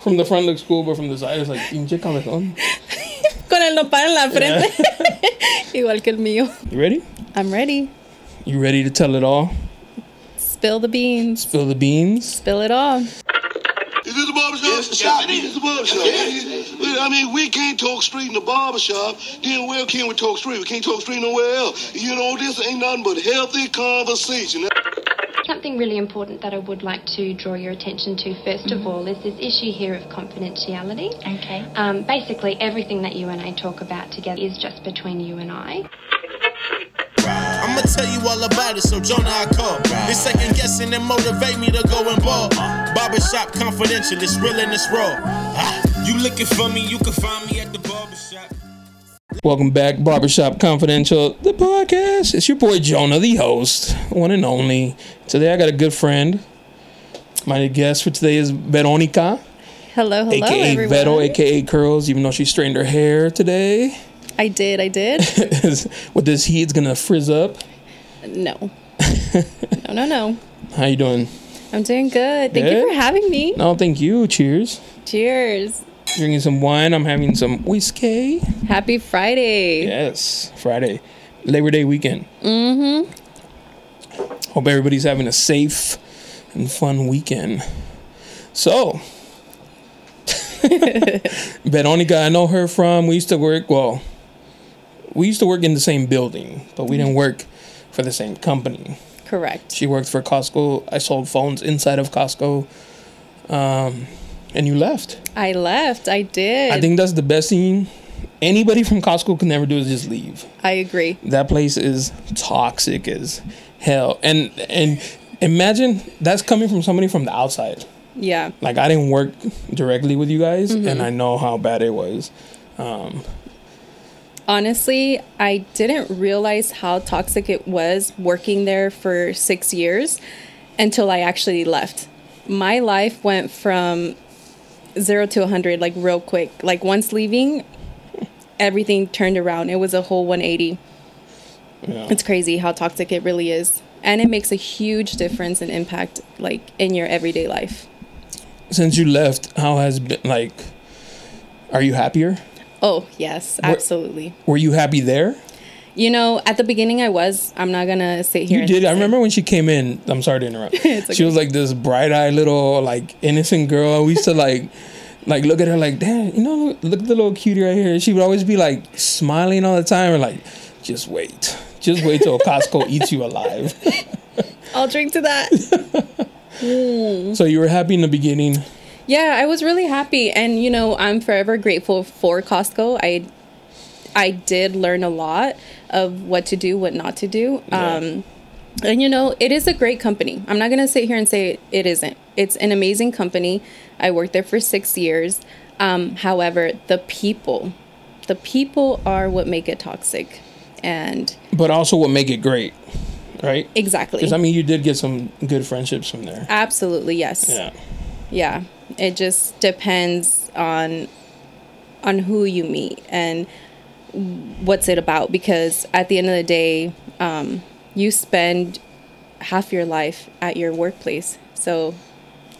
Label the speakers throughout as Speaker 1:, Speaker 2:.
Speaker 1: from the front looks cool, but from the side it's like pinche cabezón.
Speaker 2: Con el nopal en la frente. Igual que el mío.
Speaker 1: You ready?
Speaker 2: I'm ready.
Speaker 1: You ready to tell it all?
Speaker 2: Spill the beans.
Speaker 1: Spill the beans.
Speaker 2: Spill it all.
Speaker 3: Is this a barbershop? Yes, shop. It is a barbershop. Well, I mean, we can't talk street in the barbershop. Then where can we talk street? We can't talk street nowhere else. You know, this ain't nothing but healthy conversation.
Speaker 4: Something really important that I would like to draw your attention to 1st of all is this issue here of confidentiality.
Speaker 5: Okay.
Speaker 4: Um, basically, everything that you and I talk about together is just between you and I.
Speaker 6: I'ma tell you all about it, so Jonah I call. It's second guessing and motivate me to go and ball. Barbershop confidential, it's real and it's raw. Ah, you looking for me, you can find me at the barbershop.
Speaker 1: Welcome back, Barbershop Confidential, the podcast. It's your boy Jonah, the host, one and only. Today I got a good friend. My guest for today is Veronica,
Speaker 2: Hello, hello,
Speaker 1: aka
Speaker 2: everyone.
Speaker 1: Vero, aka Curls, even though she straightened her hair today.
Speaker 2: I did, I did.
Speaker 1: With this heat, it's gonna frizz up.
Speaker 2: No. no, no, no.
Speaker 1: How you doing?
Speaker 2: I'm doing good. Thank
Speaker 1: Yeah?
Speaker 2: you for having me.
Speaker 1: No, thank you. Cheers.
Speaker 2: Cheers.
Speaker 1: Drinking some wine. I'm having some whiskey.
Speaker 2: Happy Friday.
Speaker 1: Yes, Friday, Labor Day weekend. Mm-hmm. Hope everybody's having a safe and fun weekend. So, Veronica, I know her from. We used to work. Well, we used to work in the same building, but we didn't work for the same company.
Speaker 2: Correct.
Speaker 1: She worked for Costco. I sold phones inside of Costco. Um, and you left.
Speaker 2: I left. I did.
Speaker 1: I think that's the best thing anybody from Costco can never do is just leave.
Speaker 2: I agree.
Speaker 1: That place is toxic as hell. And and imagine that's coming from somebody from the outside.
Speaker 2: Yeah.
Speaker 1: Like I didn't work directly with you guys, and I know how bad it was. Um,
Speaker 2: Honestly, I didn't realize how toxic it was working there for six years until I actually left. My life went from zero to 100, like real quick. Like once leaving, everything turned around. It was a whole 180.
Speaker 1: yeah.
Speaker 2: It's crazy how toxic it really is. And it makes a huge difference and impact, like in your everyday life.
Speaker 1: Since you left, how has been like? Are you happier?
Speaker 2: Oh, yes,
Speaker 1: Where-
Speaker 2: absolutely.
Speaker 1: Were you happy there?
Speaker 2: You know, at the beginning, I was. I'm not gonna sit here.
Speaker 1: You
Speaker 2: and
Speaker 1: did. I
Speaker 2: say-
Speaker 1: remember when she came in. I'm sorry to interrupt.
Speaker 2: It's
Speaker 1: She
Speaker 2: okay.
Speaker 1: was like this bright-eyed little like innocent girl. We used to like. Like look at her like damn you know look at the little cutie right here. She would always be like smiling all the time and like just wait, just wait till Costco eats you alive.
Speaker 2: I'll drink to that.
Speaker 1: So you were happy in the beginning.
Speaker 2: yeah, I was really happy, and you know, I'm forever grateful for Costco. I, I did learn a lot of what to do, what not to do. Um, and you know, it is a great company. I'm not gonna sit here and say it, it isn't. It's an amazing company. I worked there for six years. Um, however, the people, the people are what make it toxic, and
Speaker 1: but also what make it great, right?
Speaker 2: exactly.
Speaker 1: Because I mean, you did get some good friendships from there.
Speaker 2: Absolutely, yes.
Speaker 1: Yeah,
Speaker 2: yeah it just depends on on who you meet and what's it about because at the end of the day um, you spend half your life at your workplace so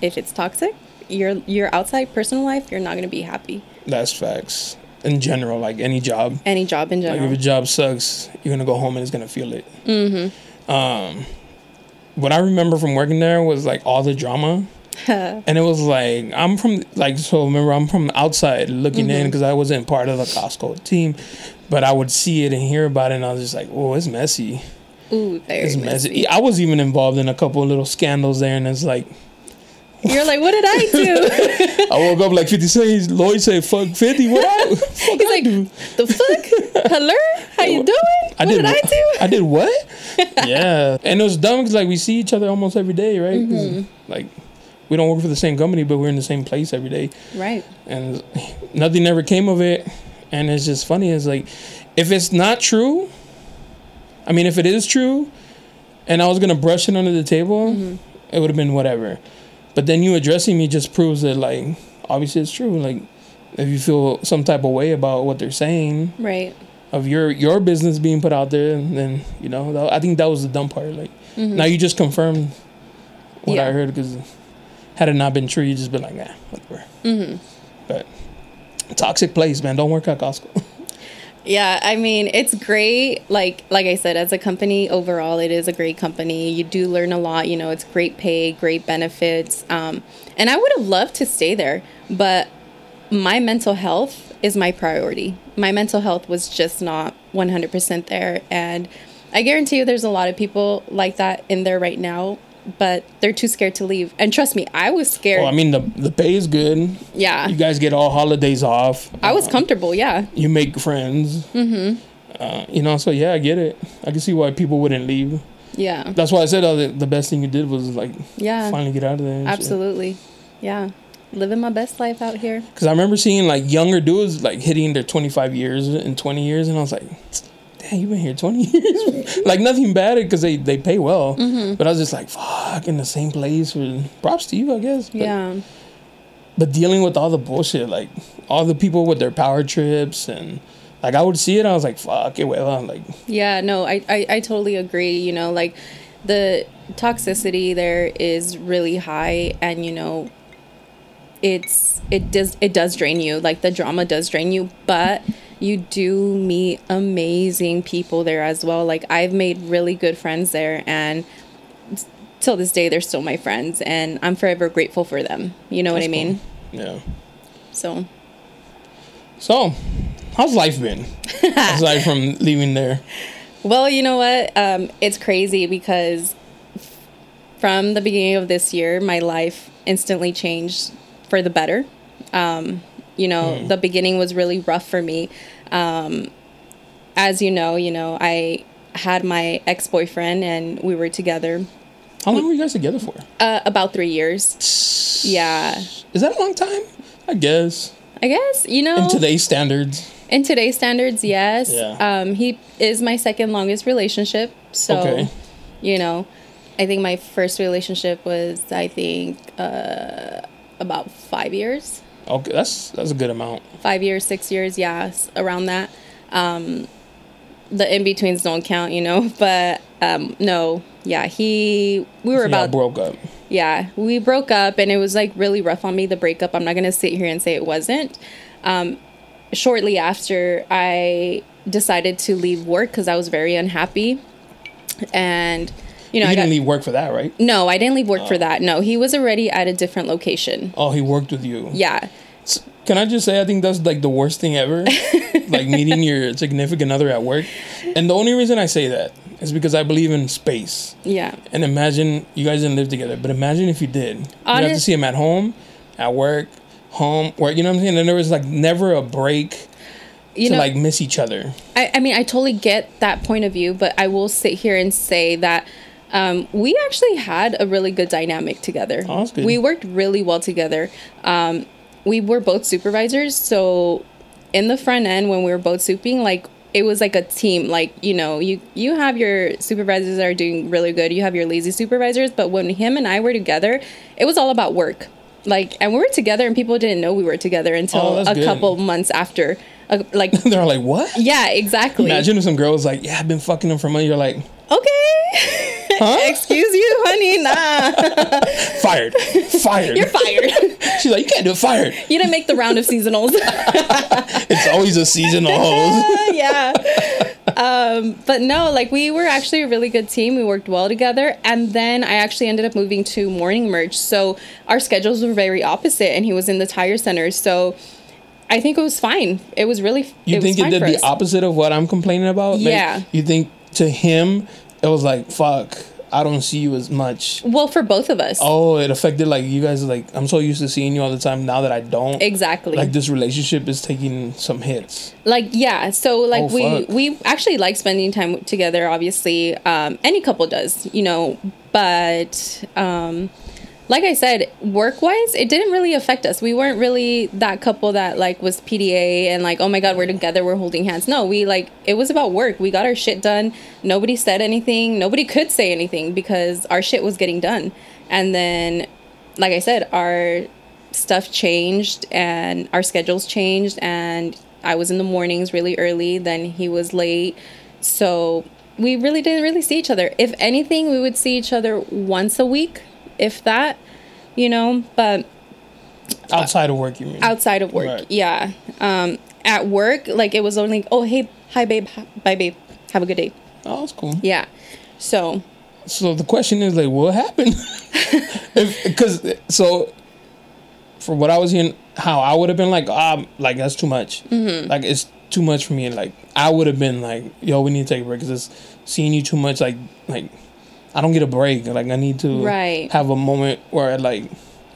Speaker 2: if it's toxic your your outside personal life you're not going to be happy
Speaker 1: that's facts. In general, like any job,
Speaker 2: any job in
Speaker 1: like if
Speaker 2: general
Speaker 1: a job sucks, you're gonna go home and it's gonna feel it. Mm-hmm. Um, what I remember from working there was like all the drama, and it was like I'm from like so remember I'm from the outside looking in because I wasn't part of the Costco team, but I would see it and hear about it, and I was just like, oh, it's messy.
Speaker 2: ooh very
Speaker 1: It's
Speaker 2: messy.
Speaker 1: messy. I was even involved in a couple of little scandals there, and it's like.
Speaker 2: you're like what did i do
Speaker 1: I woke up like 50 cents. Lloyd said, fuck 50. What I, fuck I do?
Speaker 2: he's like the fuck hello how you doing what did, i do
Speaker 1: I did what? yeah. And it was dumb because, like, we see each other almost every day, right? 'Cause,
Speaker 2: Mm-hmm.
Speaker 1: Like, we don't work for the same company, but we're in the same place every day.
Speaker 2: right
Speaker 1: And nothing ever came of it. And it's just funny. It's like, if it's not true, I mean, if it is true, and I was going to brush it under the table,
Speaker 2: Mm-hmm.
Speaker 1: it would have been whatever. But then you addressing me just proves that, like, obviously it's true. Like, if you feel some type of way about what they're saying,
Speaker 2: right
Speaker 1: of your your business being put out there, and then you know, tha- I think that was the dumb part. Like now you just confirmed what I
Speaker 2: Mm-hmm. Yeah.
Speaker 1: heard because Had it not been true, you just been like, nah, whatever.
Speaker 2: Mm-hmm.
Speaker 1: But toxic place, man. Don't work at Costco.
Speaker 2: Yeah, I mean, it's great. Like like I said, as a company overall, it is a great company. You do learn a lot. You know, it's great pay, great benefits. Um, and I would have loved to stay there, but my mental health is my priority. My mental health was just not 100% there, and I guarantee you, there's a lot of people like that in there right now. But they're too scared to leave. And trust me, I was scared.
Speaker 1: well, I mean, the the pay is good.
Speaker 2: yeah.
Speaker 1: You guys get all holidays off.
Speaker 2: I was comfortable, yeah.
Speaker 1: you make friends. Mm-hmm. Uh, you know, so yeah, I get it. I can see why people wouldn't leave.
Speaker 2: Yeah.
Speaker 1: That's why I said uh, the, the best thing you did was like,
Speaker 2: Yeah.
Speaker 1: finally get out of there. and shit.
Speaker 2: Absolutely. Yeah. Living my best life out here.
Speaker 1: Cause I remember seeing like younger dudes like hitting their 25 years and 20 years, and I was like, "Damn, you've been here 20 years." like nothing bad, because they they pay well.
Speaker 2: Mm-hmm.
Speaker 1: But I was just like, "Fuck," in the same place. With, props to you, I guess. But,
Speaker 2: Yeah.
Speaker 1: But dealing with all the bullshit, like all the people with their power trips, and like I would see it, I was like, "Fuck it, well," I'm like,
Speaker 2: Yeah, no, I, I, I totally agree. You know, like the toxicity there is really high and you know it's it does it does drain you. Like the drama does drain you, but you do meet amazing people there as well. Like I've made really good friends there and s- till this day they're still my friends and I'm forever grateful for them. You know what I
Speaker 1: That's
Speaker 2: mean?
Speaker 1: yeah.
Speaker 2: So
Speaker 1: So, how's life been aside from leaving there?
Speaker 2: Well, you know what? Um, it's crazy because f- from the beginning of this year, my life instantly changed for the better. Um, you know, the beginning was really rough for me. Um, as you know, you know, I had my ex boyfriend and we were together
Speaker 1: How long were you guys together for?
Speaker 2: uh, about three years. Yeah,
Speaker 1: Is that a long time? I guess
Speaker 2: I guess you know.
Speaker 1: in today's standards.
Speaker 2: in today's standards, yes.
Speaker 1: Yeah.
Speaker 2: Um, he is my second longest relationship. So,
Speaker 1: Okay.
Speaker 2: you know, I think my first relationship was, I think, uh, about five years,
Speaker 1: Okay, that's that's a good amount.
Speaker 2: five years, six years, yeah, s- around that. Um, the in betweens don't count, you know, but um, no, yeah, he, we were
Speaker 1: Y'all
Speaker 2: about
Speaker 1: broke up.
Speaker 2: yeah, we broke up and it was like really rough on me, the breakup. I'm not going to sit here and say it wasn't. Um, shortly after, I decided to leave work because I was very unhappy. And, you know,
Speaker 1: You
Speaker 2: I
Speaker 1: didn't
Speaker 2: got.
Speaker 1: leave work for that, right?
Speaker 2: no, I didn't leave work for that. No, he was already at a different location.
Speaker 1: Oh, he worked with you.
Speaker 2: Yeah.
Speaker 1: Can I just say I think that's like the worst thing ever, like meeting your significant other at work. And the only reason I say that is because I believe in space.
Speaker 2: Yeah.
Speaker 1: And imagine you guys didn't live together, but imagine if you did. You'd have to
Speaker 2: Honest-
Speaker 1: see him at home, at work, home, work. You know what I'm saying? And there was like never a break
Speaker 2: You
Speaker 1: to
Speaker 2: know,
Speaker 1: like miss each other.
Speaker 2: I, I mean, I totally get that point of view, but I will sit here and say that um, we actually had a really good dynamic together.
Speaker 1: Oh, that's good.
Speaker 2: We worked really well together. Um, we were both supervisors, so in the front end when we were both souping, like it was like a team. Like you know, you you have your supervisors that are doing really good. You have your lazy supervisors, but when him and I were together, it was all about work. Like, and we were together, and people didn't know we were together
Speaker 1: Oh,
Speaker 2: until
Speaker 1: that's
Speaker 2: a
Speaker 1: good.
Speaker 2: couple months after. Uh, like,
Speaker 1: They're like, what?
Speaker 2: yeah, exactly
Speaker 1: Imagine if some girl was like, yeah, I've been fucking him for money. You're like,
Speaker 2: okay.
Speaker 1: Huh?
Speaker 2: Excuse you, honey. Nah,
Speaker 1: fired, fired.
Speaker 2: you're fired.
Speaker 1: She's like, you can't do it, fired.
Speaker 2: you didn't make the round of seasonals.
Speaker 1: It's always a seasonal hose.
Speaker 2: yeah. Um, but no, like we were actually a really good team. We worked well together. And then I actually ended up moving to morning merge. So our schedules were very opposite, and he was in the tire center. So I think it was fine. It was really.
Speaker 1: You
Speaker 2: it
Speaker 1: think
Speaker 2: was
Speaker 1: it
Speaker 2: fine
Speaker 1: did
Speaker 2: for
Speaker 1: the
Speaker 2: us.
Speaker 1: opposite of what I'm complaining about? Like,
Speaker 2: Yeah.
Speaker 1: you think to him, it was like, fuck, I don't see you as much.
Speaker 2: Well, for both of us.
Speaker 1: Oh, it affected like you guys. Like I'm so used to seeing you all the time. Now that I don't,
Speaker 2: Exactly.
Speaker 1: Like this relationship is taking some hits.
Speaker 2: like yeah so like
Speaker 1: Oh,
Speaker 2: we
Speaker 1: fuck.
Speaker 2: we actually like spending time together obviously um any couple does you know but um like i said work wise it didn't really affect us we weren't really that couple that like was pda and like oh my god we're together we're holding hands no we like it was about work we got our shit done nobody said anything nobody could say anything because our shit was getting done and then like i said our stuff changed and our schedules changed and I was in the mornings really early, then he was late. So we really didn't really see each other. If anything, we would see each other once a week, if that. you know, but
Speaker 1: Outside of work, you mean?
Speaker 2: outside of work
Speaker 1: Right.
Speaker 2: yeah um at work like it was only oh hey hi babe hi, bye babe have a good day
Speaker 1: oh, that's cool.
Speaker 2: yeah so
Speaker 1: So the question is like, what happened? Because so, from what I was hearing, how I would have been like, um, like that's too much.
Speaker 2: Mm-hmm.
Speaker 1: Like it's too much for me. Like I would have been like, yo, we need to take a break because it's seeing you too much. Like like, I don't get a break. Like I need to
Speaker 2: Right.
Speaker 1: have a moment where like,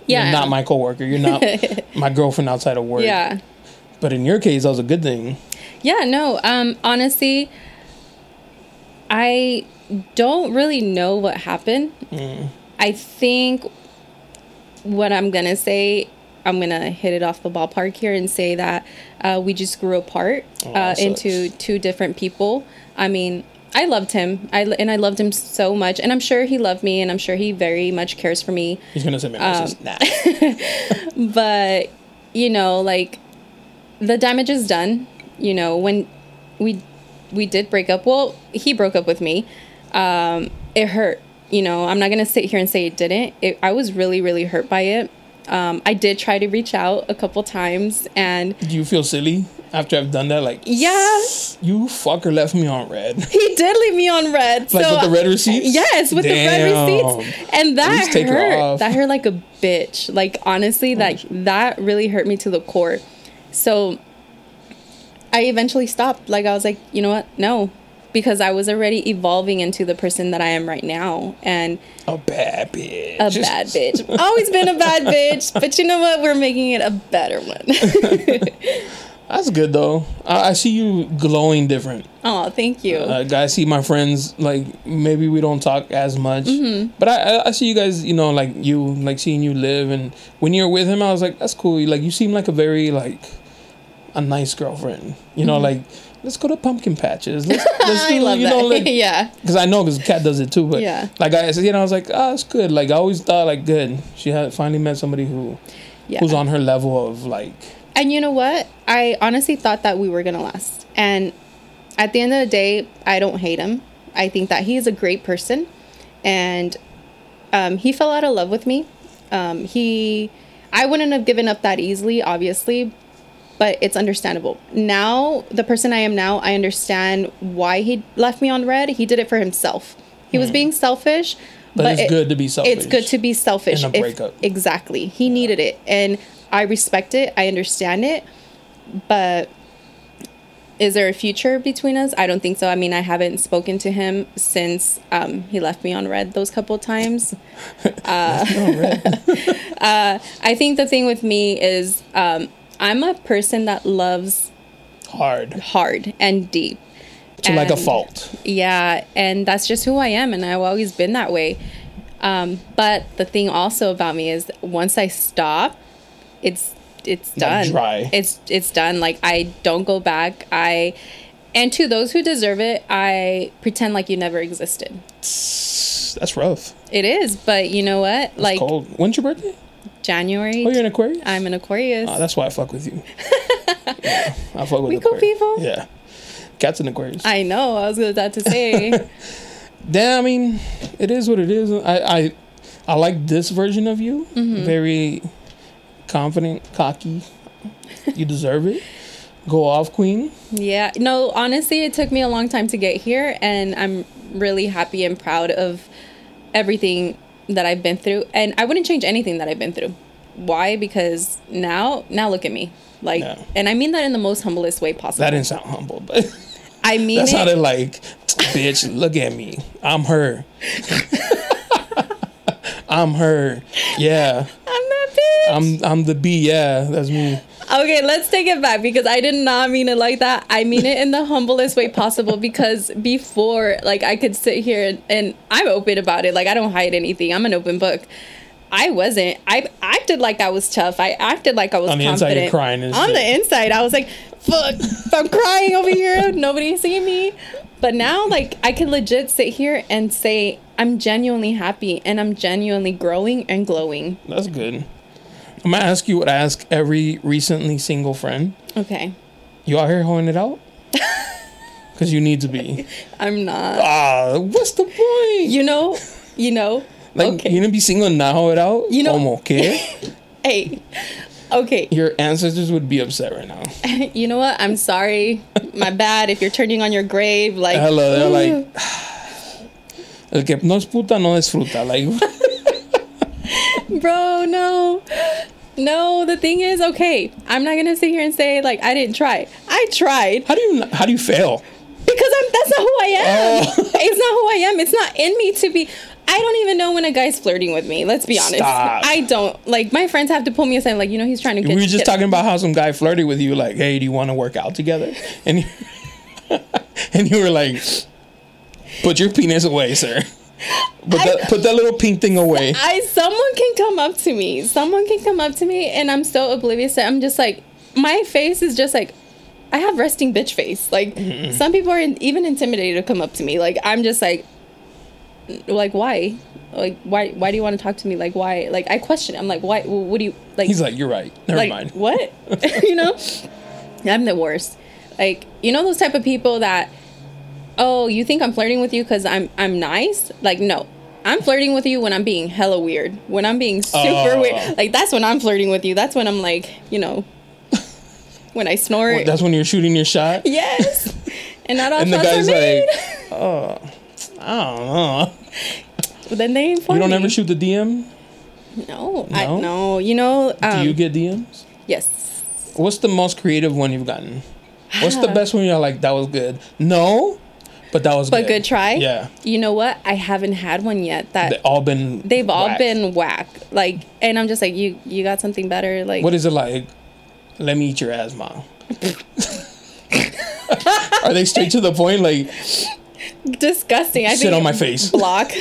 Speaker 2: Yeah.
Speaker 1: you're not my coworker. You're not my girlfriend outside of work.
Speaker 2: yeah
Speaker 1: But in your case, that was a good thing.
Speaker 2: yeah no um honestly i don't really know what happened
Speaker 1: Mm.
Speaker 2: i think what i'm gonna say i'm gonna hit it off the ballpark here and say that uh, we just grew apart uh,
Speaker 1: Oh, that
Speaker 2: into
Speaker 1: sucks.
Speaker 2: two different people i mean i loved him I, lo- and i loved him so much and i'm sure he loved me and i'm sure he very much cares for me
Speaker 1: He's gonna send me a message.
Speaker 2: Um.
Speaker 1: nah.
Speaker 2: but you know like the damage is done you know when we we did break up well he broke up with me um it hurt you know i'm not gonna sit here and say it didn't it, i was really really hurt by it um i did try to reach out a couple times and
Speaker 1: Do you feel silly after I've done that? Like,
Speaker 2: yeah
Speaker 1: you fucker left me on red.
Speaker 2: he did leave me on red
Speaker 1: Like with the red receipts?
Speaker 2: Yes, with the red
Speaker 1: Damn.
Speaker 2: receipts, and that
Speaker 1: least take her
Speaker 2: hurt.
Speaker 1: off. Oh.
Speaker 2: That hurt like a bitch. Like honestly, like that really hurt me to the core. So I eventually stopped. Like I was like, you know what? No, because I was already evolving into the person that I am right now, and
Speaker 1: A bad bitch.
Speaker 2: a bad bitch. Always been a bad bitch, but you know what? We're making it a better one.
Speaker 1: That's good though. I, I see you glowing different.
Speaker 2: oh, thank you.
Speaker 1: Uh, I see my friends like maybe we don't talk as much,
Speaker 2: Mm-hmm.
Speaker 1: but I, I I see you guys. You know, like you like seeing you live, and when you're with him, I was like, that's cool. You- Like you seem like a very like a nice girlfriend. You know, like let's go to pumpkin patches. Let's, let's do
Speaker 2: Mm-hmm. I love
Speaker 1: you
Speaker 2: that.
Speaker 1: know like
Speaker 2: yeah.
Speaker 1: because I know because Kat does it too. But
Speaker 2: Yeah.
Speaker 1: like I said, you know, I was like, oh, it's good. Like I always thought, like good. She had finally met somebody who
Speaker 2: Yeah.
Speaker 1: who's on her level of like
Speaker 2: And you know what? I honestly thought that we were gonna last. And at the end of the day, I don't hate him. I think that he is a great person, and um, he fell out of love with me. Um, he, I wouldn't have given up that easily, obviously, but it's understandable. Now, the person I am now, I understand why he left me on red. He did it for himself. He was being selfish.
Speaker 1: Mm. But it's good to be
Speaker 2: It's
Speaker 1: selfish
Speaker 2: good to be selfish.
Speaker 1: in a
Speaker 2: if-
Speaker 1: breakup.
Speaker 2: exactly. He needed it. And I respect it. I understand it. But is there a future between us? I don't think so. I mean, I haven't spoken to him since um, he left me on red those couple times. Uh, I think the thing with me is um, I'm a person that loves
Speaker 1: hard
Speaker 2: hard and deep.
Speaker 1: to like a
Speaker 2: And-
Speaker 1: fault.
Speaker 2: Yeah, and that's just who I am, and I've always been that way. Um, but the thing also about me is once I stop, it's it's done.
Speaker 1: dry.
Speaker 2: It's it's done. Like I don't go back. I and to those who deserve it, I pretend like you never existed.
Speaker 1: That's rough.
Speaker 2: It is, but you know what? Like
Speaker 1: Cold. When's your birthday?
Speaker 2: January.
Speaker 1: Oh, you're an Aquarius.
Speaker 2: I'm an Aquarius.
Speaker 1: Ah, that's why I fuck with you. Yeah, I fuck with
Speaker 2: We cool
Speaker 1: Aquarius.
Speaker 2: people.
Speaker 1: Yeah, Cat's an Aquarius.
Speaker 2: I know. I was about to say.
Speaker 1: Damn, I mean, it is what it is. I I, I like this version of you.
Speaker 2: Mm-hmm.
Speaker 1: Very confident, cocky. You deserve it. Go off, queen.
Speaker 2: Yeah, no, honestly, it took me a long time to get here, and I'm really happy and proud of everything that I've been through. And I wouldn't change anything that I've been through. Why? Because now, now look at me. Like,
Speaker 1: Yeah.
Speaker 2: and I mean that in the most humblest way possible.
Speaker 1: That didn't sound humble, but
Speaker 2: I mean
Speaker 1: that's
Speaker 2: it.
Speaker 1: how they like. Bitch, look at me. I'm her. I'm her. Yeah.
Speaker 2: I'm that bitch.
Speaker 1: I'm I'm the B. Yeah, that's me.
Speaker 2: Okay, let's take it back because I did not mean it like that. I mean it in the humblest way possible because before, like, I could sit here and, and I'm open about it. Like, I don't hide anything. I'm an open book. I wasn't. I acted like I was tough. I acted like I was
Speaker 1: On the inside,
Speaker 2: confident.
Speaker 1: you're crying and
Speaker 2: On
Speaker 1: shit.
Speaker 2: the inside, I was like, "Fuck, I'm crying over here. Nobody's seeing me." But now, like, I can legit sit here and say I'm genuinely happy and I'm genuinely growing and glowing.
Speaker 1: That's good. I'm gonna ask you what I ask every recently single friend.
Speaker 2: Okay,
Speaker 1: You out here hoeing it out? Cause you need to be.
Speaker 2: I'm not.
Speaker 1: Ah, what's the point?
Speaker 2: you know, you know,
Speaker 1: Like
Speaker 2: Okay.
Speaker 1: you didn't be singing now it out.
Speaker 2: You know-
Speaker 1: Como que?
Speaker 2: Hey, okay.
Speaker 1: Your ancestors would be upset right now.
Speaker 2: You know what? I'm sorry. My bad. If you're turning on your grave, like
Speaker 1: Hello, they're
Speaker 2: ooh.
Speaker 1: like. El que no es puta no es fruta. Like
Speaker 2: bro no no the thing is okay i'm not gonna sit here and say like i didn't try i tried
Speaker 1: how do you how do you fail?
Speaker 2: because i'm that's not who i am
Speaker 1: Oh.
Speaker 2: it's not who i am it's not in me to be i don't even know when a guy's flirting with me let's be honest
Speaker 1: Stop.
Speaker 2: i don't like my friends have to pull me aside like you know he's trying to get
Speaker 1: we were just
Speaker 2: get-
Speaker 1: talking about how some guy flirted with you, like, "Hey, do you want to work out together?" And you, and you were like, "Put your penis away, sir. Put
Speaker 2: I-
Speaker 1: that, put that little pink thing away."
Speaker 2: I someone can come up to me. Someone can come up to me and I'm so oblivious that I'm just like my face is just like I have resting bitch face. Like some people are in, even intimidated to come up to me. Like I'm just like n- like why? Like why why do you want to talk to me? Like why? Like I question. it. I'm like why wh- what do you like
Speaker 1: He's like, "You're right. Never
Speaker 2: like
Speaker 1: mind."
Speaker 2: what? you know? I'm the worst. Like you know those type of people that oh you think i'm flirting with you because i'm i'm nice like no i'm flirting with you when i'm being hella weird when i'm being super
Speaker 1: Oh.
Speaker 2: weird like that's when i'm flirting with you that's when i'm like you know when i snort
Speaker 1: Well, that's when you're shooting your shot,
Speaker 2: yes and not all
Speaker 1: and the
Speaker 2: shots are
Speaker 1: guy's
Speaker 2: made.
Speaker 1: like, "Oh, I don't know."
Speaker 2: But then they ain't
Speaker 1: You don't
Speaker 2: funny.
Speaker 1: ever shoot the DM.
Speaker 2: no, I
Speaker 1: No?
Speaker 2: no you know
Speaker 1: Do
Speaker 2: um,
Speaker 1: you get DMs?
Speaker 2: yes
Speaker 1: What's the most creative one you've gotten? What's the best one you're like, "That was good." No, but that was
Speaker 2: but
Speaker 1: good.
Speaker 2: good try
Speaker 1: Yeah,
Speaker 2: you know what i haven't had one yet that
Speaker 1: they all been.
Speaker 2: they've all
Speaker 1: whack.
Speaker 2: been whack like and i'm just like you you got something better like
Speaker 1: What is it like? Let me eat your ass, mom. Are they straight to the point? Like,
Speaker 2: disgusting. I
Speaker 1: Sit
Speaker 2: think
Speaker 1: on my face.
Speaker 2: Block,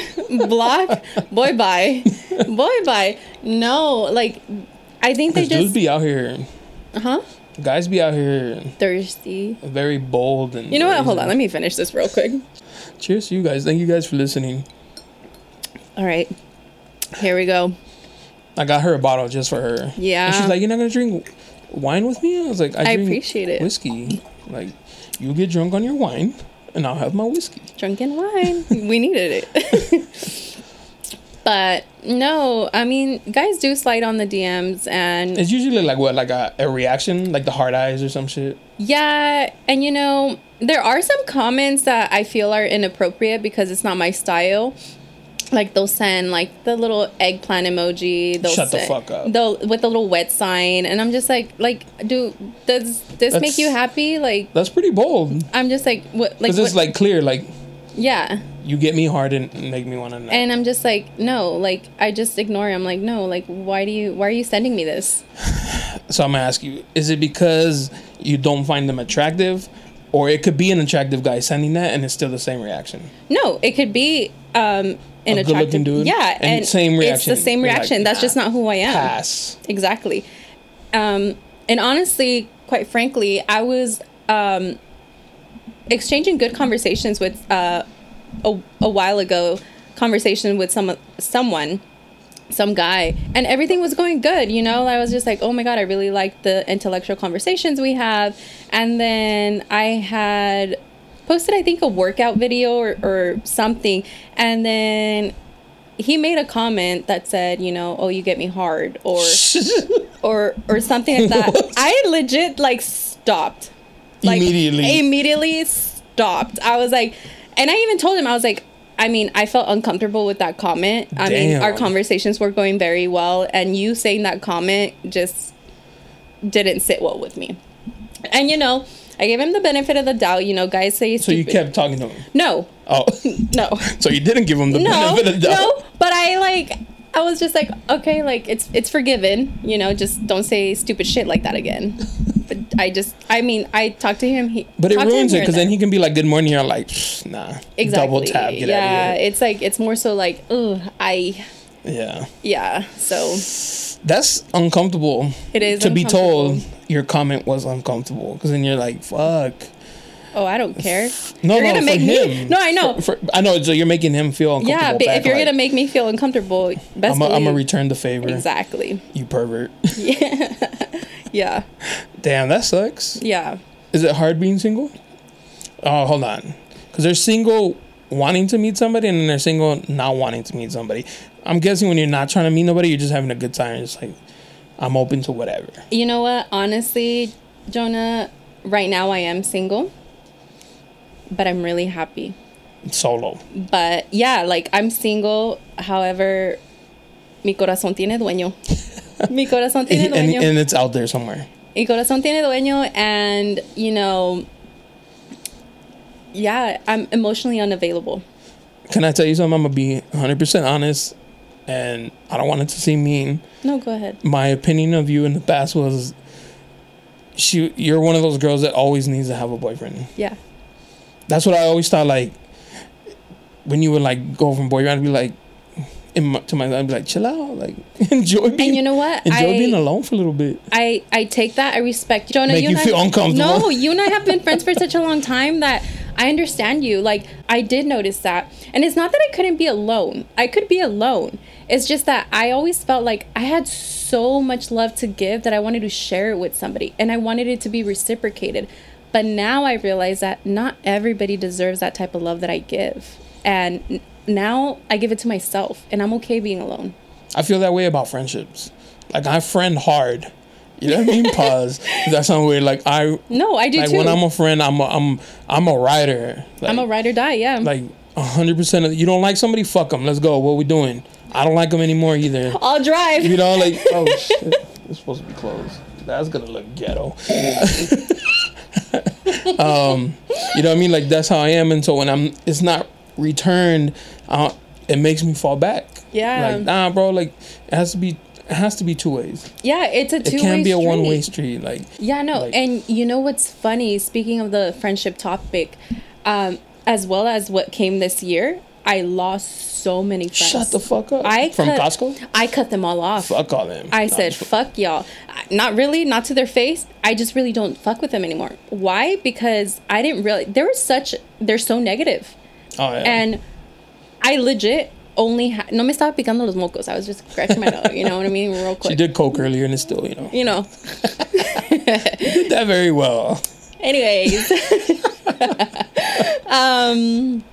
Speaker 2: block. boy, bye, boy, bye. No, like I think they
Speaker 1: cause dudes
Speaker 2: just
Speaker 1: be out here,
Speaker 2: huh
Speaker 1: guys be out here
Speaker 2: thirsty.
Speaker 1: very bold and.
Speaker 2: You know what? Hold on, let me finish this real quick.
Speaker 1: Cheers to you guys. Thank you guys for listening.
Speaker 2: All right, here we go.
Speaker 1: I got her a bottle just for her. And
Speaker 2: Yeah.
Speaker 1: she's like, "You're not gonna drink wine with me?" I was like, "I,
Speaker 2: I
Speaker 1: drink
Speaker 2: appreciate it.
Speaker 1: Whiskey. Like, you get drunk on your wine, and I'll have my whiskey.
Speaker 2: Drunken wine. we needed it. but no, I mean, guys do slide on the DMs and
Speaker 1: It's usually like what, like a, a reaction, like the hard eyes or some shit.
Speaker 2: Yeah, and you know, there are some comments that I feel are inappropriate because it's not my style. Like they'll send like the little eggplant emoji. They'll
Speaker 1: Shut the
Speaker 2: send-
Speaker 1: fuck up.
Speaker 2: They'll with the little wet sign, and I'm just like, like, do does this
Speaker 1: That's-
Speaker 2: make you happy? Like,
Speaker 1: That's pretty bold.
Speaker 2: I'm just like, what? Like,
Speaker 1: Cause it's
Speaker 2: what-
Speaker 1: like clear, like
Speaker 2: yeah.
Speaker 1: you get me hard and and make me want to.
Speaker 2: And I'm just like, no, like I just ignore. it. I'm like, no, like why do you? Why are you sending me this?
Speaker 1: So I'm gonna ask you: Is it because you don't find them attractive, or it could be an attractive guy sending that and it's still the same reaction?
Speaker 2: No, it could be um an
Speaker 1: A good-looking
Speaker 2: attractive
Speaker 1: dude
Speaker 2: Yeah,
Speaker 1: and same reaction.
Speaker 2: It's the same
Speaker 1: You're like,
Speaker 2: reaction. That's
Speaker 1: nah,
Speaker 2: just not who I am.
Speaker 1: Pass.
Speaker 2: Exactly. Um, and honestly, quite frankly, I was um, exchanging good conversations with uh, a, a while ago, conversation with some someone, some guy, and everything was going good. You know, I was just like, oh my god, I really like the intellectual conversations we have. And then I had posted, I think, a workout video or, or something, and then. He made a comment that said, you know, oh, you get me hard, or or or something like that.
Speaker 1: What?
Speaker 2: I legit like stopped. Like,
Speaker 1: Immediately.
Speaker 2: Immediately stopped. I was like, and I even told him I was like, I mean, I felt uncomfortable with that comment. I mean, our
Speaker 1: Damn.
Speaker 2: conversations were going very well, and you saying that comment just didn't sit well with me. And you know, I gave him the benefit of the doubt. You know, guys say
Speaker 1: So you
Speaker 2: stupid-
Speaker 1: kept talking to him.
Speaker 2: no,
Speaker 1: Oh,
Speaker 2: no
Speaker 1: so you didn't give him the
Speaker 2: no,
Speaker 1: benefit of the doubt.
Speaker 2: no. But I like, I was just like, okay, like it's it's forgiven, you know. Just don't say stupid shit like that again. but I just, I mean, I talked to him. He,
Speaker 1: But it
Speaker 2: talked to him
Speaker 1: ruins it
Speaker 2: here
Speaker 1: because then
Speaker 2: and
Speaker 1: he can be like, "Good morning." You're like, "Psh, "Nah."
Speaker 2: there. exactly.
Speaker 1: Double tap. Get
Speaker 2: yeah,
Speaker 1: out of here.
Speaker 2: it's like it's more so like, oh, I
Speaker 1: yeah.
Speaker 2: yeah. So
Speaker 1: That's uncomfortable.
Speaker 2: It is
Speaker 1: to be told
Speaker 2: uncomfortable.
Speaker 1: your comment was uncomfortable because then you're like, "Fuck."
Speaker 2: oh, I don't care.
Speaker 1: No,
Speaker 2: You're
Speaker 1: no,
Speaker 2: gonna
Speaker 1: for
Speaker 2: make
Speaker 1: him.
Speaker 2: me- No, I know.
Speaker 1: For- for- I know. So you're making him feel uncomfortable.
Speaker 2: yeah, but
Speaker 1: back,
Speaker 2: if you're
Speaker 1: like,
Speaker 2: gonna make me feel uncomfortable, best
Speaker 1: I'm gonna
Speaker 2: believe-
Speaker 1: return the favor.
Speaker 2: exactly.
Speaker 1: You pervert.
Speaker 2: Yeah,
Speaker 1: Damn, that sucks.
Speaker 2: yeah.
Speaker 1: Is it hard being single? Oh, hold on. Because they're single wanting to meet somebody and then they're single not wanting to meet somebody. I'm guessing when you're not trying to meet nobody, you're just having a good time. It's like I'm open to whatever.
Speaker 2: You know what? Honestly, Jonah, right now I am single, but I'm really happy.
Speaker 1: Solo.
Speaker 2: But yeah, like I'm single. However, mi corazón tiene dueño. mi corazón
Speaker 1: And,
Speaker 2: tiene dueño.
Speaker 1: and it's out there somewhere.
Speaker 2: mi corazón tiene dueño, and you know, yeah, I'm emotionally unavailable.
Speaker 1: Can I tell you something? I'm gonna be 100 percent honest, and I don't want it to seem mean.
Speaker 2: No, go ahead.
Speaker 1: My opinion of you in the past was, she, you're one of those girls that always needs to have a boyfriend.
Speaker 2: Yeah,
Speaker 1: That's what I always thought. Like when you would like go from boyfriend, I'd be like, in my, to my, I'd be like, chill out, like enjoy being,
Speaker 2: you know what?
Speaker 1: enjoy
Speaker 2: I-
Speaker 1: being alone for a little bit.
Speaker 2: I I take that. I respect you. Jonah.
Speaker 1: Make you
Speaker 2: and I-
Speaker 1: feel uncomfortable.
Speaker 2: No, you and I have been friends for such a long time that I understand you. Like I did notice that, and it's not that I couldn't be alone. I could be alone. It's just that I always felt like I had so much love to give that I wanted to share it with somebody, and I wanted it to be reciprocated. But now I realize that not everybody deserves that type of love that I give, and n- now I give it to myself, and I'm okay being alone.
Speaker 1: I feel that way about friendships. Like I friend hard. You know what I mean? Pause. That sounds weird. Like I
Speaker 2: No, I do
Speaker 1: like
Speaker 2: too.
Speaker 1: when I'm a friend, I'm a, I'm I'm a writer. Like,
Speaker 2: I'm a ride or die. Yeah.
Speaker 1: Like hundred percent. of You don't like somebody? Fuck them. Let's go. What we doing? I don't like them anymore either.
Speaker 2: I'll drive.
Speaker 1: You know, like oh shit, it's supposed to be closed. That's gonna look ghetto. um, you know what I mean? Like that's how I am, and so when I'm, it's not returned. Uh, it makes me fall back.
Speaker 2: Yeah.
Speaker 1: Like nah, bro. Like it has to be. It has to be two ways.
Speaker 2: Yeah, it's a two
Speaker 1: It
Speaker 2: way
Speaker 1: can't be a
Speaker 2: street.
Speaker 1: one way street. Like
Speaker 2: Yeah, no.
Speaker 1: Like-
Speaker 2: and you know what's funny? Speaking of the friendship topic, um, as well as what came this year, I lost so many friends.
Speaker 1: shut the fuck up.
Speaker 2: I
Speaker 1: from
Speaker 2: cut-
Speaker 1: Costco.
Speaker 2: I cut them all off.
Speaker 1: Fuck all them.
Speaker 2: I
Speaker 1: Nah,
Speaker 2: said,
Speaker 1: just-
Speaker 2: fuck y'all. I- Not really, not to their face. I just really don't fuck with them anymore. Why? Because I didn't really. They were such. They're so negative.
Speaker 1: Oh, yeah.
Speaker 2: And I legit only. Ha- no me estaba picando los mocos. I was just scratching my nose. You know what I mean? Real quick.
Speaker 1: she did coke earlier, and it's still you know
Speaker 2: You know.
Speaker 1: did that very well.
Speaker 2: Anyways. um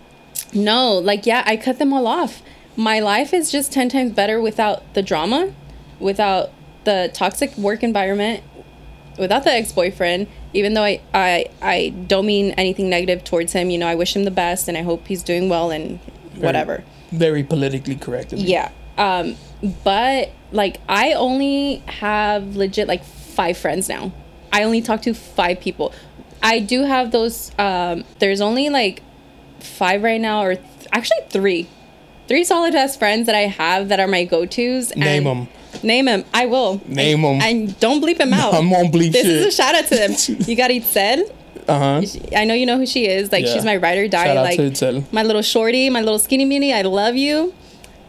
Speaker 2: no, like yeah, I cut them all off. My life is just 10 times better without the drama, without the toxic work environment, without the ex-boyfriend, even though I I I don't mean anything negative towards him, you know, I wish him the best and I hope he's doing well and whatever.
Speaker 1: Very politically correct. of you.
Speaker 2: Yeah. Um but like I only have legit like five friends now. I only talk to five people. I do have those um there's only like five right now or th- actually three. Three solid ass friends that I have that are my go-tos.
Speaker 1: Name 'em.
Speaker 2: and- Name them. I will.
Speaker 1: Name 'em.
Speaker 2: And don't bleep them out.
Speaker 1: I won't bleep
Speaker 2: This
Speaker 1: shit.
Speaker 2: is a shout out to them. You got Itzel.
Speaker 1: Uh huh.
Speaker 2: I know you know who she is. Like
Speaker 1: Yeah.
Speaker 2: she's my ride or die.
Speaker 1: Shout out
Speaker 2: like
Speaker 1: to Itzel.
Speaker 2: my little shorty, my little skinny mini. I love you.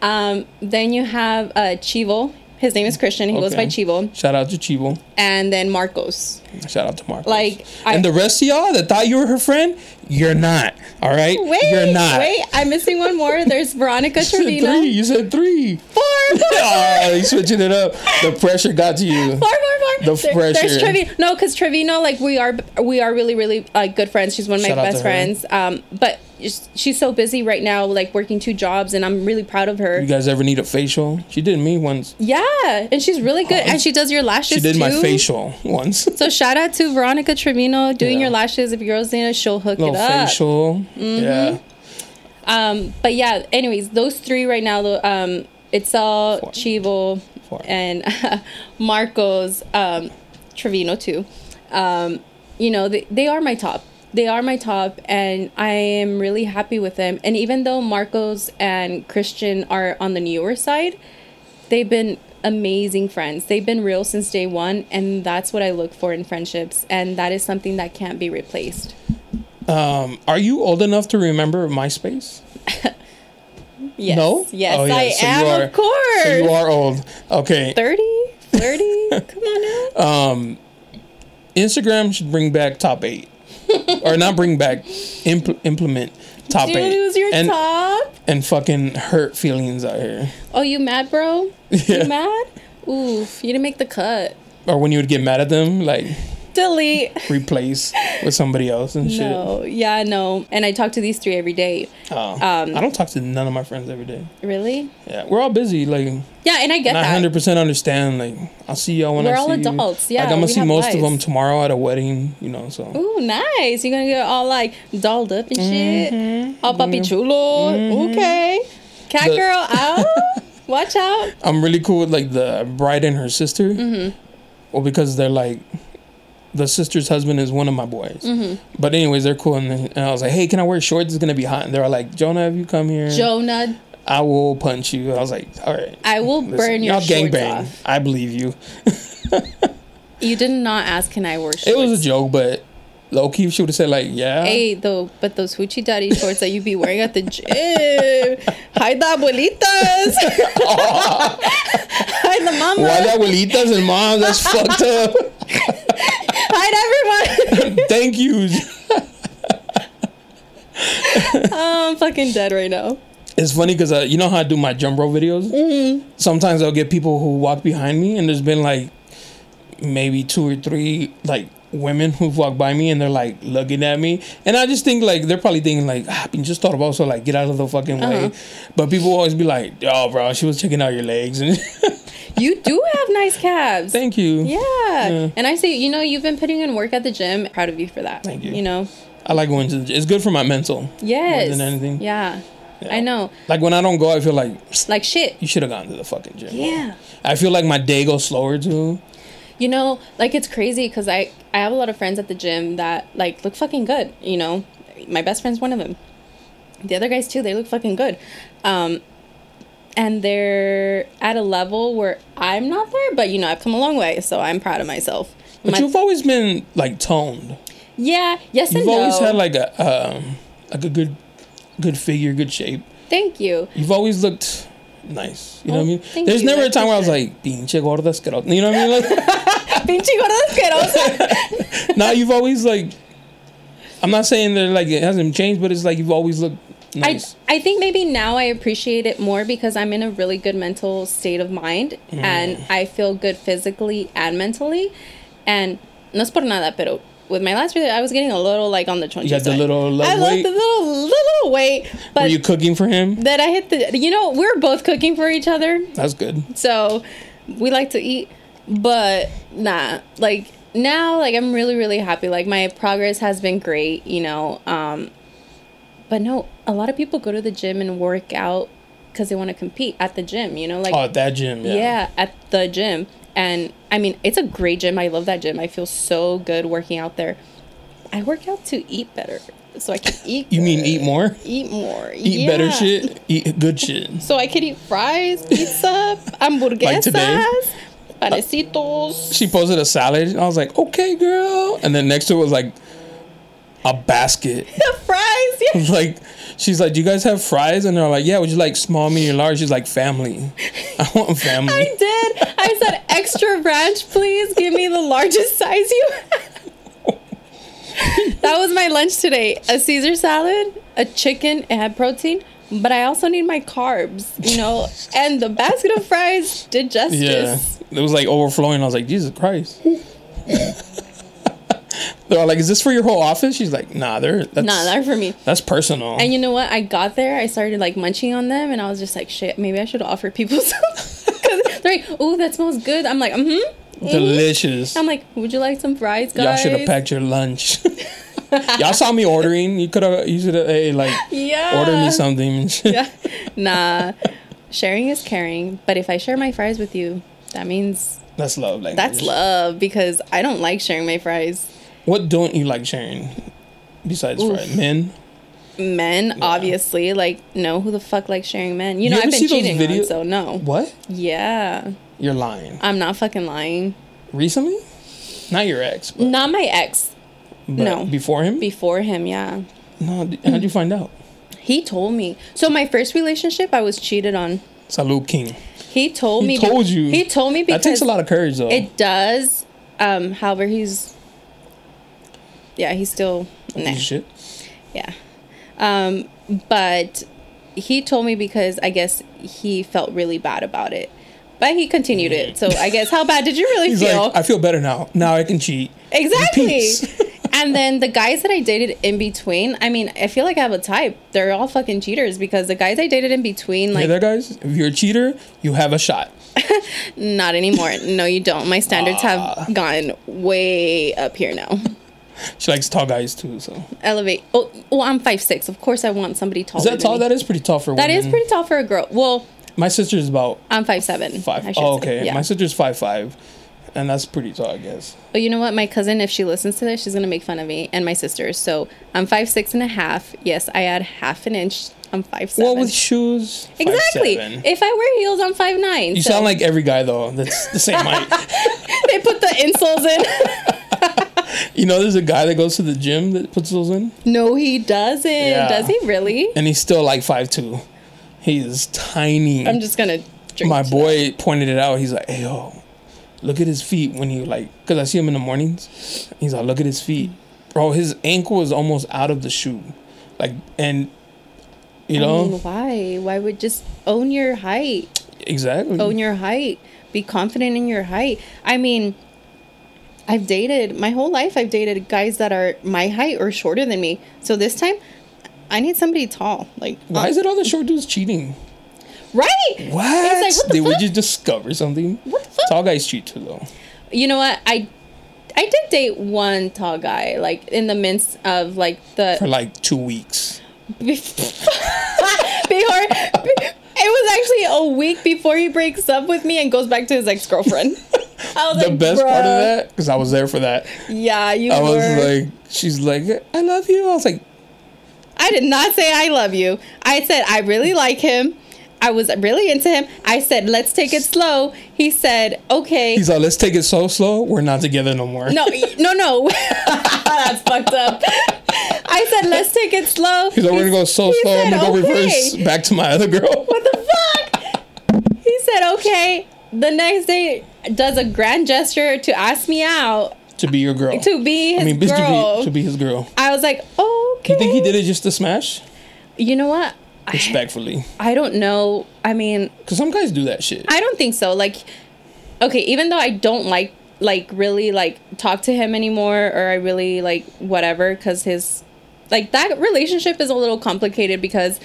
Speaker 2: Um, then you have uh, Chivo. His name is Christian. He goes by Chivo.
Speaker 1: Shout out to Chivo.
Speaker 2: And then Marcos.
Speaker 1: Shout out to Marcos.
Speaker 2: Like, I-
Speaker 1: and the rest of y'all that thought you were her friend, you're not. All right,
Speaker 2: Wait,
Speaker 1: you're not.
Speaker 2: wait. I'm missing one more. There's Veronica
Speaker 1: You said
Speaker 2: Trevino.
Speaker 1: three. You said three.
Speaker 2: Four, four,
Speaker 1: oh, you switching it up. The pressure got to you.
Speaker 2: four, four, four.
Speaker 1: The
Speaker 2: There's
Speaker 1: pressure.
Speaker 2: Trevino. No, because Trevino, like we are, we are really, really like good friends. She's one of my
Speaker 1: Shout out
Speaker 2: best
Speaker 1: to her.
Speaker 2: friends. Um, but she's so busy right now, like working two jobs, and I'm really proud of her.
Speaker 1: You guys ever need a facial? She did me once.
Speaker 2: Yeah, and she's really good, and she does your lashes.
Speaker 1: She did my
Speaker 2: too.
Speaker 1: facial once.
Speaker 2: So shout out to Veronica Trevino doing
Speaker 1: Yeah.
Speaker 2: your lashes. If your girls need a, she'll hook
Speaker 1: Little
Speaker 2: it up. Mm-hmm.
Speaker 1: facial. Yeah.
Speaker 2: Um, but yeah. Anyways, those three right now. though, Um, it's all
Speaker 1: Four.
Speaker 2: Chivo
Speaker 1: Four.
Speaker 2: and Marcos um, Trevino too. Um, you know they, they are my top. They are my top, and I am really happy with them. And even though Marcos and Christian are on the newer side, they've been amazing friends. They've been real since day one, and that's what I look for in friendships. And that is something that can't be replaced.
Speaker 1: Um, are you old enough to remember MySpace?
Speaker 2: Yes.
Speaker 1: No.
Speaker 2: Yes,
Speaker 1: Oh, yeah.
Speaker 2: I
Speaker 1: So you
Speaker 2: am.
Speaker 1: are-
Speaker 2: of course.
Speaker 1: So you are old. Okay.
Speaker 2: 30, 30. Come on now.
Speaker 1: Um, Instagram should bring back top eight, or not bring back, impl- implement top
Speaker 2: Do you
Speaker 1: eight.
Speaker 2: lose your
Speaker 1: Ah, and,
Speaker 2: top?
Speaker 1: and fucking hurt feelings out here.
Speaker 2: Oh, you mad, bro?
Speaker 1: Yeah.
Speaker 2: You mad? Oof, you didn't make the cut.
Speaker 1: Or when you would get mad at them, like,
Speaker 2: delete.
Speaker 1: replace with somebody else and shit.
Speaker 2: No, yeah, no. And I talk to these three every day.
Speaker 1: Oh,
Speaker 2: Um,
Speaker 1: I don't talk to none of my friends every day.
Speaker 2: Really?
Speaker 1: Yeah, we're all busy. Like,
Speaker 2: Yeah, and I get
Speaker 1: and I
Speaker 2: that.
Speaker 1: hundred percent understand. Like, I'll see y'all when
Speaker 2: We're
Speaker 1: I see
Speaker 2: all
Speaker 1: you.
Speaker 2: adults, yeah,
Speaker 1: like, I'm gonna
Speaker 2: we
Speaker 1: see
Speaker 2: have
Speaker 1: most of
Speaker 2: lives.
Speaker 1: them tomorrow at a wedding. You know, so
Speaker 2: Ooh, nice. You're gonna get all like dolled up and shit. Oh, papi chulo. Okay. Cat
Speaker 1: Mm-hmm. The-
Speaker 2: girl out. Watch out.
Speaker 1: I'm really cool with like the bride and her sister.
Speaker 2: Mm-hmm.
Speaker 1: Well, because they're like, the sister's husband is one of my boys.
Speaker 2: Mm-hmm.
Speaker 1: But anyways, they're cool. And, and I was like, hey, can I wear shorts? It's gonna be hot. And they're like, Jonah, if you come here,
Speaker 2: Jonah,
Speaker 1: I will punch you. I was like, all right.
Speaker 2: I will
Speaker 1: Listen,
Speaker 2: burn your
Speaker 1: y'all
Speaker 2: shorts
Speaker 1: gangbang.
Speaker 2: off.
Speaker 1: I believe you.
Speaker 2: You did not ask, can I wear shorts?
Speaker 1: It was a joke, but low key she would have said like, yeah.
Speaker 2: Hey, though, but those hoochie daddy shorts that you be wearing at the gym. Hi, the abuelitas. Hi, the mama.
Speaker 1: Why the abuelitas and moms? That's fucked up.
Speaker 2: Hi, to everyone.
Speaker 1: Thank you.
Speaker 2: I'm fucking dead right now.
Speaker 1: It's funny because uh, you know how I do my jump rope videos. Mm-hmm. Sometimes I'll get people who walk behind me, and there's been like maybe two or three like women who've walked by me, and they're like looking at me, and I just think like they're probably thinking like ah, I just thought about so like get out of the fucking way.
Speaker 2: Uh-huh.
Speaker 1: But people always be like, oh, bro, she was checking out your legs, and
Speaker 2: You do have nice calves.
Speaker 1: thank you.
Speaker 2: Yeah. And I say, you know, you've been putting in work at the gym. Proud of you for that.
Speaker 1: Thank you.
Speaker 2: You know,
Speaker 1: I like going to the gym. It's good for my mental.
Speaker 2: yes.
Speaker 1: than anything.
Speaker 2: Yeah. I know.
Speaker 1: Like when I don't go, I feel like
Speaker 2: Like shit.
Speaker 1: you should have gone to the fucking gym.
Speaker 2: Yeah.
Speaker 1: I feel like my day goes slower too.
Speaker 2: You know, like it's crazy because I I have a lot of friends at the gym that like look fucking good. You know, my best friend's one of them. The other guys too. They look fucking good. Um, and they're at a level where I'm not there, but you know, I've come a long way, so I'm proud of myself.
Speaker 1: But
Speaker 2: My-
Speaker 1: you've always been like toned.
Speaker 2: yeah. Yes
Speaker 1: You've
Speaker 2: and
Speaker 1: always
Speaker 2: no.
Speaker 1: had like a um, like a good good figure, good shape.
Speaker 2: Thank you.
Speaker 1: You've always looked nice. You know
Speaker 2: Oh,
Speaker 1: what I mean?
Speaker 2: thank
Speaker 1: There's
Speaker 2: you.
Speaker 1: never
Speaker 2: I
Speaker 1: a time where I was
Speaker 2: appreciate
Speaker 1: like pinche gorda asquerosa. You know what I mean? Like
Speaker 2: Pinche gordo asqueroso.
Speaker 1: now you've always like I'm not saying that like it hasn't changed, but it's like you've always looked
Speaker 2: I,
Speaker 1: nice.
Speaker 2: I think maybe now I appreciate it more because I'm in a really good mental state of mind and I feel good physically and mentally. And no es por nada, pero with my last video, I was getting a little like on the chonchi.
Speaker 1: You had the
Speaker 2: side.
Speaker 1: little low
Speaker 2: I
Speaker 1: weight?
Speaker 2: lost the little little weight,
Speaker 1: Were
Speaker 2: but
Speaker 1: you cooking for him?
Speaker 2: then I hit the. You know, we're both cooking for each other,
Speaker 1: That's good.
Speaker 2: so we like to eat, but nah, like now, like I'm really really happy. Like my progress has been great, you know. Um, but no, a lot of people go to the gym and work out because they want to compete at the gym, you know, like
Speaker 1: Oh, at that gym. Yeah.
Speaker 2: yeah. at the gym. And I mean, it's a great gym. I love that gym. I feel so good working out there. I work out to eat better, so I can eat.
Speaker 1: You mean
Speaker 2: better,
Speaker 1: eat more?
Speaker 2: Eat more.
Speaker 1: Eat better
Speaker 2: yeah.
Speaker 1: shit. Eat good shit.
Speaker 2: So I could eat fries, pizza,
Speaker 1: Like today?
Speaker 2: hamburguesas, panecitos.
Speaker 1: she posted a salad and I was like, okay, girl. And then next to it was like a basket.
Speaker 2: fries. Yeah.
Speaker 1: like, she's like, do you guys have fries? And they're like, yeah, would you like small, medium, large? She's like, family. I want family.
Speaker 2: I did. I said extra ranch, please. Give me the largest size you have. that was my lunch today. A Caesar salad, a chicken, it had protein, but I also need my carbs, you know, and the basket of fries did justice.
Speaker 1: yeah. It was like overflowing. I was like, Jesus Christ. they're all like, is this for your whole office? She's like, nah, they're, that's,
Speaker 2: Nah, that for me.
Speaker 1: that's personal.
Speaker 2: And you know what? I got there, I started like munching on them, and I was just like, shit, maybe I should offer people some. 'Cause they're like, ooh, that smells good. I'm like, mm hmm.
Speaker 1: Delicious.
Speaker 2: I'm like, would you like some fries, guys?
Speaker 1: Y'all should have packed your lunch. Y'all saw me ordering. You could have, you should have, hey, like,
Speaker 2: Yeah.
Speaker 1: order me something.
Speaker 2: Yeah. nah. Sharing is caring, but if I share my fries with you, that means
Speaker 1: That's love. Like
Speaker 2: that's love because I don't like sharing my fries.
Speaker 1: What don't you like sharing besides
Speaker 2: Oof.
Speaker 1: fries? Men.
Speaker 2: Men, obviously, like no, who the fuck likes sharing men? You know,
Speaker 1: ever
Speaker 2: I've been
Speaker 1: see those
Speaker 2: cheating
Speaker 1: video-
Speaker 2: on, so no.
Speaker 1: What?
Speaker 2: Yeah,
Speaker 1: You're lying.
Speaker 2: I'm not fucking lying.
Speaker 1: Recently? Not your ex. But,
Speaker 2: Not my ex
Speaker 1: but
Speaker 2: no. Mm.
Speaker 1: Before him?
Speaker 2: before him. Yeah,
Speaker 1: no. d- How'd you find out?
Speaker 2: he told me. So my first relationship, I was cheated on.
Speaker 1: Salute King.
Speaker 2: He told
Speaker 1: He
Speaker 2: me.
Speaker 1: told you.
Speaker 2: He told me because
Speaker 1: that takes a lot of courage, though.
Speaker 2: It does. Um, however, he's yeah, he's still nah.
Speaker 1: Piece of Shit.
Speaker 2: Yeah. Um, but he told me because I guess he felt really bad about it. But he continued it. So I guess, how bad did you really
Speaker 1: He's
Speaker 2: feel?
Speaker 1: like, I feel better now. Now I can cheat.
Speaker 2: Exactly.
Speaker 1: Peace.
Speaker 2: and then the guys that I dated in between, I mean, I feel like I have a type. They're all fucking cheaters because the guys I dated in between,
Speaker 1: Hey
Speaker 2: like,
Speaker 1: there, guys. If you're a cheater, you have a shot.
Speaker 2: not anymore. no, you don't. My standards
Speaker 1: Ah.
Speaker 2: have gone way up here now.
Speaker 1: She likes tall guys too. So
Speaker 2: Elevate. Oh, well, I'm five six. Of course, I want somebody taller.
Speaker 1: is that tall? Mm-hmm.
Speaker 2: Than me.
Speaker 1: That is pretty tall for
Speaker 2: That
Speaker 1: women.
Speaker 2: is pretty tall for a girl. Well,
Speaker 1: My sister's about
Speaker 2: I'm five seven.
Speaker 1: five.
Speaker 2: I should
Speaker 1: Oh,
Speaker 2: say.
Speaker 1: okay.
Speaker 2: Yeah.
Speaker 1: My sister's five five, and that's pretty tall, I guess.
Speaker 2: But you know what? My cousin, if she listens to this, she's gonna make fun of me and my sister. So I'm five six and a half. Yes, I add half an inch. I'm five seven.
Speaker 1: Well, with shoes. five
Speaker 2: Exactly.
Speaker 1: seven.
Speaker 2: If I wear heels, I'm five nine.
Speaker 1: You sound like every guy though. That's the same height.
Speaker 2: they put the insoles in.
Speaker 1: You know, there's a guy that goes to the gym that puts those in,
Speaker 2: no, he doesn't.
Speaker 1: Yeah.
Speaker 2: Does he really?
Speaker 1: and he's still like five two. He is tiny.
Speaker 2: I'm just gonna drink.
Speaker 1: My
Speaker 2: to
Speaker 1: boy pointed it out. He's like, "Hey, yo, look at his feet when he like, cause I see him in the mornings. He's like, look at his feet, bro. His ankle is almost out of the shoe, like, and you
Speaker 2: that. I
Speaker 1: know
Speaker 2: mean, why? Why would just own your height?
Speaker 1: exactly.
Speaker 2: Own your height. Be confident in your height. I mean, I've dated my whole life. I've dated guys that are my height or shorter than me. So this time, I need somebody tall. Like
Speaker 1: Why is it all the short dudes cheating?
Speaker 2: right?
Speaker 1: What?
Speaker 2: It's like what the
Speaker 1: Did we
Speaker 2: fuck?
Speaker 1: just discover something?
Speaker 2: What the fuck?
Speaker 1: Tall guys cheat too, though.
Speaker 2: you know what i i did date one tall guy like in the midst of like
Speaker 1: For
Speaker 2: the
Speaker 1: like two weeks.
Speaker 2: before it was actually a week before he breaks up with me and goes back to his ex-girlfriend I was
Speaker 1: The
Speaker 2: like,
Speaker 1: best part of
Speaker 2: "Bruh,
Speaker 1: that, because I was there for that.
Speaker 2: Yeah, you
Speaker 1: I was
Speaker 2: were.
Speaker 1: like, she's like, I love you. I was like,
Speaker 2: I did not say I love you. I said I really like him. I was really into him. I said, let's take it slow. He said, okay.
Speaker 1: he's like, let's take it so slow. We're not together no more.
Speaker 2: no, y- no, no. That's fucked up. I said, let's take it slow.
Speaker 1: He's like, we're gonna go so
Speaker 2: he
Speaker 1: slow. I'm
Speaker 2: said,
Speaker 1: gonna go reverse
Speaker 2: "Okay."
Speaker 1: back to my other girl.
Speaker 2: what the fuck? He said, okay. The next day, does a grand gesture to ask me out
Speaker 1: to be your girl.
Speaker 2: to be his
Speaker 1: I mean, bitch,
Speaker 2: girl.
Speaker 1: to be to be his girl.
Speaker 2: I was like, okay.
Speaker 1: You think he did it just to smash?
Speaker 2: You know what? I,
Speaker 1: Respectfully,
Speaker 2: I don't know. I mean,
Speaker 1: because some guys do that shit.
Speaker 2: I don't think so. Like, okay, even though I don't like like really like talk to him anymore, or I really like whatever, because his like that relationship is a little complicated because.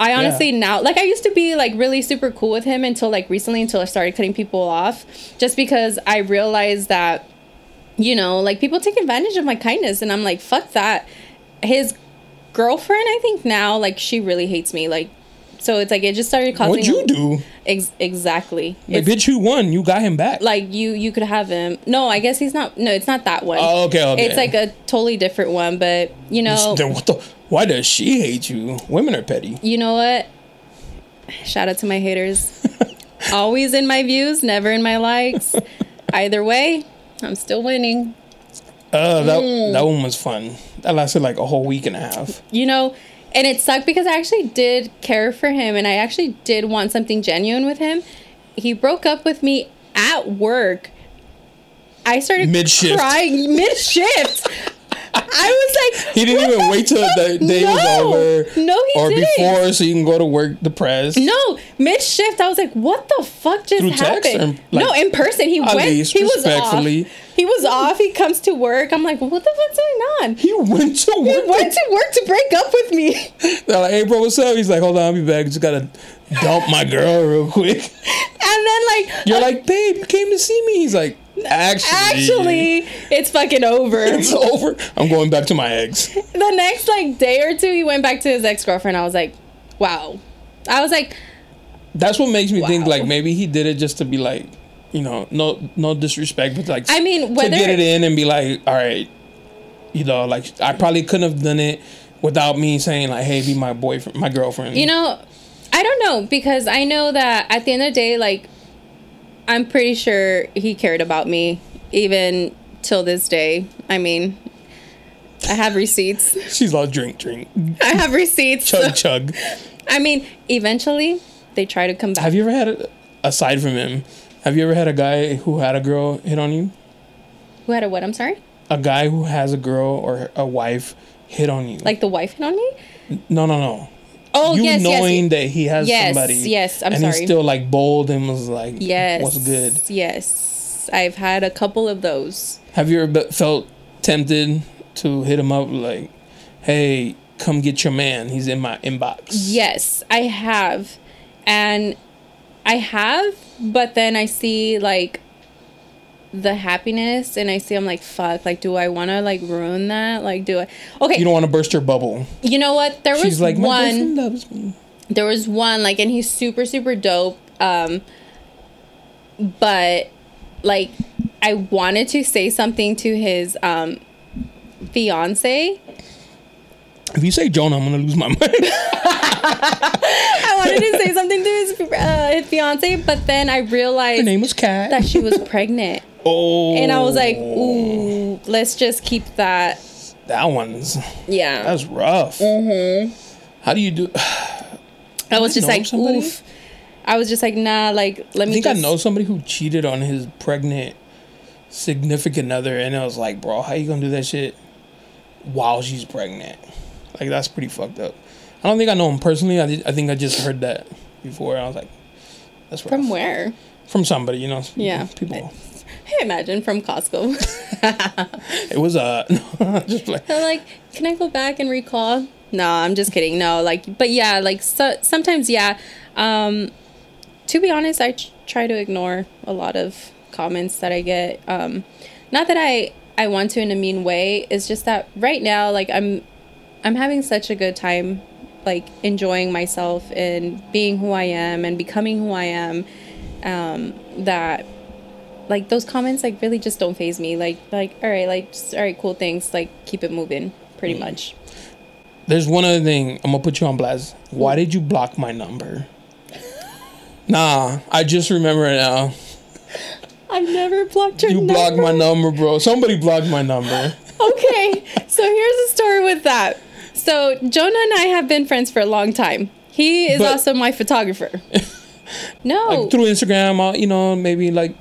Speaker 2: I honestly now like I used to be like really super cool with him until like recently until I started cutting people off just because I realized that you know like people take advantage of my kindness and I'm like fuck that his girlfriend I think now like she really hates me like so it's like it just started causing
Speaker 1: What'd you do?
Speaker 2: Ex- exactly.
Speaker 1: Like,
Speaker 2: It's
Speaker 1: bitch, you won. You got him back.
Speaker 2: like you you could have him. No, I guess he's not. No, it's not that one.
Speaker 1: Oh, okay, okay.
Speaker 2: It's like a totally different one, but you know,
Speaker 1: Then what the? Why does she hate you? Women are petty.
Speaker 2: you know what? Shout out to my haters. Always in my views, never in my likes. Either way, I'm still winning.
Speaker 1: Uh, that
Speaker 2: Mm.
Speaker 1: that one was fun. That lasted like a whole week and a half.
Speaker 2: You know, and it sucked because I actually did care for him and I actually did want something genuine with him. He broke up with me at work. I started
Speaker 1: Mid-shift.
Speaker 2: crying mid shift. I was like,
Speaker 1: He didn't
Speaker 2: "What
Speaker 1: even
Speaker 2: the
Speaker 1: wait till
Speaker 2: fuck?"
Speaker 1: the day was
Speaker 2: No.
Speaker 1: over.
Speaker 2: No, he
Speaker 1: or
Speaker 2: didn't.
Speaker 1: before, so you can go to work depressed.
Speaker 2: No, mid shift, I was like, "What the fuck just
Speaker 1: Through
Speaker 2: happened?"
Speaker 1: text or, like,
Speaker 2: no, in person, he
Speaker 1: at
Speaker 2: went.
Speaker 1: least
Speaker 2: he was off.
Speaker 1: respectfully.
Speaker 2: He was off. He comes to work. I'm like, "What the fuck's going on?" He
Speaker 1: He went to work.
Speaker 2: went to work to break up with me.
Speaker 1: They're like, hey, bro, what's up? He's like, hold on, I'll be back. Just gotta dump my girl real quick.
Speaker 2: And then like
Speaker 1: You're like, babe, you came to see me. He's like, actually,
Speaker 2: actually it's fucking over.
Speaker 1: it's over. I'm going back to my ex.
Speaker 2: the next like day or two he went back to his ex-girlfriend. I was like, "Wow." I was like,
Speaker 1: That's what makes me think
Speaker 2: Wow.
Speaker 1: like maybe he did it just to be like, you know, no, no disrespect, but like,
Speaker 2: I mean, whether-
Speaker 1: to get it in and be like, all right, you know, like I probably couldn't have done it without me saying like, hey, be my boyfriend, my girlfriend.
Speaker 2: you know, I don't know because I know that at the end of the day like I'm pretty sure he cared about me even till this day. I mean, I have receipts.
Speaker 1: she's all drink, drink,
Speaker 2: I have receipts.
Speaker 1: chug, chug.
Speaker 2: I mean, eventually they try to come back.
Speaker 1: Have you ever had, a, aside from him, have you ever had a guy who had a girl hit on you?
Speaker 2: Who had a what? I'm sorry.
Speaker 1: A guy who has a girl or a wife hit on you?
Speaker 2: Like the wife hit on me?
Speaker 1: no, no, no.
Speaker 2: Oh,
Speaker 1: you
Speaker 2: yes, yes,
Speaker 1: knowing
Speaker 2: yes.
Speaker 1: that he has
Speaker 2: Yes,
Speaker 1: somebody.
Speaker 2: yes, I'm
Speaker 1: and
Speaker 2: sorry.
Speaker 1: he's still like bold and was like,
Speaker 2: Yes.
Speaker 1: what's good?"
Speaker 2: Yes. I've had a couple of those.
Speaker 1: Have you ever be- felt tempted to hit him up like, "Hey, come get your man. He's in my inbox."
Speaker 2: Yes, I have. And I have, but then I see like the happiness and I see I'm like fuck, like do I want to like ruin that? Like do I Okay,
Speaker 1: You
Speaker 2: you,
Speaker 1: don't want to burst your bubble.
Speaker 2: know what? There
Speaker 1: She's
Speaker 2: was
Speaker 1: like, "My
Speaker 2: one
Speaker 1: boyfriend loves me."
Speaker 2: there was one like and he's super super dope um but like i wanted to say something to his um fiance
Speaker 1: If you say Jonah, I'm gonna lose my mind.
Speaker 2: i wanted to say something to his, uh, his fiance but then i
Speaker 1: Her
Speaker 2: realized
Speaker 1: name was Kat.
Speaker 2: that she was pregnant
Speaker 1: oh,
Speaker 2: and i was like ooh let's just keep that
Speaker 1: that one's
Speaker 2: yeah
Speaker 1: that's rough. How do you do? I
Speaker 2: i Mm-hmm. was
Speaker 1: I
Speaker 2: just
Speaker 1: know
Speaker 2: like
Speaker 1: somebody?
Speaker 2: oof i was just like nah like let me
Speaker 1: think I
Speaker 2: just-
Speaker 1: know somebody who cheated on his pregnant significant other, and I was like, "Bro, how you gonna do that shit while she's pregnant?" Like that's pretty fucked up. I don't think I know him personally. I, thi- I think I just heard that before. And I was like, "That's rough.
Speaker 2: from where
Speaker 1: From somebody, you know?
Speaker 2: Yeah.
Speaker 1: people.
Speaker 2: hey imagine from costco
Speaker 1: It was uh, just like
Speaker 2: They're like, can I go back and recall? No, I'm just kidding. No, like, but yeah, like, so, sometimes, yeah. Um, to be honest, I tr- try to ignore a lot of comments that I get. Um, not that I I want to in a mean way. It's just that right now, like, I'm I'm having such a good time, like, enjoying myself and being who I am and becoming who I am. Um, that like those comments like really just don't phase me like like all right like just, all right cool things like keep it moving pretty
Speaker 1: Mm.
Speaker 2: much
Speaker 1: There's one other thing. I'm gonna put you on blast. Why did you block my number? Nah, I just remember it now.
Speaker 2: i've never blocked your
Speaker 1: You blocked my number, bro. Somebody blocked my number.
Speaker 2: okay so here's the story with that so jonah and i have been friends for a long time he is
Speaker 1: But-
Speaker 2: also my photographer no
Speaker 1: Through Instagram, I'll, you know, maybe like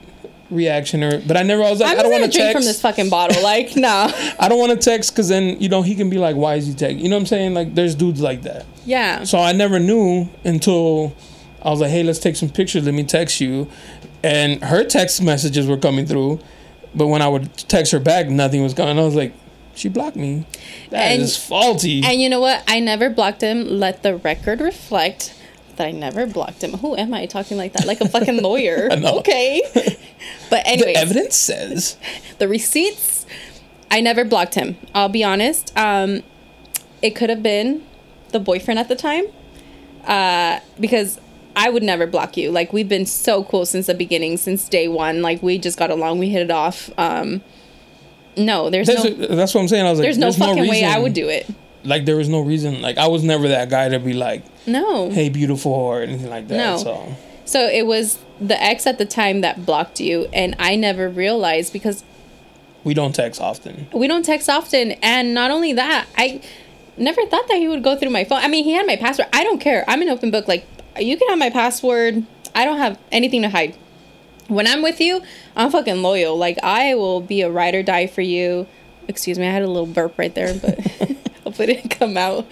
Speaker 1: reaction or. But I never. I was like,
Speaker 2: i'm
Speaker 1: I don't want
Speaker 2: just gonna
Speaker 1: to
Speaker 2: drink from this
Speaker 1: text.
Speaker 2: fucking bottle like no
Speaker 1: I don't want to text because then you know he can be like, why is he text? You know what I'm saying? Like, there's dudes like that.
Speaker 2: yeah
Speaker 1: So I never knew until I was like, hey, let's take some pictures. Let me text you. And her text messages were coming through. But when I would text her back, nothing was coming. I was like, she blocked me. That is
Speaker 2: And-
Speaker 1: faulty.
Speaker 2: and you know what i never blocked him let the record reflect that I never blocked him. Who am I talking like that? Like a fucking lawyer.
Speaker 1: know.
Speaker 2: Okay. But anyway.
Speaker 1: the evidence says.
Speaker 2: the receipts. I never blocked him. I'll be honest. Um, it could have been the boyfriend at the time, uh, because I would never block you. Like we've been so cool since the beginning, since day one. Like we just got along. We hit it off. Um, no, there's
Speaker 1: That's,
Speaker 2: no,
Speaker 1: that's what I'm saying. I was like,
Speaker 2: there's no fucking way I
Speaker 1: reason.
Speaker 2: would do it.
Speaker 1: Like, there was no reason. Like, I was never that guy to be like,
Speaker 2: No.
Speaker 1: hey, beautiful, or anything like that.
Speaker 2: No.
Speaker 1: So,
Speaker 2: So it was the ex at the time that blocked you, and I never realized because
Speaker 1: we don't text often.
Speaker 2: we don't text often and not only that i never thought that he would go through my phone i mean he had my password i don't care i'm an open book like you can have my password i don't have anything to hide when i'm with you i'm fucking loyal like i will be a ride or die for you excuse me i had a little burp right there but hopefully it didn't come out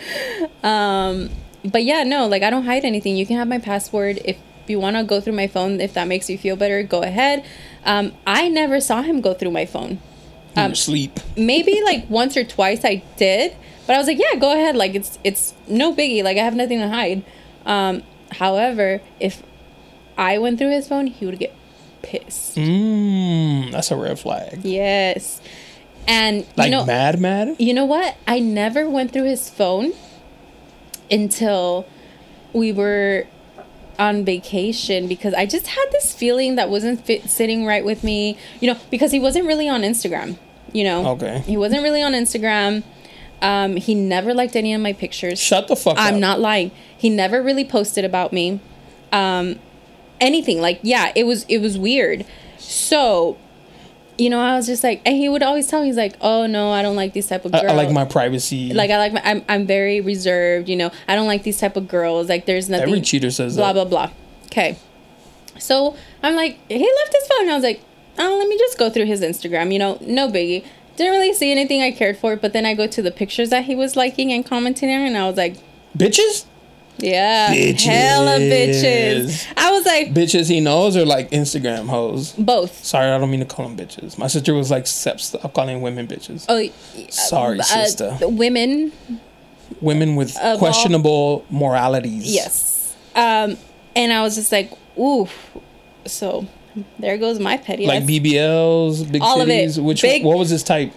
Speaker 2: um but yeah no like i don't hide anything you can have my password if you want to go through my phone if that makes you feel better go ahead um i never saw him go through my phone
Speaker 1: In your sleep.
Speaker 2: maybe like once or twice I did, but I was like, yeah, go ahead. Like it's it's no biggie. Like I have nothing to hide. Um, however, if I went through his phone, he would get pissed.
Speaker 1: Mm. Mmm, that's a red flag.
Speaker 2: Yes, and
Speaker 1: Like,
Speaker 2: you know,
Speaker 1: mad, mad?
Speaker 2: you know what? I never went through his phone until we were on vacation because I just had this feeling that wasn't fit, sitting right with me, you know, because he wasn't really on Instagram, you know.
Speaker 1: Okay.
Speaker 2: He wasn't really on Instagram. Um, he never liked any of my pictures.
Speaker 1: Shut the fuck up.
Speaker 2: I'm not lying. He never really posted about me. Um anything. Like yeah, it was it was weird. So you know, I was just like, and he would always tell me, he's like, "Oh no, I don't like these type of
Speaker 1: I,
Speaker 2: girls."
Speaker 1: I like my privacy.
Speaker 2: like I like my, I'm I'm very reserved, you know. I don't like these type of girls. Like there's nothing.
Speaker 1: Every cheater says
Speaker 2: blah
Speaker 1: that.
Speaker 2: blah blah. Okay, so I'm like he left his phone. And I was like, oh, let me just go through his Instagram. You know, no biggie. Didn't really see anything I cared for, but then I go to the pictures that he was liking and commenting on, and I was like,
Speaker 1: Bitches?
Speaker 2: Yeah. Hella bitches.
Speaker 1: Bitches.
Speaker 2: I was like,
Speaker 1: Bitches he knows are like Instagram hoes.
Speaker 2: both.
Speaker 1: Sorry, I don't mean to call them bitches. My sister was like, "Sep- stop calling women bitches.
Speaker 2: Oh,
Speaker 1: Sorry,
Speaker 2: uh,
Speaker 1: sister.
Speaker 2: Women.
Speaker 1: women with
Speaker 2: all-
Speaker 1: questionable moralities.
Speaker 2: Yes. Um, and I was just like, ooh. So there goes my petty.
Speaker 1: Like
Speaker 2: ass.
Speaker 1: BBLs, big
Speaker 2: All of it.
Speaker 1: titties. Which
Speaker 2: Big-
Speaker 1: what was his type?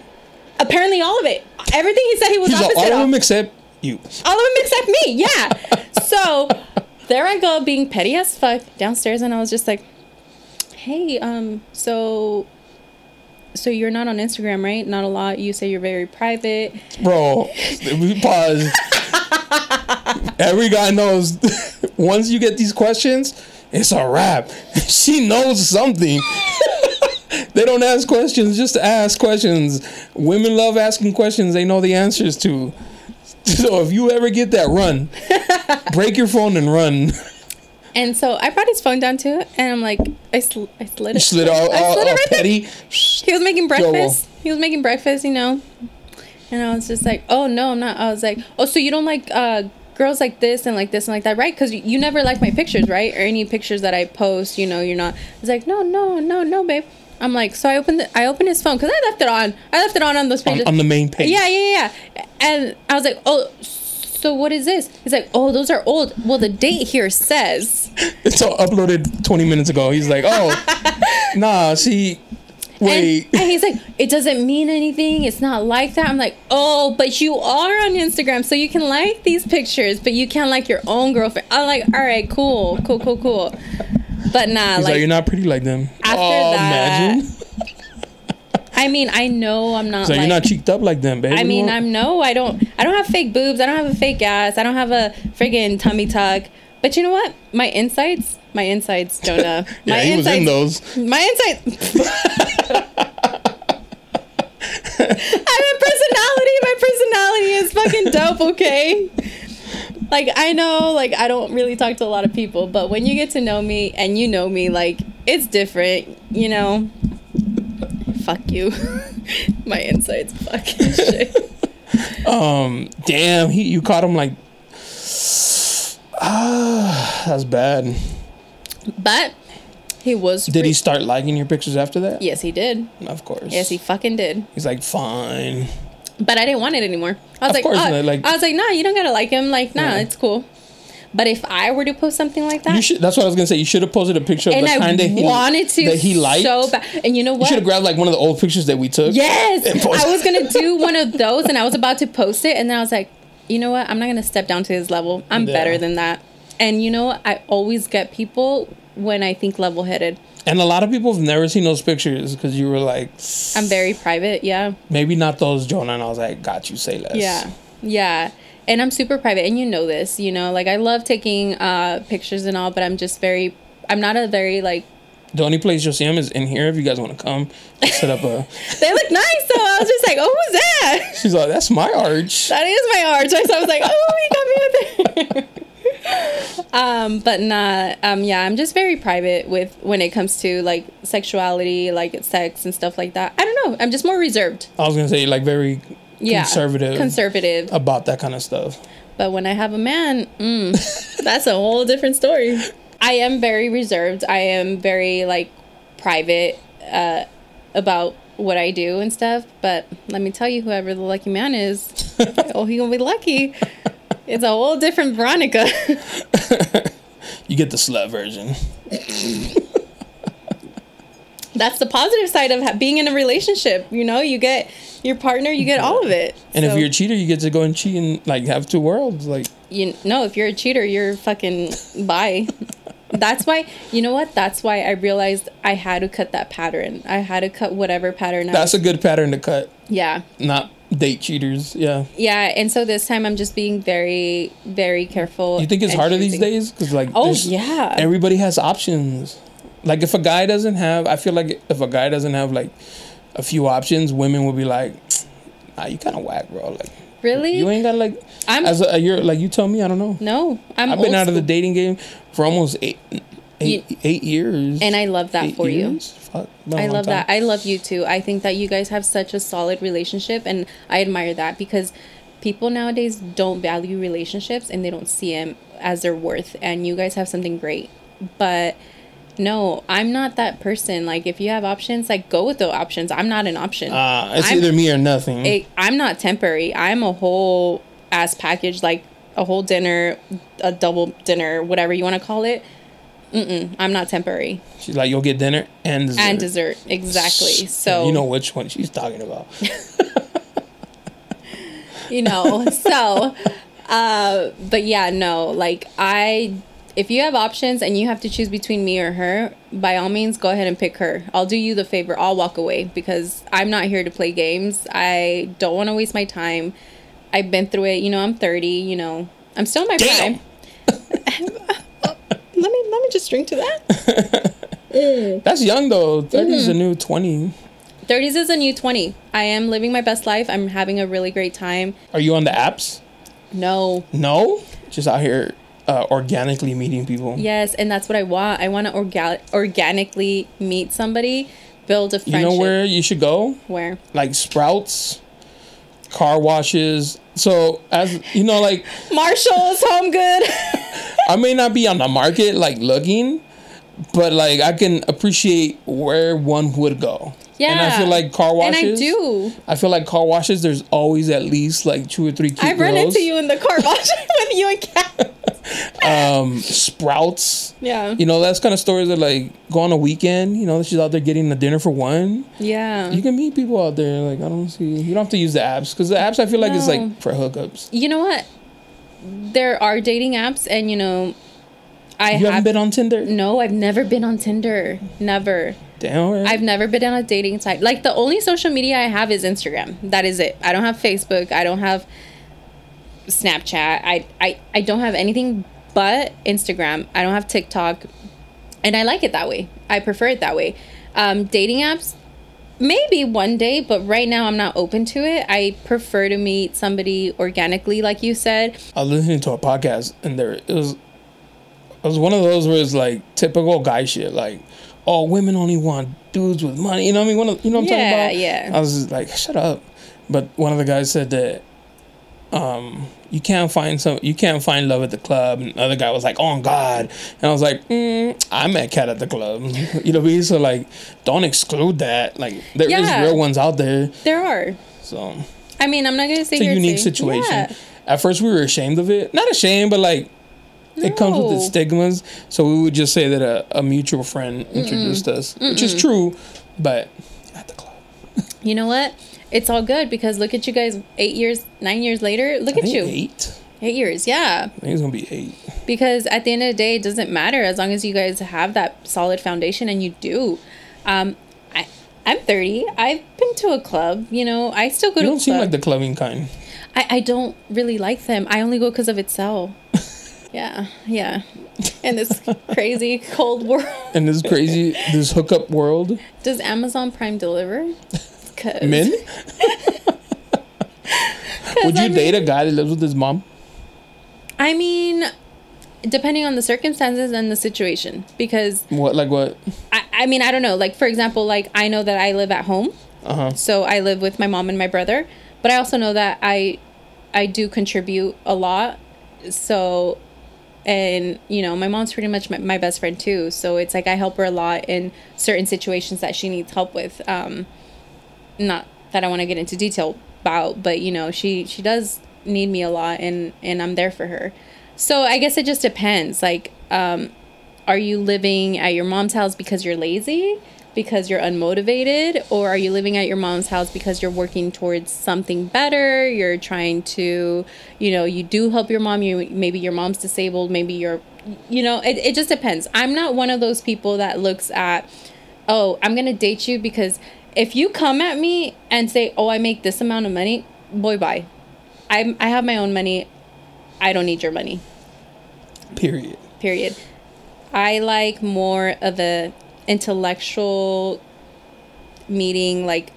Speaker 2: Apparently, all of it. Everything he said he was
Speaker 1: He's all,
Speaker 2: opposite
Speaker 1: all of
Speaker 2: of.
Speaker 1: them except you.
Speaker 2: all of them except me. Yeah. so there I go being petty as fuck downstairs, and I was just like, "Hey, um, so, so you're not on Instagram, right? Not a lot. You say you're very private.
Speaker 1: Bro, we pause. Every guy knows once you get these questions, it's a wrap. She knows something. they don't ask questions just to ask questions. Women love asking questions they know the answers to. So if you ever get that, run. Break your phone and run.
Speaker 2: And so I brought his phone down too, and I'm like, I, sl- I slid it.
Speaker 1: You slid all,
Speaker 2: I
Speaker 1: all,
Speaker 2: slid it
Speaker 1: all
Speaker 2: right there.
Speaker 1: petty.
Speaker 2: He was making
Speaker 1: Joel.
Speaker 2: breakfast. He was making breakfast, you know. And I was just like, oh no, I'm not. I was like, oh, so you don't like uh, girls like this and like this and like that, right? Because you never like my pictures, right? Or any pictures that I post, you know, you're not. He's like, no, no, no, no, babe. I'm like, so I opened the, I opened his phone because I left it on. I left it on on those pages.
Speaker 1: On, on the main page.
Speaker 2: Yeah, yeah, yeah. And I was like, oh, so what is this? He's like, oh, those are old. Well, the date here says.
Speaker 1: It's all uploaded 20 minutes ago. He's like, oh, nah, she. Wait.
Speaker 2: And, and he's like, it doesn't mean anything. It's not like that. I'm like, oh, but you are on Instagram, so you can like these pictures, but you can't like your own girlfriend. I'm like, all right, cool, cool, cool, cool. But nah,
Speaker 1: He's like,
Speaker 2: like,
Speaker 1: you're not pretty like them.
Speaker 2: after
Speaker 1: oh,
Speaker 2: that,
Speaker 1: imagine. He's
Speaker 2: I mean, I know I'm not.
Speaker 1: like,
Speaker 2: like,
Speaker 1: you're not cheeked up like them, baby.
Speaker 2: I mean, I'm no, I don't, I don't have fake boobs. I don't have a fake ass. I don't have a friggin' tummy tuck. But you know what? My insides, my insides, Jonah.
Speaker 1: Yeah,
Speaker 2: My
Speaker 1: he was in
Speaker 2: insides-
Speaker 1: those.
Speaker 2: My insight. I'm a personality. My personality is fucking dope, okay? Like, I know, like, I don't really talk to a lot of people, but when you get to know me and you know me, like, it's different, you know? Fuck you. my inside's fucking shit.
Speaker 1: Um, damn, he, you caught him like. Ah, that's bad.
Speaker 2: But he was.
Speaker 1: Did he
Speaker 2: freak-
Speaker 1: start liking your pictures after that?
Speaker 2: Yes, he did.
Speaker 1: Of course.
Speaker 2: Yes, he fucking did.
Speaker 1: He's like, fine.
Speaker 2: but I didn't want it anymore. I was
Speaker 1: Of
Speaker 2: like,
Speaker 1: course
Speaker 2: oh,
Speaker 1: not, like-
Speaker 2: I was like, nah, you don't gotta like him. Like, nah,
Speaker 1: Yeah.
Speaker 2: it's cool. But if I were to post something like
Speaker 1: You
Speaker 2: that,
Speaker 1: should. That's what I was gonna say. You should have posted a picture of
Speaker 2: and
Speaker 1: the
Speaker 2: I
Speaker 1: kind that he
Speaker 2: wanted to,
Speaker 1: that he liked.
Speaker 2: so bad. And you know
Speaker 1: You
Speaker 2: what?
Speaker 1: should have grabbed like one of the old pictures that we took.
Speaker 2: yes,
Speaker 1: and post-
Speaker 2: I was gonna do one of those, and I was about to post it, and then I was like, you know what? I'm not gonna step down to his level. I'm
Speaker 1: Yeah.
Speaker 2: better than that. And you know, what? I always get people when I think level headed.
Speaker 1: And a lot of people have never seen those pictures because you were like,
Speaker 2: I'm very private. Yeah.
Speaker 1: maybe not those, Jonah. And I was like, got you, say less.
Speaker 2: Yeah. Yeah. And I'm super private and you know this, you know, like I love taking uh pictures and all, but I'm just very I'm not a very like
Speaker 1: The only place you'll see him is in here. If you guys want to come, set up a.
Speaker 2: they look nice, so I was just like, Oh who's that?
Speaker 1: She's like, that's my arch.
Speaker 2: That is my arch. So I was like, Oh he got me with it. um, but nah, um yeah, I'm just very private with when it comes to like sexuality, like sex and stuff like that. I don't know. I'm just more reserved.
Speaker 1: I was gonna say like very
Speaker 2: Yeah.
Speaker 1: Conservative.
Speaker 2: Conservative.
Speaker 1: about that kind of stuff.
Speaker 2: But when I have a man, mm, that's a whole different story. I am very reserved. I am very like private uh, about what I do and stuff. But let me tell you, whoever the lucky man is, oh, he gonna be lucky. It's a whole different Veronica.
Speaker 1: You get the slut version.
Speaker 2: that's the positive side of ha- being in a relationship. You know, you get your partner, you get all of it.
Speaker 1: And
Speaker 2: So,
Speaker 1: if you're a cheater, you get to go and cheat and like have two worlds. Like
Speaker 2: you no, if you're a cheater, you're fucking bye. That's why you know what? That's why I realized I had to cut that pattern. I had to cut whatever pattern. I
Speaker 1: that's
Speaker 2: was,
Speaker 1: a good pattern to cut.
Speaker 2: yeah,
Speaker 1: Not date cheaters. Yeah.
Speaker 2: yeah. And so this time I'm just being very, very careful.
Speaker 1: You think it's
Speaker 2: and
Speaker 1: harder these
Speaker 2: choosing.
Speaker 1: days? Because like,
Speaker 2: Oh
Speaker 1: there's-
Speaker 2: yeah,
Speaker 1: everybody has options. Like if a guy doesn't have, I feel like if a guy doesn't have like a few options, women will be like, "Nah, you kind of whack, bro. Like
Speaker 2: really?
Speaker 1: you ain't got like
Speaker 2: I'm-
Speaker 1: as a, you're like you tell me. I don't know.
Speaker 2: no, I'm.
Speaker 1: I've been
Speaker 2: old
Speaker 1: out of the
Speaker 2: school.
Speaker 1: dating game for almost eight eight, eight years.
Speaker 2: and I love that
Speaker 1: Eight
Speaker 2: for you.
Speaker 1: years? Fuck, been a
Speaker 2: I
Speaker 1: long
Speaker 2: love
Speaker 1: time.
Speaker 2: that. I love you too. I think that you guys have such a solid relationship, and I admire that because people nowadays don't value relationships and they don't see them as their worth. And you guys have something great, but no, I'm not that person. Like, if you have options, like go with the options. I'm not an option.
Speaker 1: Uh, it's
Speaker 2: I'm-
Speaker 1: either me or nothing.
Speaker 2: it, I'm not temporary. I'm a whole ass package, like a whole dinner, a double dinner, whatever you want to call it. Mm-mm, I'm not temporary.
Speaker 1: She's like, you'll get dinner and dessert.
Speaker 2: And dessert, exactly. So
Speaker 1: you know which one she's talking about.
Speaker 2: you know so uh but yeah no like i if you have options and you have to choose between me or her by all means go ahead and pick her i'll do you the favor i'll walk away because i'm not here to play games i don't want to waste my time i've been through it you know i'm 30 you know i'm still in my
Speaker 1: Damn.
Speaker 2: prime let me let me just drink to that
Speaker 1: That's young though. 30 is a
Speaker 2: Mm-hmm.
Speaker 1: new twenty.
Speaker 2: 30s is a new 20 i am living my best life i'm having a really great time
Speaker 1: Are you on the apps?
Speaker 2: no
Speaker 1: No, just out here uh, organically meeting people.
Speaker 2: Yes, and that's what I want. I want to orga- organically meet somebody, build a
Speaker 1: you
Speaker 2: friendship.
Speaker 1: know where you should go?
Speaker 2: Where?
Speaker 1: Like Sprouts, car washes. So as you know, like
Speaker 2: Marshalls, Home Good.
Speaker 1: I may not be on the market like looking, but like I can appreciate where one would go.
Speaker 2: yeah.
Speaker 1: And I feel like car washes.
Speaker 2: And I do.
Speaker 1: I feel like car washes. There's always at least like two or three cute
Speaker 2: I've
Speaker 1: girls.
Speaker 2: run into you in the car wash with you and Kat.
Speaker 1: Um, Sprouts.
Speaker 2: Yeah.
Speaker 1: You know, that's kind of stories that like go on a weekend. You know, she's out there getting a dinner for one.
Speaker 2: Mm-hmm. yeah.
Speaker 1: You can meet people out there. Like I don't see. You don't have to use the apps because the apps I feel like is
Speaker 2: No.
Speaker 1: like for hookups.
Speaker 2: You know what? There are dating apps, and you know, I
Speaker 1: You haven't been on Tinder.
Speaker 2: No, I've never been on Tinder. Never.
Speaker 1: Damn. right?
Speaker 2: I've never been on a dating site. Like the only social media I have is Instagram. That is it. I don't have Facebook. I don't have Snapchat. I I, I don't have anything but Instagram. I don't have TikTok. And I like it that way. I prefer it that way. Um, dating apps, maybe one day, but right now I'm not open to it. I prefer to meet somebody organically, like you said.
Speaker 1: I was listening to a podcast and there it was it was one of those where it's like typical guy shit, like, oh women only want dudes with money. You know what I mean? One of, you know what I'm
Speaker 2: Yeah,
Speaker 1: talking about?
Speaker 2: yeah.
Speaker 1: I was just like, shut up. But one of the guys said that um you can't find some you can't find love at the club and the other guy was like, Oh God and I was like, mm, I met cat at the club. you know what I mean? So like don't exclude that. Like there is
Speaker 2: Yeah.
Speaker 1: real ones out there.
Speaker 2: There are.
Speaker 1: So
Speaker 2: I mean, I'm not going to say
Speaker 1: it's a
Speaker 2: here and
Speaker 1: unique
Speaker 2: say-
Speaker 1: situation.
Speaker 2: Yeah.
Speaker 1: At first, we were ashamed of it. Not ashamed, but like it comes with
Speaker 2: No.
Speaker 1: its stigmas. So we would just say that a, a mutual friend introduced us, which is true, but at the club.
Speaker 2: you know what? It's all good because look at you guys eight years, nine years later. Look
Speaker 1: I
Speaker 2: at
Speaker 1: think
Speaker 2: you.
Speaker 1: eight.
Speaker 2: Eight years, yeah.
Speaker 1: I think it's gonna be eight.
Speaker 2: Because at the end of the day, it doesn't matter as long as you guys have that solid foundation and you do. Um, I, I'm 30. I've been to a club. You know, I still go
Speaker 1: You
Speaker 2: to
Speaker 1: don't
Speaker 2: clubs.
Speaker 1: seem like the clubbing kind.
Speaker 2: I, I don't really like them. I only go because of itself. yeah, yeah. In this crazy cold world.
Speaker 1: In this crazy, this hookup world,
Speaker 2: Does Amazon Prime deliver? 'Cause-
Speaker 1: men. Would you
Speaker 2: I mean-
Speaker 1: date a guy that lives with his mom?
Speaker 2: I mean, depending on the circumstances and the situation, because
Speaker 1: What, like what?
Speaker 2: I, I mean, I don't know. Like, for example, like I know that I live at home,
Speaker 1: Uh huh.
Speaker 2: so I live with my mom and my brother, but I also know that I, I do contribute a lot, so, and you know, my mom's pretty much my, my best friend too. So it's like I help her a lot in certain situations that she needs help with. Um, not that I want to get into detail about, but you know, she she does need me a lot, and and I'm there for her. So I guess it just depends. Like, um, are you living at your mom's house because you're lazy, because you're unmotivated, or are you living at your mom's house because you're working towards something better? You're trying to, you know, you do help your mom. You maybe your mom's disabled. Maybe you're, you know, it it just depends. I'm not one of those people that looks at oh, I'm gonna date you because if you come at me and say, oh, I make this amount of money, boy, bye. I I have my own money. I don't need your money.
Speaker 1: Period.
Speaker 2: Period. I like more of a intellectual meeting. Like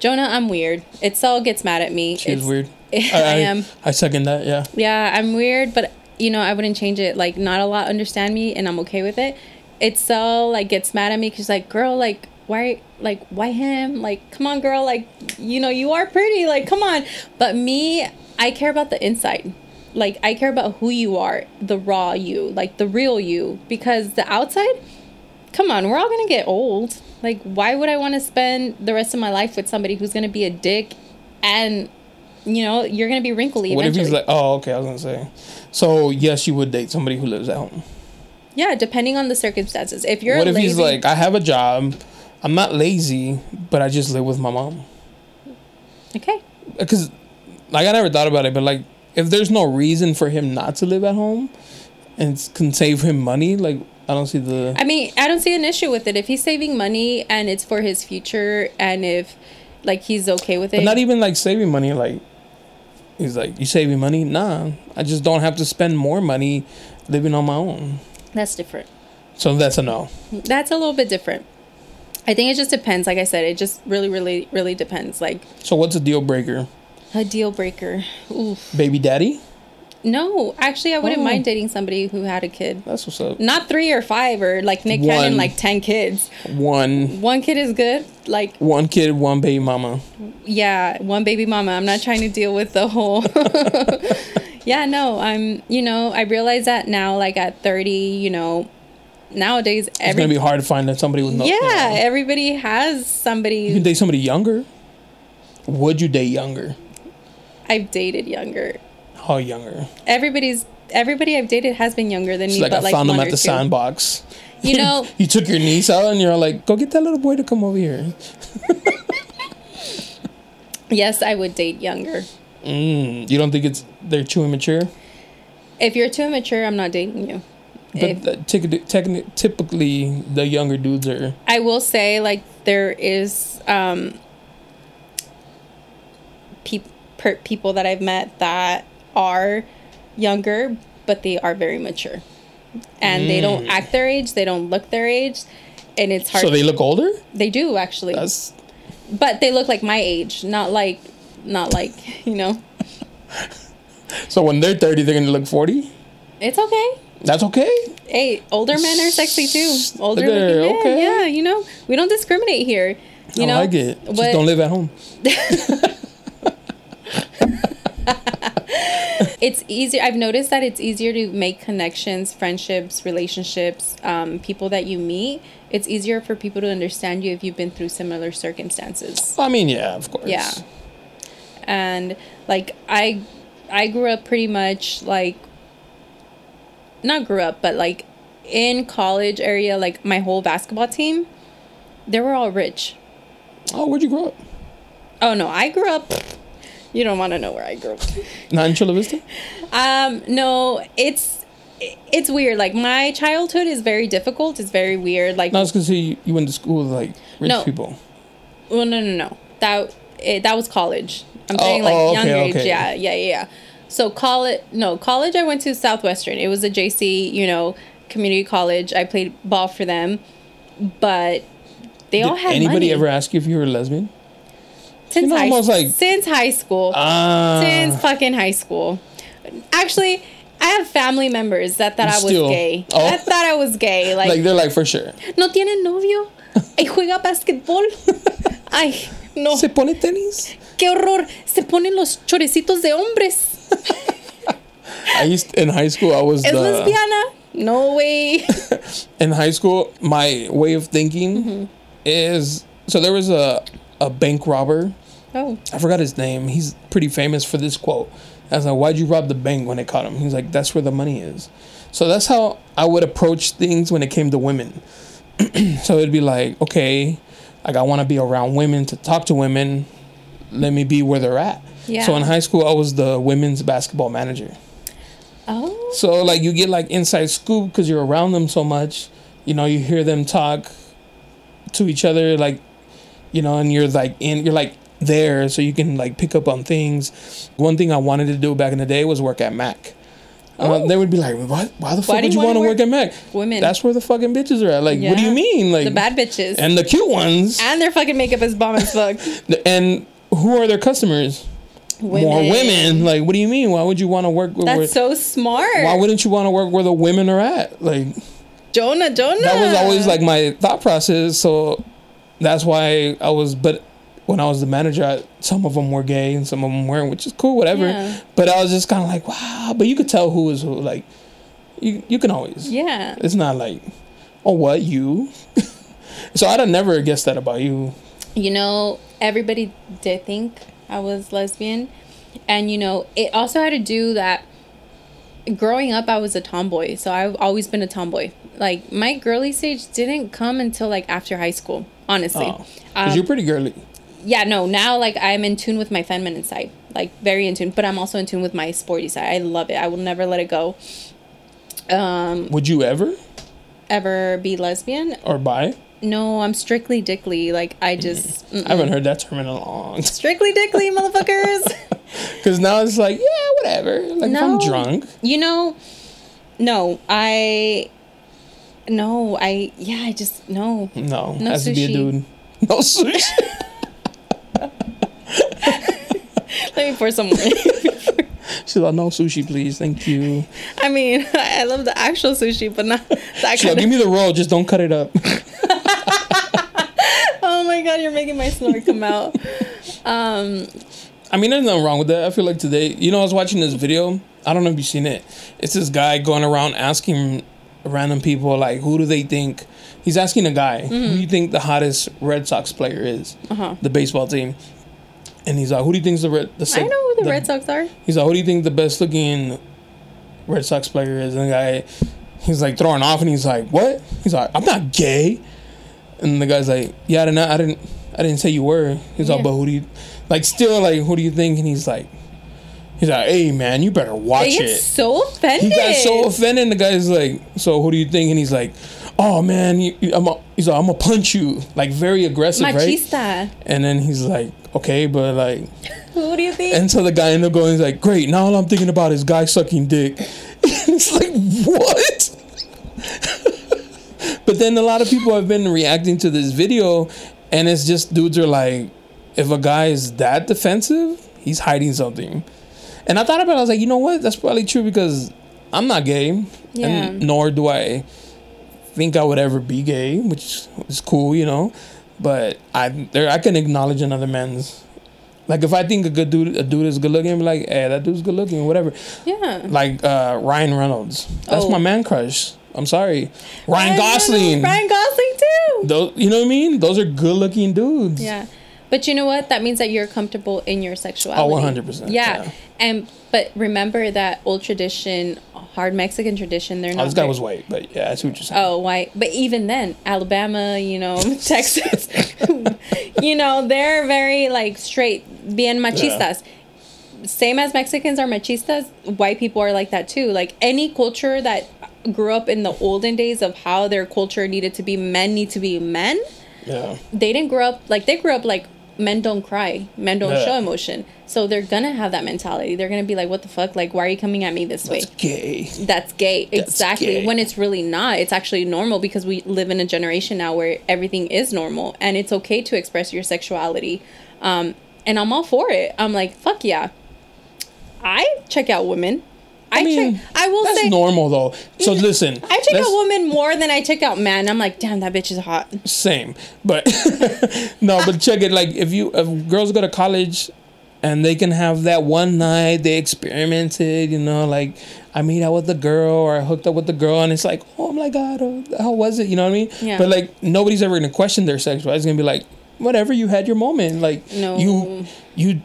Speaker 2: Jonah, I'm weird. It all gets mad at me.
Speaker 1: She
Speaker 2: It's-
Speaker 1: was weird.
Speaker 2: I am.
Speaker 1: I second that. Yeah.
Speaker 2: Yeah, I'm weird, but you know, I wouldn't change it. Like, not a lot understand me, and I'm okay with it. It's so like gets mad at me because like, girl, like why like why him like come on girl like you know you are pretty like come on but me i care about the inside like i care about who you are the raw you like the real you because the outside come on we're all gonna get old like why would i want to spend the rest of my life with somebody who's gonna be a dick and you know you're gonna be wrinkly
Speaker 1: What if
Speaker 2: eventually.
Speaker 1: he's like, oh, okay, I was gonna say. So yes, you would date somebody who lives at home.
Speaker 2: yeah depending on the circumstances if you're
Speaker 1: what if he's
Speaker 2: lazy-
Speaker 1: like, I have a job, I'm not lazy, but I just live with my mom.
Speaker 2: okay
Speaker 1: Because, like, I never thought about it, but like, if there's no reason for him not to live at home, and it's- can save him money, like, I don't see the.
Speaker 2: I mean, I don't see an issue with it if he's saving money and it's for his future, and if like he's okay with it.
Speaker 1: But not e- even like saving money. Like he's like, you saving money? Nah, I just don't have to spend more money living on my own.
Speaker 2: that's different.
Speaker 1: So that's a no.
Speaker 2: That's a little bit different. I think it just depends. Like I said, it just really, really, really depends. Like
Speaker 1: So what's a deal breaker?
Speaker 2: a deal breaker. Oof.
Speaker 1: Baby daddy?
Speaker 2: No, actually, I wouldn't
Speaker 1: Oh.
Speaker 2: mind dating somebody who had a kid.
Speaker 1: That's what's up.
Speaker 2: Not three or five or like Nick
Speaker 1: One.
Speaker 2: Cannon, like ten kids.
Speaker 1: One,
Speaker 2: One kid is good. Like
Speaker 1: one kid, one baby mama.
Speaker 2: yeah, one baby mama. I'm not trying to deal with the whole. yeah, no, I'm, you know, I realize that now, like at 30, you know, nowadays,
Speaker 1: It's gonna
Speaker 2: every,
Speaker 1: be hard to find that somebody with no.
Speaker 2: yeah,
Speaker 1: you know.
Speaker 2: everybody has
Speaker 1: you can
Speaker 2: somebody
Speaker 1: date somebody younger. Would you date younger?
Speaker 2: I've dated younger.
Speaker 1: How younger?
Speaker 2: Everybody's, everybody I've dated has been younger than
Speaker 1: It's
Speaker 2: me,
Speaker 1: like
Speaker 2: but
Speaker 1: I
Speaker 2: like
Speaker 1: found
Speaker 2: one
Speaker 1: them
Speaker 2: or
Speaker 1: at the
Speaker 2: two.
Speaker 1: sandbox.
Speaker 2: You know,
Speaker 1: you took your niece out and you're like, go get that little boy to come over here.
Speaker 2: yes, I would date younger.
Speaker 1: Mm, You don't think it's they're too immature?
Speaker 2: If you're too immature, I'm not dating you.
Speaker 1: But
Speaker 2: If-
Speaker 1: the- typically- techni- typically, the younger dudes are.
Speaker 2: I will say like there is um peop per- people that I've met that are younger but they are very mature. And they don't act their age, they don't look their age, and it's hard
Speaker 1: Mm. So they look older.
Speaker 2: they do actually.
Speaker 1: That's
Speaker 2: but they look like my age, not like not like, you know.
Speaker 1: so when they're thirty, they're gonna look forty.
Speaker 2: It's okay.
Speaker 1: That's okay.
Speaker 2: Hey, older men are sexy too. Older
Speaker 1: Okay,
Speaker 2: looking men,
Speaker 1: okay. Oh,
Speaker 2: yeah, you know. We don't discriminate here. You
Speaker 1: I
Speaker 2: know,
Speaker 1: like it. Just
Speaker 2: What-
Speaker 1: don't live at home.
Speaker 2: it's easier i've noticed that it's easier to make connections friendships relationships um, people that you meet it's easier for people to understand you if you've been through similar circumstances
Speaker 1: I mean, yeah, of course.
Speaker 2: yeah and like i i grew up pretty much like not grew up but like in college area like my whole basketball team they were all rich
Speaker 1: Oh, where'd you grow up?
Speaker 2: oh no i grew up you don't want to know where i grew up
Speaker 1: Not in Chula Vista.
Speaker 2: Um, no, it's it's weird. Like my childhood is very difficult. It's very weird. Like
Speaker 1: No,
Speaker 2: no,
Speaker 1: it's because you, you went to school with like rich
Speaker 2: No.
Speaker 1: people.
Speaker 2: well, no, no, no. That it, that was college. I'm
Speaker 1: Oh,
Speaker 2: saying like
Speaker 1: oh,
Speaker 2: young
Speaker 1: okay,
Speaker 2: age.
Speaker 1: okay.
Speaker 2: Yeah, yeah, yeah, yeah. So college, no college. I went to Southwestern. It was a JC, you know, community college. I played ball for them, but they all
Speaker 1: Did
Speaker 2: had
Speaker 1: anybody
Speaker 2: money.
Speaker 1: ever ask you if you were a lesbian?
Speaker 2: since
Speaker 1: you know,
Speaker 2: high,
Speaker 1: almost like-
Speaker 2: since high school.
Speaker 1: Ah,
Speaker 2: since fucking high school. Actually, I have family members that thought I was
Speaker 1: Still.
Speaker 2: gay.
Speaker 1: Oh.
Speaker 2: I thought I was gay. Like,
Speaker 1: like they're like for sure.
Speaker 2: no tiene novio. Y juega basquetbol. Ay, no.
Speaker 1: Se pone tenis.
Speaker 2: Qué horror. Se ponen los chorecitos de hombres.
Speaker 1: I used in high school. I was
Speaker 2: Es
Speaker 1: the,
Speaker 2: lesbiana. No way.
Speaker 1: in high school, my way of thinking
Speaker 2: Mm-hmm.
Speaker 1: is so there was a a bank robber.
Speaker 2: Oh,
Speaker 1: I forgot his name. He's pretty famous for this quote. I was like, "Why'd you rob the bank when they caught him?" He's like, "That's where the money is." So that's how I would approach things when it came to women. so it'd be like, okay, like I want to be around women to talk to women. Let me be where they're at.
Speaker 2: Yeah.
Speaker 1: So in high school, I was the women's basketball manager.
Speaker 2: oh,
Speaker 1: So like you get like inside scoop because you're around them so much. You know, you hear them talk to each other, like you know, and you're like in, you're like there, so you can like pick up on things. One thing I wanted to do back in the day was work at Mac. Uh, they would be like, "What? Why the fuck
Speaker 2: Oh. do
Speaker 1: would you
Speaker 2: you
Speaker 1: want
Speaker 2: wanna
Speaker 1: to work
Speaker 2: work-
Speaker 1: at Mac?
Speaker 2: Women.
Speaker 1: That's where the fucking bitches are at. Like, what do
Speaker 2: Yeah.
Speaker 1: you mean? Like
Speaker 2: the bad Ah. bitches. And,
Speaker 1: and the cute ones,
Speaker 2: their fucking makeup is bomb as fuck.
Speaker 1: and who are their customers? More women. Like, what do you mean? Why would you want to work? with where-
Speaker 2: That's so smart.
Speaker 1: why wouldn't you want to work where the women are at? Like."
Speaker 2: Jonah, Jonah.
Speaker 1: that was always like my thought process. So that's why I was. But when I was the manager, I, some of them were gay and some of them weren't, which is cool, whatever.
Speaker 2: Yeah.
Speaker 1: But I was just kind of like, wow. But you could tell who is who. Like, you you can always.
Speaker 2: Yeah.
Speaker 1: It's not like, oh what you. so I'd have never guessed that about you.
Speaker 2: you know, everybody did think I was lesbian. And, you know, it also had to do that growing up, I was a tomboy. So I've always been a tomboy. Like, my girly stage didn't come until like after high school, honestly. Uh,
Speaker 1: Oh, because you're pretty girly.
Speaker 2: Yeah, no, now like I'm in tune with my feminine side, like very in tune, but I'm also in tune with my sporty side. I love it. I will never let it go.
Speaker 1: Would you ever
Speaker 2: Ever be lesbian?
Speaker 1: or bi?
Speaker 2: No, I'm strictly dickly. Like, I just.
Speaker 1: I haven't heard that term in a long.
Speaker 2: Strictly dickly, motherfuckers.
Speaker 1: Because now it's like, yeah, whatever. Like if I'm drunk,
Speaker 2: You know, no, I. No, I. Yeah, I just. No.
Speaker 1: no,
Speaker 2: No
Speaker 1: has to be a
Speaker 2: sushi.
Speaker 1: dude. No sushi.
Speaker 2: Let me pour some more.
Speaker 1: She's like, no sushi, please, thank you.
Speaker 2: I mean, I love the actual sushi, but not that
Speaker 1: She's like,
Speaker 2: kind
Speaker 1: give
Speaker 2: of.
Speaker 1: me the roll, just don't cut it up.
Speaker 2: Oh my god, you're making my snort come out.
Speaker 1: I mean, there's nothing wrong with that. I feel like today, you know, I was watching this video. I don't know if you've seen it. It's this guy going around asking random people, like, who do they think? He's asking a guy, who do you think the hottest Red Sox player is?
Speaker 2: Uh-huh.
Speaker 1: The baseball team. And he's like, who do you think's the Red? The
Speaker 2: I know who the,
Speaker 1: the-
Speaker 2: Red Sox are.
Speaker 1: He's like, who do you think the best looking Red Sox player is? And the guy, he's like throwing off, and he's like, what? He's like, I'm not gay. And the guy's like, yeah, I didn't, I didn't, I didn't say you were. He's like,
Speaker 2: Yeah.
Speaker 1: but who do you, like, still like, who do you think? And he's like, he's like, hey man, you better
Speaker 2: They
Speaker 1: watch
Speaker 2: get
Speaker 1: it.
Speaker 2: so
Speaker 1: He
Speaker 2: offended.
Speaker 1: got so offended. and The guy's like, "So who do you think?" And he's like, "Oh man, you, you- I'm a, he's like, I'm gonna punch you, like very aggressive, right?"
Speaker 2: Machista.
Speaker 1: And then he's like, "Okay, but like,
Speaker 2: Who do you think?
Speaker 1: and so the guy ended up going, he's like, great, now all I'm thinking about is guy sucking dick. it's like, what? but then a lot of people have been reacting to this video, and it's just dudes are like, if a guy is that defensive, he's hiding something. And I thought about it, I was like, you know what? That's probably true because I'm not gay,
Speaker 2: Yeah.
Speaker 1: and nor do I think I would ever be gay, which is cool, you know. But I there I can acknowledge another man's like if I think a good dude a dude is good looking, I'm like, hey, that dude's good looking, whatever.
Speaker 2: yeah.
Speaker 1: Like uh, Ryan Reynolds. That's
Speaker 2: Oh.
Speaker 1: my man crush. I'm sorry. Ryan, Gosling.
Speaker 2: Ryan Gosling too.
Speaker 1: Those you know what I mean? Those are good looking dudes.
Speaker 2: Yeah. But you know what? That means that you're comfortable in your
Speaker 1: Oh,
Speaker 2: sexuality.
Speaker 1: 100%,
Speaker 2: Yeah.
Speaker 1: yeah.
Speaker 2: And but remember that old tradition, hard Mexican tradition, they're not
Speaker 1: Oh, this guy
Speaker 2: very-
Speaker 1: was white, but yeah, I see what you're saying.
Speaker 2: Oh, white. But even then, Alabama, you know, Texas, you know, they're very like straight, bien machistas. Same as Mexicans are machistas, white people are like that too. Like any culture that grew up in the olden days of how their culture needed to be men need to be men
Speaker 1: Yeah.
Speaker 2: they didn't grow up like they grew up like men don't cry men don't
Speaker 1: Yeah.
Speaker 2: show emotion so they're gonna have that mentality they're gonna be like what the fuck like why are you coming at me this way
Speaker 1: It's gay.
Speaker 2: that's gay exactly
Speaker 1: gay.
Speaker 2: when it's really not it's actually normal because we live in a generation now where everything is normal and it's okay to express your sexuality um and i'm all for it i'm like fuck yeah i check out women i,
Speaker 1: mean,
Speaker 2: check i will
Speaker 1: That's
Speaker 2: say
Speaker 1: normal though. So listen.
Speaker 2: i check
Speaker 1: let's-
Speaker 2: out women more than i check out men i'm like damn that bitch is hot
Speaker 1: same but no but check it like if you if girls go to college and they can have that one night they experimented you know like i meet out with the girl or i hooked up with the girl and it's like oh my god oh, how was it you know what i mean
Speaker 2: Yeah.
Speaker 1: but like nobody's ever gonna question their sexuality it's gonna be like whatever you had your moment like
Speaker 2: No.
Speaker 1: you you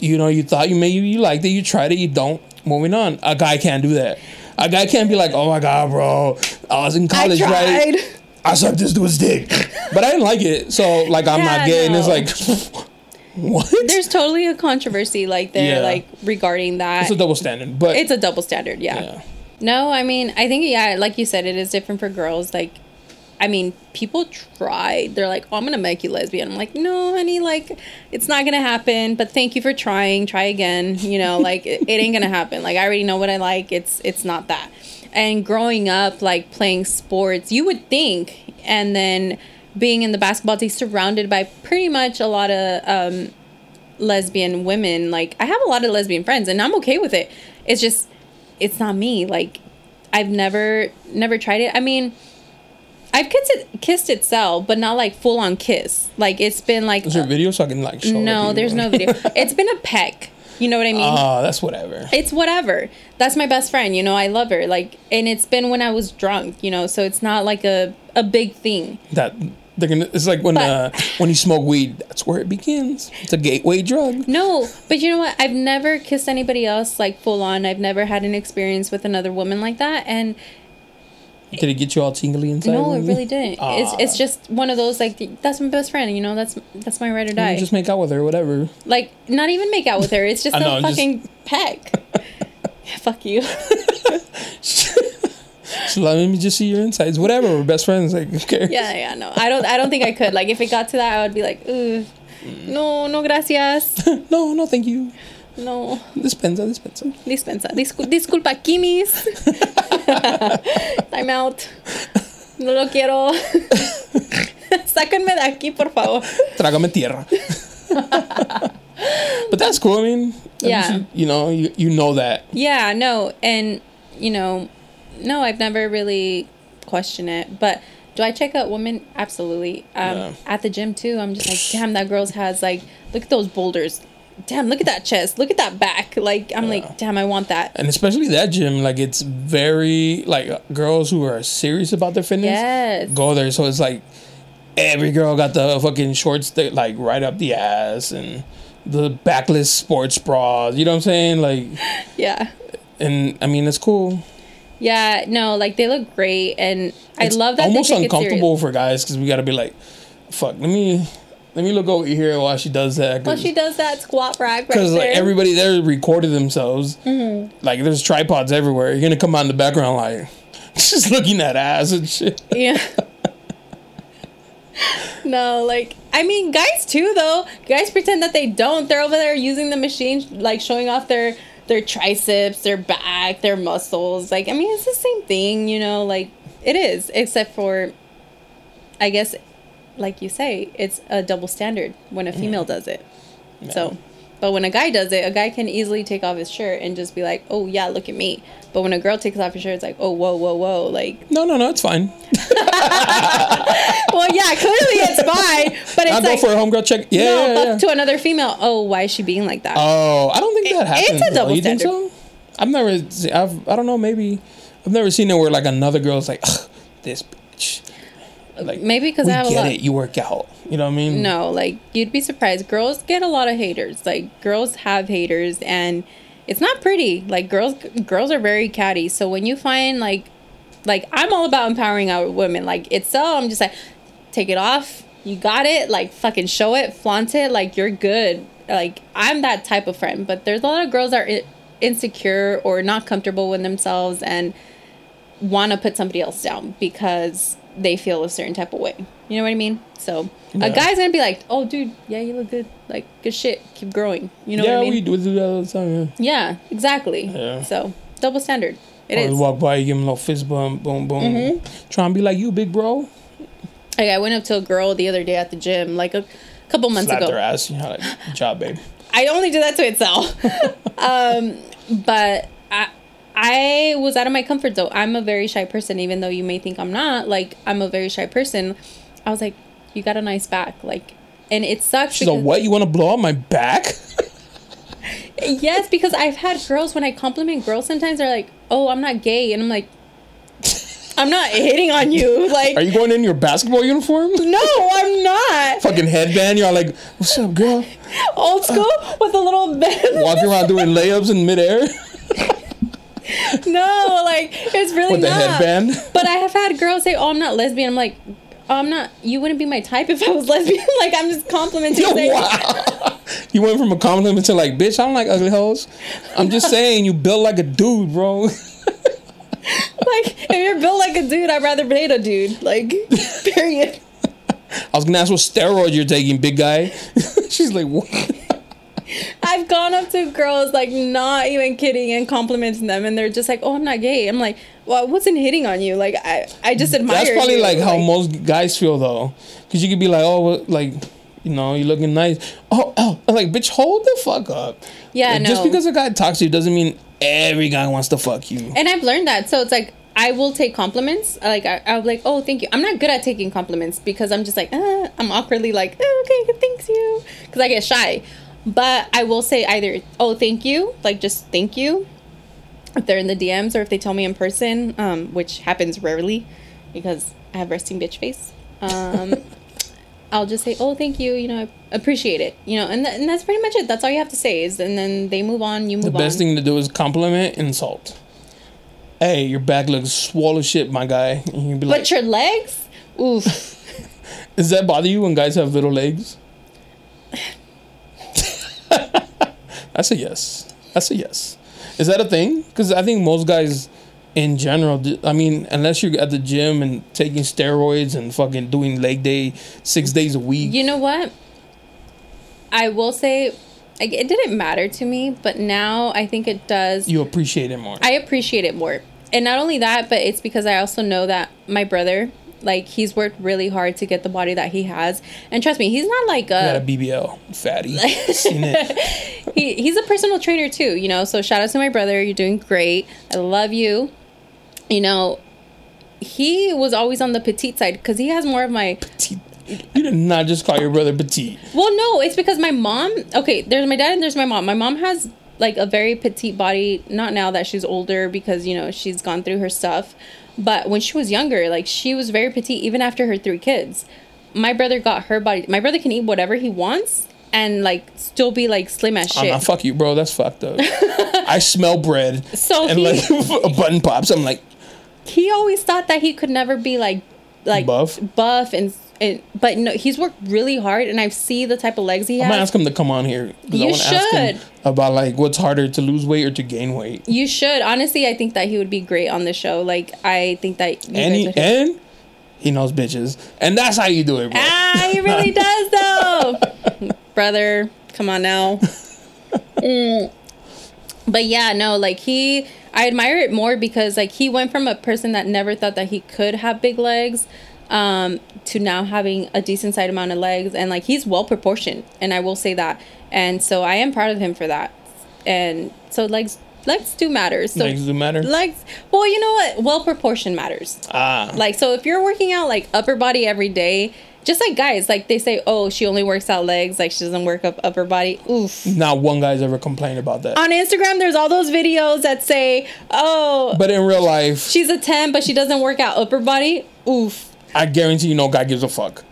Speaker 1: you know you thought you may you, you liked it you tried it you don't moving on a guy can't do that a guy can't be like oh my god bro i was in college right
Speaker 2: tried.
Speaker 1: I sucked this dude's dick, but I didn't like it. So like I'm
Speaker 2: Yeah,
Speaker 1: not gay, and
Speaker 2: no.
Speaker 1: it's like what?
Speaker 2: there's totally a controversy like there
Speaker 1: Yeah.
Speaker 2: like regarding that
Speaker 1: it's a double standard, but
Speaker 2: it's a double standard yeah.
Speaker 1: Yeah.
Speaker 2: no i mean i think yeah like you said it is different for girls like i mean people try they're like oh i'm gonna make you lesbian i'm like no honey like it's not gonna happen but thank you for trying try again you know like it, it ain't gonna happen like i already know what i like it's it's not that and growing up like playing sports you would think and then being in the basketball team surrounded by pretty much a lot of um lesbian women like i have a lot of lesbian friends and i'm okay with it it's just it's not me like i've never never tried it i mean I've kissed it, kissed itself, but not like full on kiss. Like it's been like uh,
Speaker 1: Is there video so I can like show?
Speaker 2: no,
Speaker 1: people?
Speaker 2: there's no video. Uh-huh. it's been a peck. You know what I mean?
Speaker 1: Ah, that's whatever.
Speaker 2: it's whatever. That's my best friend. You know, I love her. Like, and it's been when I was drunk. You know, so it's not like a a big thing.
Speaker 1: That they're gonna. It's like when
Speaker 2: But-
Speaker 1: uh when you smoke weed. That's where it begins. It's a gateway drug.
Speaker 2: No, but you know what? I've never kissed anybody else like full on. I've never had an experience with another woman like that, and
Speaker 1: Did it get you all tingly inside?
Speaker 2: no, it
Speaker 1: when you- Ah.
Speaker 2: really didn't. it's it's just one of those like that's my best friend. You know, that's that's my ride or
Speaker 1: You
Speaker 2: die.
Speaker 1: just make out with her, whatever.
Speaker 2: like not even make out with her. It's just
Speaker 1: I
Speaker 2: a
Speaker 1: know, I'm just-
Speaker 2: fucking peck. Fuck you.
Speaker 1: Just let me just see your insides. Whatever. We're best friends. Like who cares?
Speaker 2: yeah, yeah, no. I don't I don't think I could. Like if it got to that, I would be like, Ugh,
Speaker 1: Mm.
Speaker 2: no, no, gracias,
Speaker 1: No, no, thank you.
Speaker 2: no.
Speaker 1: Dispensa, dispensa.
Speaker 2: Dispensa. Discul- disculpa, Kimis. I'm out. No lo quiero. Sáquenme de aquí, por favor.
Speaker 1: Trágame tierra. but that's cool. I mean, at
Speaker 2: Yeah.
Speaker 1: least You, you know, you, you know that.
Speaker 2: Yeah, no. And, you know, no, I've never really questioned it. But do I check out women? Absolutely. Um,
Speaker 1: Yeah.
Speaker 2: At the gym, too, I'm just like, damn, that girl's has, like, look at those boulders. Damn, look at that chest. Look at that back. Like, I'm like, damn, I want that.
Speaker 1: And especially that gym, like it's very like uh, girls who are serious about their fitness
Speaker 2: Yes.
Speaker 1: go there. So it's like every girl got the fucking shorts that like right up the ass and the backless sports bras. You know what I'm saying? Like,
Speaker 2: Yeah.
Speaker 1: and I mean it's cool.
Speaker 2: Yeah, no, like, they look great. And I
Speaker 1: It's
Speaker 2: love that. they
Speaker 1: Almost
Speaker 2: take it
Speaker 1: uncomfortable
Speaker 2: serious.
Speaker 1: for guys because we got to be like, fuck. Let me let me look over here while she does that.
Speaker 2: Well, she does that squat rack right
Speaker 1: Because
Speaker 2: there. Mm-hmm.
Speaker 1: like everybody there recorded themselves. Like there's tripods everywhere. You're gonna come out in the background like just looking at ass and shit.
Speaker 2: yeah. no, like I mean, guys too though. Guys pretend that they don't. They're over there using the machine, like showing off their their triceps, their back, their muscles. Like I mean, it's the same thing, you know. Like it is, except for, I guess, like you say, it's a double standard when a female does it. So, but when a guy does it, a guy can easily take off his shirt and just be like, "Oh yeah, look at me." But when a girl takes off her shirt, it's like, "Oh whoa, whoa, whoa!" Like,
Speaker 1: No, no, no, it's fine.
Speaker 2: well, yeah, clearly it's fine, but it's
Speaker 1: I'll
Speaker 2: like
Speaker 1: go for a homegirl check. Yeah,
Speaker 2: no,
Speaker 1: yeah,
Speaker 2: but
Speaker 1: yeah.
Speaker 2: to another female, oh, why is she being like that?
Speaker 1: oh, I don't think that
Speaker 2: It- it's
Speaker 1: happens.
Speaker 2: a double
Speaker 1: though. You think
Speaker 2: standard.
Speaker 1: so? I've never. se- I've. I don't know. Maybe I've never seen it where like another girl's like "Ugh, this bitch. Like
Speaker 2: Maybe 'cause
Speaker 1: we
Speaker 2: I have a
Speaker 1: get
Speaker 2: lot-
Speaker 1: it. You work out. You know what I mean?
Speaker 2: no, like you'd be surprised. Girls get a lot of haters. Like girls have haters, and it's not pretty. Like girls, girls are very catty. So when you find like, like I'm all about empowering our women. Like it's so I'm just like, take it off. You got it. Like fucking show it, flaunt it. Like you're good. Like I'm that type of friend. But there's a lot of girls that are i- insecure or not comfortable with themselves and want to put somebody else down because they feel a certain type of way. You know what I mean? So
Speaker 1: Yeah.
Speaker 2: a guy's gonna be like, "Oh, dude, yeah, you look good. Like good shit. Keep growing." You know
Speaker 1: yeah,
Speaker 2: what I mean?
Speaker 1: we do we do that all the time. Yeah.
Speaker 2: Yeah, exactly.
Speaker 1: Yeah.
Speaker 2: So double standard. It
Speaker 1: Always
Speaker 2: is.
Speaker 1: walk by, you give him a little fist bump, boom, boom.
Speaker 2: Mm-hmm.
Speaker 1: Try and be like you, big bro.
Speaker 2: Like I went up to a girl the other day at the gym, like a couple months
Speaker 1: Slap
Speaker 2: ago.
Speaker 1: their ass. You know, like good job, babe.
Speaker 2: I only do that to itself. um, but I I was out of my comfort zone. I'm a very shy person, even though you may think I'm not. Like I'm a very shy person. I was like, you got a nice back, like, and it sucks.
Speaker 1: She's like, what? You want to blow out my back?
Speaker 2: Yes, because I've had girls when I compliment girls. Sometimes they're like, oh, I'm not gay, and I'm like, I'm not hitting on you. Like,
Speaker 1: Are you going in your basketball uniform?
Speaker 2: no, I'm not.
Speaker 1: Fucking headband. You're like, what's up, girl?
Speaker 2: Old school with a little bit.
Speaker 1: Walking around doing layups in midair
Speaker 2: no, like it's really
Speaker 1: with the
Speaker 2: not.
Speaker 1: headband.
Speaker 2: But I have had girls say, "Oh, I'm not lesbian." I'm like, oh, "I'm not. You wouldn't be my type if I was lesbian." like I'm just complimenting.
Speaker 1: Yo,
Speaker 2: saying-
Speaker 1: wow. You went from a compliment to like, bitch, I don't like ugly hoes. I'm just saying, you built like a dude, bro.
Speaker 2: Like if you're built like a dude, I'd rather date a dude. Like, period.
Speaker 1: I was gonna ask what steroid you're taking, big guy. She's like, what?
Speaker 2: I've gone up to girls like not even kidding and complimenting them, and they're just like, "Oh, I'm not gay." I'm like, "Well, I wasn't hitting on you. Like I, I just admire."
Speaker 1: That's probably
Speaker 2: you.
Speaker 1: like how most guys feel though, because you could be like, oh, well, like, you know, you're looking nice. Oh, oh, I'm like, bitch, hold the fuck up.
Speaker 2: Yeah,
Speaker 1: Like, Just
Speaker 2: no.
Speaker 1: because a guy talks to you doesn't mean every guy wants to fuck you.
Speaker 2: And I've learned that, so it's like I will take compliments. Like I, I'll be like, oh, thank you. I'm not good at taking compliments because I'm just like, uh, I'm awkwardly like, oh, okay, thanks you, because I get shy. But I will say either, oh, thank you, like just thank you, if they're in the DMs or if they tell me in person, um, which happens rarely, because I have resting bitch face. Um, I'll just say, oh, thank you, you know, I appreciate it, you know, and, tha- and that's pretty much it. That's all you have to say is, and then they move on, you move
Speaker 1: The
Speaker 2: on.
Speaker 1: best thing to do is compliment insult. Hey, your back looks swole as shit, my guy. And you be like,
Speaker 2: but your legs, oof.
Speaker 1: does that bother you when guys have little legs? That's a yes. That's a yes. Is that a thing? Because I think most guys, in general, d- I mean, unless you're at the gym and taking steroids and fucking doing leg day six days a week.
Speaker 2: You know what? I will say, like, it didn't matter to me, but now I think it does.
Speaker 1: you appreciate it more.
Speaker 2: I appreciate it more. And not only that, but it's because I also know that my brother, like, he's worked really hard to get the body that he has. And trust me, he's not like
Speaker 1: Got a
Speaker 2: a
Speaker 1: BBL, fatty. Seen it.
Speaker 2: he, he's a personal trainer too, you know. So shout out to my brother, you're doing great. I love you. You know, he was always on the petite side because he has more of my
Speaker 1: Petite. You did not just call your brother petite.
Speaker 2: Well, no, it's because my mom. Okay, there's my dad and there's my mom. My mom has like a very petite body. Not now that she's older because you know she's gone through her stuff, but when she was younger, like she was very petite even after her three kids. My brother got her body. My brother can eat whatever he wants and like still be like slim as
Speaker 1: I'm
Speaker 2: shit.
Speaker 1: not fuck you, bro. That's fucked up. I smell bread.
Speaker 2: So
Speaker 1: and
Speaker 2: he-
Speaker 1: like a button pops. I'm like,
Speaker 2: he always thought that he could never be like like
Speaker 1: Buff?
Speaker 2: buff and and but no, he's worked really hard and I see the type of legs he
Speaker 1: I'm gonna
Speaker 2: has.
Speaker 1: ask him to come on here. 'cause I
Speaker 2: You
Speaker 1: wanna ask him
Speaker 2: should.
Speaker 1: about like what's harder to lose weight or to gain weight.
Speaker 2: You should honestly. I think that he would be great on the show. Like I think that you
Speaker 1: and
Speaker 2: guys
Speaker 1: he
Speaker 2: would-
Speaker 1: and he knows bitches, and that's how you do it, bro.
Speaker 2: ah, he really does though, brother. Come on now. Mm. But yeah, no, like he, I admire it more because like he went from a person that never thought that he could have big legs, um, to now having a decent sized amount of legs, and like he's well proportioned, and I will say that, and so I am proud of him for that, and so legs. Legs do matter. So
Speaker 1: Legs do matter?
Speaker 2: Legs. Well, you know what? Well proportion matters.
Speaker 1: Ah,
Speaker 2: Like, so if you're working out like upper body every day, just like guys, like they say, oh, she only works out legs, like she doesn't work up upper body. Oof.
Speaker 1: not one guy's ever complained about that.
Speaker 2: On Instagram, there's all those videos that say, oh,
Speaker 1: but in real life,
Speaker 2: she's a 10, but she doesn't work out upper body. Oof.
Speaker 1: I guarantee you, no guy gives a fuck.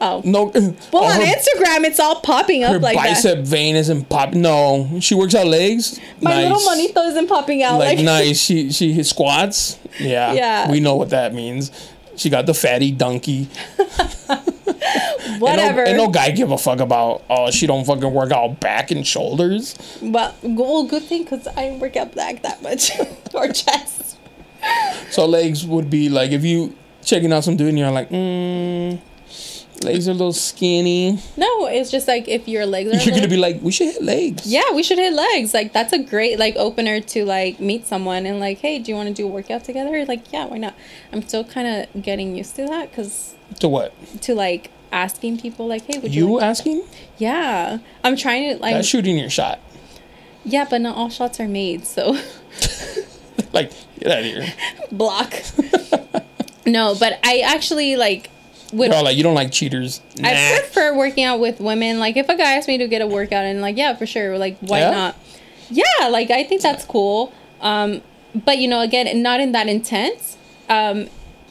Speaker 2: Oh.
Speaker 1: No.
Speaker 2: Well, on
Speaker 1: her,
Speaker 2: Instagram, it's all popping
Speaker 1: Oh. her
Speaker 2: up like that.
Speaker 1: bicep vein isn't pop. No, she works out legs.
Speaker 2: My little monito isn't popping out.
Speaker 1: like
Speaker 2: Like,
Speaker 1: nice. She she hit squats. Yeah.
Speaker 2: Yeah.
Speaker 1: We know what that means. She got the fatty donkey. And no-
Speaker 2: whatever.
Speaker 1: And no, guy give a fuck about. Oh, she don't fucking work out back and shoulders.
Speaker 2: well, g- well, good thing because I didn't work out back that much or chest.
Speaker 1: So legs would be like if you checking out some dude and you're like, mm, legs are a little skinny.
Speaker 2: No, it's just like if your legs are. a
Speaker 1: You're gonna
Speaker 2: little-
Speaker 1: be like, we should hit legs.
Speaker 2: Yeah, we should hit legs. Like that's a great like opener to like meet someone and like, hey, do you want to do a workout together? Like, yeah, why not? I'm still kind of getting used to that because
Speaker 1: To what?
Speaker 2: to like asking people like, hey, would you?
Speaker 1: You
Speaker 2: like-
Speaker 1: asking?
Speaker 2: yeah, I'm trying to like.
Speaker 1: That's shooting your shot.
Speaker 2: yeah, but not all shots are made, so
Speaker 1: Like get out of here.
Speaker 2: block. no, but I actually like would.
Speaker 1: They're all like, you don't like cheaters. Nah.
Speaker 2: I prefer working out with women. Like, if a guy asked me to get a workout, and like, yeah, for sure. Like, why
Speaker 1: Yeah?
Speaker 2: not? Yeah, like I think that's cool. Um, but you know, again, not in that intense. Um,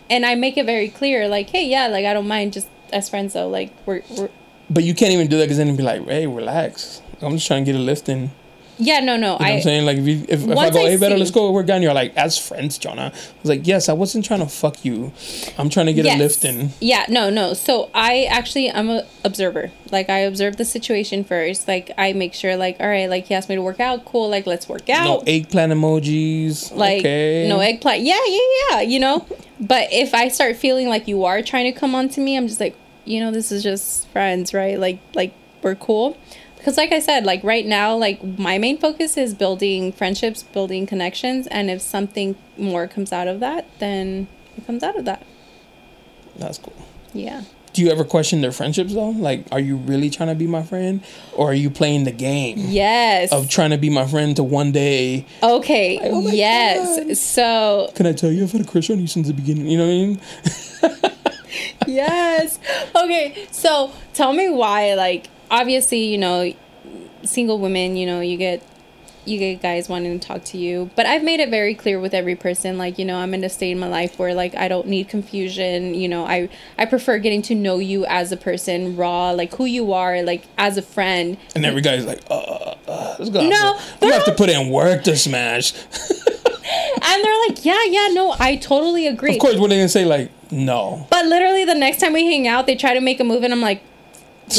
Speaker 2: and I make it very clear, like, hey, yeah, like I don't mind just as friends though. Like, we're, we're
Speaker 1: but you can't even do that because then it'd be like, hey, relax. I'm just trying to get a lift in.
Speaker 2: yeah, no, no,
Speaker 1: You know what I'm
Speaker 2: I.
Speaker 1: saying? Like, if, you, if, if I
Speaker 2: Once
Speaker 1: go,
Speaker 2: I
Speaker 1: hey, better,
Speaker 2: see-
Speaker 1: let's go, we're done. You're like, as friends, Jonah. I was like, yes, I wasn't trying to fuck you. I'm trying to get a lift in.
Speaker 2: Yeah, no, no. So I actually I'm a observer. Like I observe the situation first. Like I make sure like all right, like he asked me to work out, cool, like let's work out.
Speaker 1: No eggplant emojis.
Speaker 2: like
Speaker 1: okay.
Speaker 2: no eggplant. Yeah, yeah, yeah. You know, but if I start feeling like you are trying to come on to me, I'm just like, you know, this is just friends, right? Like, like we're cool. Because, like I said, like right now, like my main focus is building friendships, building connections, and if something more comes out of that, then it comes out of that.
Speaker 1: That's cool.
Speaker 2: Yeah.
Speaker 1: do you ever question their friendships though? Like, are you really trying to be my friend, or are you playing the game
Speaker 2: Yes.
Speaker 1: of trying to be my friend to one day?
Speaker 2: Okay.
Speaker 1: oh my
Speaker 2: yes.
Speaker 1: God.
Speaker 2: So
Speaker 1: Can I tell you I've had a crush on you since the beginning? You know what I mean?
Speaker 2: yes. Okay. So tell me why. Like, obviously, you know, single women. You know, you get you get guys wanting to talk to you. But I've made it very clear with every person. Like, you know, I'm in a state in my life where like I don't need confusion. You know, I I prefer getting to know you as a person, raw, like who you are, like as a friend.
Speaker 1: And every guy's like, uh, uh, uh, this guy,
Speaker 2: No,
Speaker 1: I'm gonna have to put in work to smash.
Speaker 2: And they're like, yeah, yeah, no, I totally agree.
Speaker 1: Of course, what are they gonna say? Like, no.
Speaker 2: But literally, the next time we hang out, they try to make a move, and I'm like,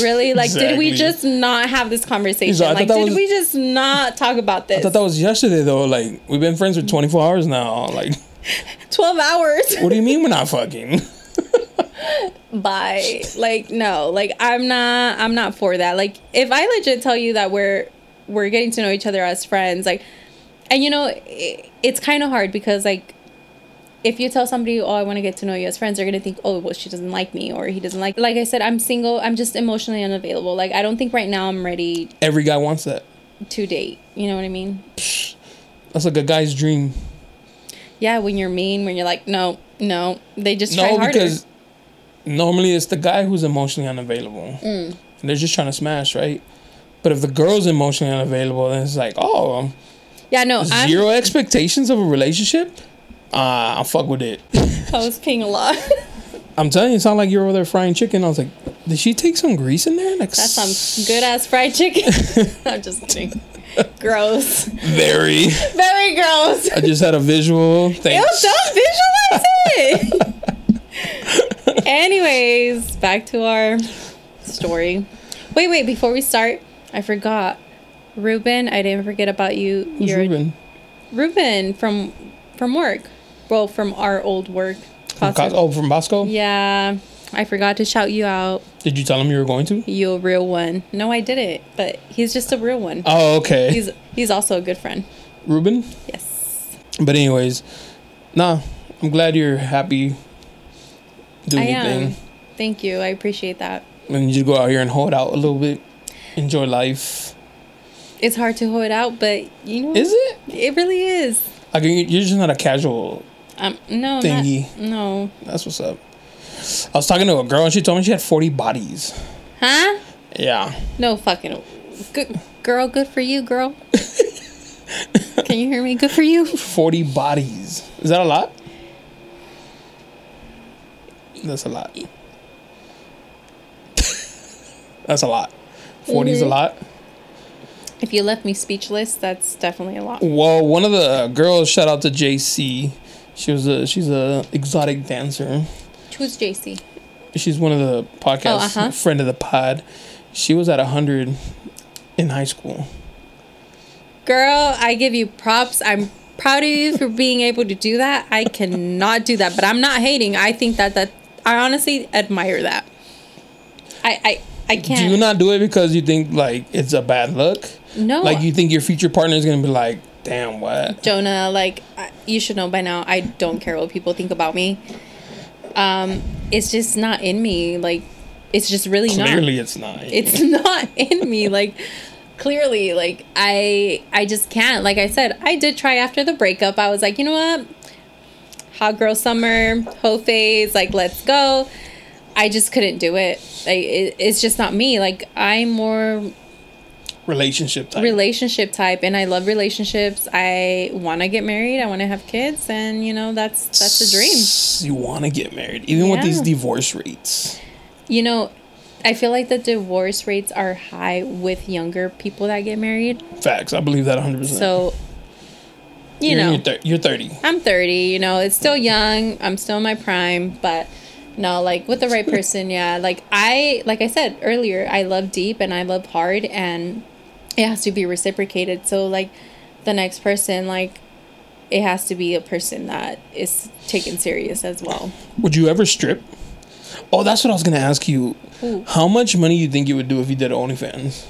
Speaker 2: really? Like, did we
Speaker 1: Exactly.
Speaker 2: just not have this conversation?
Speaker 1: He's like, I
Speaker 2: like,
Speaker 1: thought that
Speaker 2: did
Speaker 1: was-
Speaker 2: we just not talk about this?
Speaker 1: I thought that was yesterday though. Like, we've been friends for 24 hours now. Like,
Speaker 2: 12 hours.
Speaker 1: what do you mean we're not fucking?
Speaker 2: Bye. Like, no, like, I'm not, I'm not for that. Like, if I legit tell you that we're, we're getting to know each other as friends, like, and you know, it, it's kind of hard because, like, if you tell somebody, oh, I want to get to know you as friends, they're gonna think, oh, well, she doesn't like me or he doesn't like. Like I said, I'm single. I'm just emotionally unavailable. Like I don't think right now I'm ready
Speaker 1: Every guy wants that.
Speaker 2: to date. You know what I mean?
Speaker 1: That's like a guy's dream.
Speaker 2: Yeah, when you're mean, when you're like, no, no, they just try
Speaker 1: No,
Speaker 2: harder.
Speaker 1: because normally it's the guy who's emotionally unavailable.
Speaker 2: Mm.
Speaker 1: And they're just trying to smash, right? But if the girl's emotionally unavailable, then it's like, oh,
Speaker 2: yeah, no, I'm,
Speaker 1: zero expectations of a relationship? Uh, I'll fuck with it.
Speaker 2: I was peeing a lot.
Speaker 1: I'm telling you, it sounded like you were over there frying chicken. I was like, did she take some grease in there? Like,
Speaker 2: That's some good ass fried chicken. I'm just kidding. Gross.
Speaker 1: very.
Speaker 2: Very gross.
Speaker 1: I just had a visual.
Speaker 2: Ew,
Speaker 1: Thanks.
Speaker 2: don't visualize it. Anyways, back to our story. Wait, wait, before we start, I forgot. Ruben, I didn't forget about you.
Speaker 1: Who's
Speaker 2: You're-
Speaker 1: Ruben?
Speaker 2: Ruben from from work. Well, from our old work.
Speaker 1: From Cos-
Speaker 2: Costco.
Speaker 1: oh, from Bosco?
Speaker 2: Yeah, I forgot to shout you out.
Speaker 1: Did you tell him you were going to?
Speaker 2: You a real one. No, I didn't. But he's just a real one.
Speaker 1: Oh, okay.
Speaker 2: He's he's also a good friend.
Speaker 1: Ruben?
Speaker 2: Yes.
Speaker 1: But anyways, nah, I'm glad you're happy
Speaker 2: I
Speaker 1: doing your
Speaker 2: am.
Speaker 1: thing.
Speaker 2: Thank you. I appreciate that.
Speaker 1: And you just go out here and hold out a little bit. Enjoy life.
Speaker 2: It's hard to hold out, but you know
Speaker 1: Is it?
Speaker 2: It really is.
Speaker 1: Like you- you're just not a casual.
Speaker 2: Um no not-
Speaker 1: Thingy.
Speaker 2: no.
Speaker 1: That's what's up. I was talking to a girl and she told me she had 40 bodies.
Speaker 2: Huh?
Speaker 1: Yeah.
Speaker 2: No fucking good girl, good for you, girl. Can you hear me? Good for you.
Speaker 1: 40 bodies. Is that a lot? That's a lot. That's a lot. 40
Speaker 2: Mm-hmm.
Speaker 1: is a lot.
Speaker 2: If you left me speechless, that's definitely a lot.
Speaker 1: Well, one of the girls, shout out to JC. She was a she's a exotic dancer.
Speaker 2: Who's JC?
Speaker 1: She's one of the podcast
Speaker 2: Oh, uh-huh.
Speaker 1: friend of the pod. She was at hundred in high school.
Speaker 2: Girl, I give you props. I'm proud of you for being able to do that. I cannot do that, but I'm not hating. I think that that I honestly admire that. I I I can't.
Speaker 1: Do you not do it because you think like it's a bad look?
Speaker 2: No.
Speaker 1: Like you think your future partner is gonna be like, damn what?
Speaker 2: Jonah, like I- you should know by now, I don't care what people think about me. Um, it's just not in me. Like, it's just really not.
Speaker 1: Clearly it's not.
Speaker 2: it's not in me like clearly like i i just can't like i said i did try after the breakup i was like you know what hot girl summer hoe phase like let's go i just couldn't do it like it, it's just not me like i'm more
Speaker 1: relationship type.
Speaker 2: relationship type and i love relationships i want to get married i want to have kids and you know that's that's a
Speaker 1: You
Speaker 2: dream
Speaker 1: wanna get married. Even with
Speaker 2: Yeah.
Speaker 1: these divorce rates.
Speaker 2: you know i feel like the divorce rates are high with younger people that get married
Speaker 1: Facts. I believe that hundred percent.
Speaker 2: So, you
Speaker 1: you're,
Speaker 2: know,
Speaker 1: you're, thir- you're thirty.
Speaker 2: I'm 30, you know, it's still young. I'm still in my prime, but no, like with the right person, yeah. Like I, like I said earlier, I love deep and I love hard and it has to be reciprocated. So, like, the next person, like, it has to be a person that is taken serious as well.
Speaker 1: Would you ever strip? Oh, that's what I was gonna ask you. How much money you think you would do if you did OnlyFans?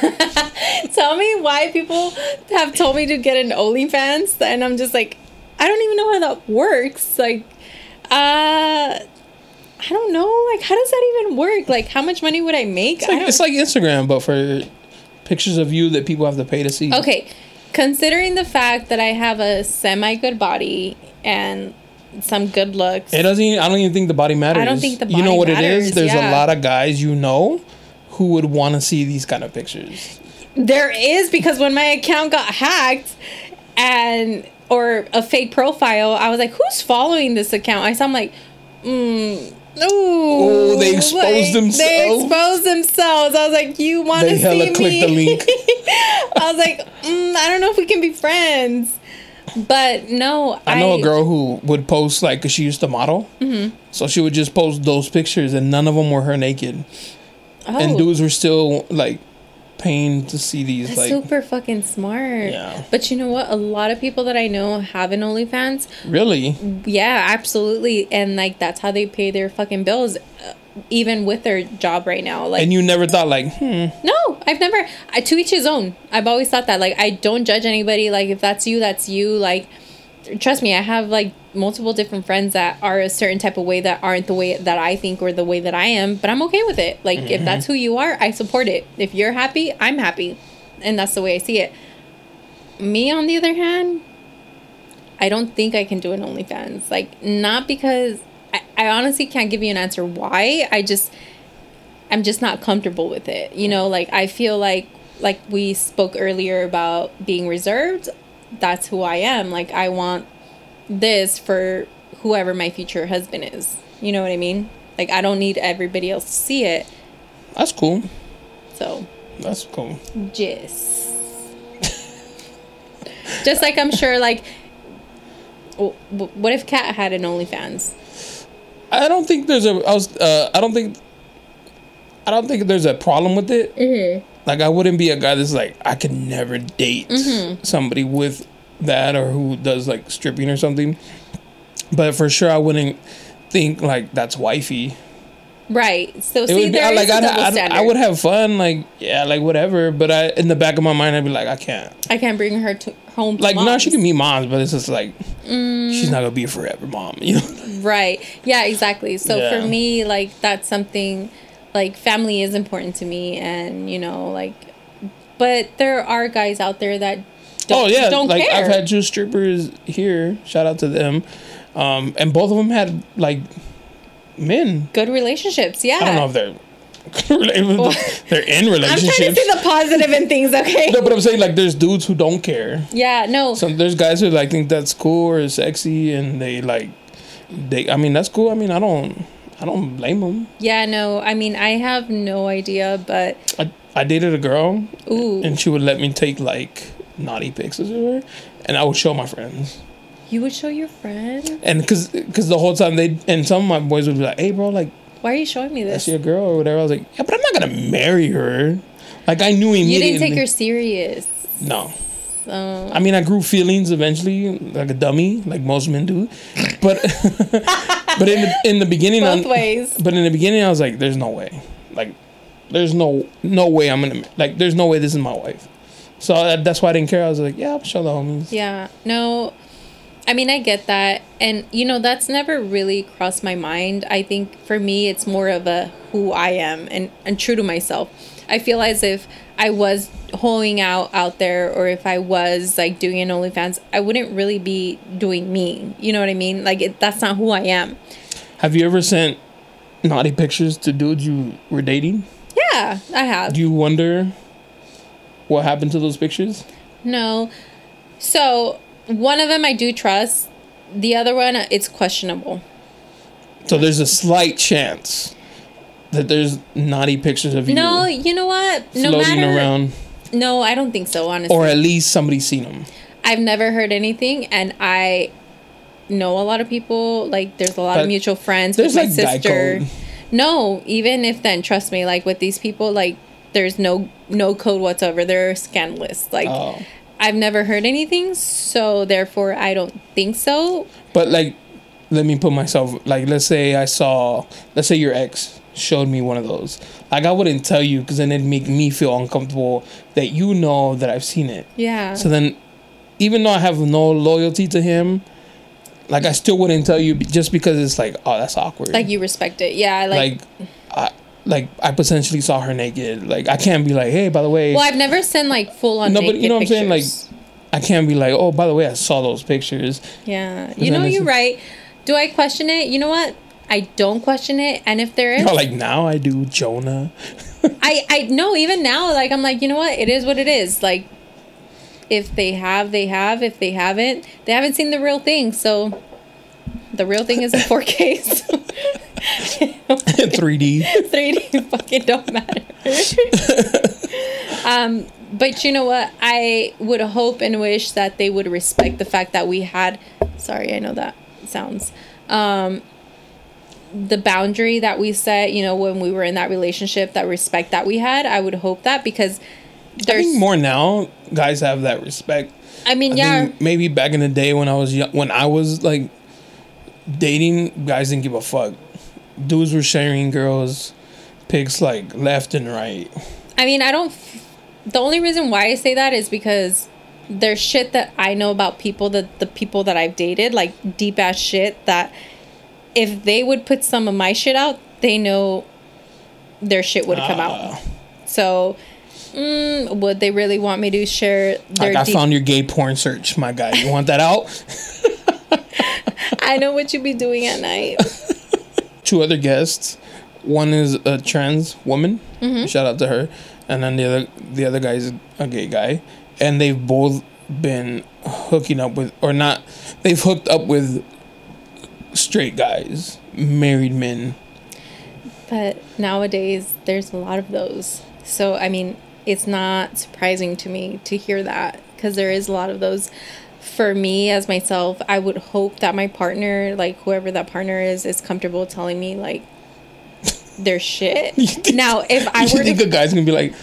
Speaker 2: Tell me why people have told me to get an OnlyFans, and I'm just like, I don't even know how that works. Like, uh, I I don't know. Like, how does that even work? Like, how much money would I make?
Speaker 1: It's like,
Speaker 2: I
Speaker 1: it's like Instagram, but for pictures of you that people have to pay to see.
Speaker 2: Okay, considering the fact that I have a semi good body and some good looks,
Speaker 1: It doesn't. Even, I don't even think the body matters.
Speaker 2: don't think the
Speaker 1: You know
Speaker 2: body
Speaker 1: what it
Speaker 2: matters,
Speaker 1: is? There's
Speaker 2: yeah.
Speaker 1: a lot of guys you know who would want to see these kind of pictures.
Speaker 2: there is because when my account got hacked and or a fake profile, I was like, who's following this account? I saw I'm like, mm, oh,
Speaker 1: they exposed
Speaker 2: They
Speaker 1: themselves.
Speaker 2: exposed themselves. I was like, you want to
Speaker 1: They
Speaker 2: see
Speaker 1: hella
Speaker 2: me?
Speaker 1: clicked the link.
Speaker 2: I was like, mm, I don't know if we can be friends. But no,
Speaker 1: I know a girl who would post like 'cause she used to model,
Speaker 2: Mm-hmm.
Speaker 1: so she would just post those pictures, and none of them were her naked, and
Speaker 2: Oh.
Speaker 1: dudes were still like paying to see these.
Speaker 2: That's
Speaker 1: like,
Speaker 2: super fucking smart.
Speaker 1: Yeah.
Speaker 2: But you know what? A lot of people that I know have an OnlyFans.
Speaker 1: really?
Speaker 2: mm-hmm. Yeah, absolutely. And like that's how they pay their fucking bills, uh, even with their job right now. Like,
Speaker 1: And you never thought like, hmm,
Speaker 2: no, I've never. I, to each his own. I've always thought that. Like, I don't judge anybody. Like, if that's you, that's you. Like, trust me, I have like multiple different friends that are a certain type of way that aren't the way that I think or the way that I am. But I'm okay with it. Like, if that's who you are, I support it. If you're happy, I'm happy, and that's the way I see it. Me, on the other hand, I don't think I can do an OnlyFans. Like, not because I, I honestly can't give you an answer why. I just I'm just not comfortable with it. You know, like I feel like like we spoke earlier about being reserved. That's who I am. Like I want this for whoever my future husband is. You know what I mean? Like I don't need everybody else to see it.
Speaker 1: that's cool,
Speaker 2: So
Speaker 1: that's cool.
Speaker 2: just just like I'm sure like w- w- what if Kat had an OnlyFans?
Speaker 1: I don't think there's a. I was. Uh, I don't think. I don't think there's a problem with it.
Speaker 2: Mm-hmm.
Speaker 1: Like I wouldn't be a guy that's like I could never date
Speaker 2: Mm-hmm.
Speaker 1: somebody with that or who does like stripping or something. But for sure, I wouldn't think like that's wifey.
Speaker 2: Right. So
Speaker 1: It
Speaker 2: see
Speaker 1: would be
Speaker 2: there
Speaker 1: I,
Speaker 2: is
Speaker 1: like
Speaker 2: a
Speaker 1: I'd,
Speaker 2: double
Speaker 1: I'd,
Speaker 2: standard.
Speaker 1: I would have fun, like yeah, like whatever. But I in the back of my mind, I'd be like, I can't.
Speaker 2: I can't bring her to home. to
Speaker 1: Like no, she
Speaker 2: moms.
Speaker 1: can meet moms, but it's just like she's not gonna be a forever mom. You know,
Speaker 2: Right. Yeah, exactly. So
Speaker 1: Yeah.
Speaker 2: for me, like that's something like family is important to me and you know, like but there are guys out there that
Speaker 1: oh
Speaker 2: don't,
Speaker 1: yeah,
Speaker 2: don't
Speaker 1: like
Speaker 2: care.
Speaker 1: I've had two strippers here. Shout out to them, um, and both of them had like men.
Speaker 2: good relationships, yeah.
Speaker 1: I don't know if they're related, but they're in
Speaker 2: I'm trying to
Speaker 1: relationships.
Speaker 2: see the positive in things, okay?
Speaker 1: No, but I'm saying like there's dudes who don't care.
Speaker 2: yeah, no.
Speaker 1: So there's guys who like think that's cool or sexy, and they like they. I mean that's cool. I mean I don't I don't blame them.
Speaker 2: yeah, no. I mean, I have no idea, but
Speaker 1: I, I dated a girl,
Speaker 2: Ooh.
Speaker 1: and she would let me take like naughty pictures of her, and I would show my friends.
Speaker 2: you would show your friend?
Speaker 1: And cause, cause the whole time they and some of my boys would be like, "Hey, bro, like
Speaker 2: Why are you showing me
Speaker 1: that's
Speaker 2: this?
Speaker 1: your girl or whatever." I was like, "Yeah, but I'm not gonna marry her." Like I knew immediately.
Speaker 2: You didn't take her serious. Oh,
Speaker 1: No,
Speaker 2: So
Speaker 1: I mean I grew feelings eventually, like a dummy, like most men do. But but in the, in the beginning,
Speaker 2: both
Speaker 1: I'm-
Speaker 2: ways.
Speaker 1: But in the beginning, I was like, "There's no way, like, there's no no way I'm gonna like, there's no way this is my wife." So that, that's why I didn't care. I was like, "Yeah, I'll show the homies."
Speaker 2: Yeah. No. I mean, I get that. And, you know, that's never really crossed my mind. I think for me, it's more of a who I am and, and true to myself. I feel as if I was hoeing out out there or if I was like doing an OnlyFans, I wouldn't really be doing me. You know what I mean? Like, it, that's not who I am.
Speaker 1: Have you ever sent naughty pictures to dudes you were dating?
Speaker 2: Yeah, I have.
Speaker 1: Do you wonder what happened to those pictures?
Speaker 2: No. So, one of them I do trust, the other one, it's questionable.
Speaker 1: So there's a slight chance that there's naughty pictures of you
Speaker 2: No, you know what? No
Speaker 1: floating
Speaker 2: matter.
Speaker 1: around,
Speaker 2: No, I don't think so, honestly.
Speaker 1: or at least somebody's seen them.
Speaker 2: I've never heard anything, and I know a lot of people. Like, there's a lot
Speaker 1: But
Speaker 2: of mutual friends.
Speaker 1: there's,
Speaker 2: with my
Speaker 1: like, guy
Speaker 2: sister.
Speaker 1: code.
Speaker 2: No, even if then, trust me. Like with these people, like there's no no code whatsoever. They're scandalous. Like
Speaker 1: Oh.
Speaker 2: I've never heard anything, so therefore I don't think so.
Speaker 1: But like, let me put myself like, let's say I saw, let's say your ex showed me one of those. Like, I wouldn't tell you because then it'd make me feel uncomfortable that you know that I've seen it.
Speaker 2: Yeah.
Speaker 1: So then, even though I have no loyalty to him, Like I still wouldn't tell you be- just because it's like, oh, that's awkward.
Speaker 2: Like you respect it. Yeah, like,
Speaker 1: like, I, like I potentially saw her naked. Like I can't be like, hey, by the way,
Speaker 2: well, I've never sent like full on.
Speaker 1: No, but you know what I'm saying, like-
Speaker 2: pictures.
Speaker 1: I can't be like, oh, by the way, I saw those pictures.
Speaker 2: yeah,
Speaker 1: then
Speaker 2: you know
Speaker 1: it's-
Speaker 2: you're right. Do I question it? You know what? I don't question it. And if there is,
Speaker 1: Or like now I do, Jonah.
Speaker 2: I I know even now, like I'm like you know what? It is what it is. Like if they have, they have. If they haven't, they haven't seen the real thing. So the real thing is in 4K.
Speaker 1: 3D.
Speaker 2: 3D fucking don't matter. um, but you know what? I would hope and wish that they would respect the fact that we had. Sorry, I know that sounds. Um, the boundary that we set, you know, when we were in that relationship, that respect that we had, I would hope that because
Speaker 1: I
Speaker 2: there's.
Speaker 1: think more now guys have that respect.
Speaker 2: I mean,
Speaker 1: I
Speaker 2: yeah.
Speaker 1: think maybe back in the day when I was young, when I was like dating, guys didn't give a fuck. Dudes were sharing girls pics like left and right.
Speaker 2: I mean, I don't. F- the only reason why I say that is because there's shit that I know about people that the people that I've dated, like deep ass shit that if they would put some of my shit out, they know their shit would come
Speaker 1: Ah.
Speaker 2: out. So, mm, would they really want me to share their?
Speaker 1: Like I
Speaker 2: deep-
Speaker 1: found your gay porn search, my guy. You want that out?
Speaker 2: I know what you be doing at night.
Speaker 1: Two other guests. One is a trans woman.
Speaker 2: Mm-hmm.
Speaker 1: Shout out to her. And then the other the other guy is a gay guy. And they've both been hooking up with or not they've hooked up with straight guys, married men.
Speaker 2: But nowadays, there's a lot of those. So, I mean, it's not surprising to me to hear that because there is a lot of those. For me, as myself, I would hope that my partner, like whoever that partner is, is comfortable telling me, like, their shit. now, if I
Speaker 1: You
Speaker 2: were
Speaker 1: think
Speaker 2: to.
Speaker 1: a guy's gonna be like,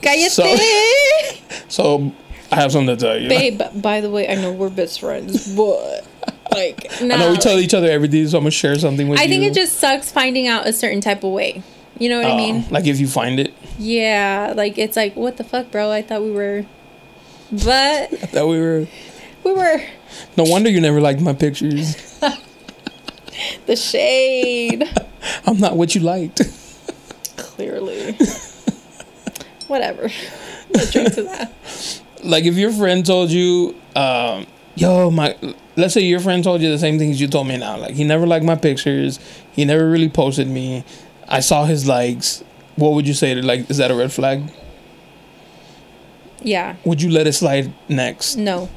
Speaker 2: Cállate!
Speaker 1: So- so I have something to tell you.
Speaker 2: Babe, by the way, I know we're best friends, but. Like,
Speaker 1: I
Speaker 2: nah,
Speaker 1: know we
Speaker 2: like-
Speaker 1: tell each other everything, so I'm gonna share something with
Speaker 2: I
Speaker 1: you.
Speaker 2: think it just sucks finding out a certain type of way. You know what I
Speaker 1: Uh,
Speaker 2: mean?
Speaker 1: like if you find it
Speaker 2: Yeah, like it's like what the fuck, bro? I thought we were, but
Speaker 1: that we were.
Speaker 2: we were
Speaker 1: No wonder you never liked my pictures.
Speaker 2: the shade.
Speaker 1: I'm not what you liked.
Speaker 2: Clearly, whatever. Let's drink to that.
Speaker 1: like if your friend told you, um, yo, my let's say your friend told you the same things you told me now. Like he never liked my pictures, he never really posted me. I saw his likes. What would you say to like is that a red flag?
Speaker 2: Yeah,
Speaker 1: Would you let it slide next?
Speaker 2: no.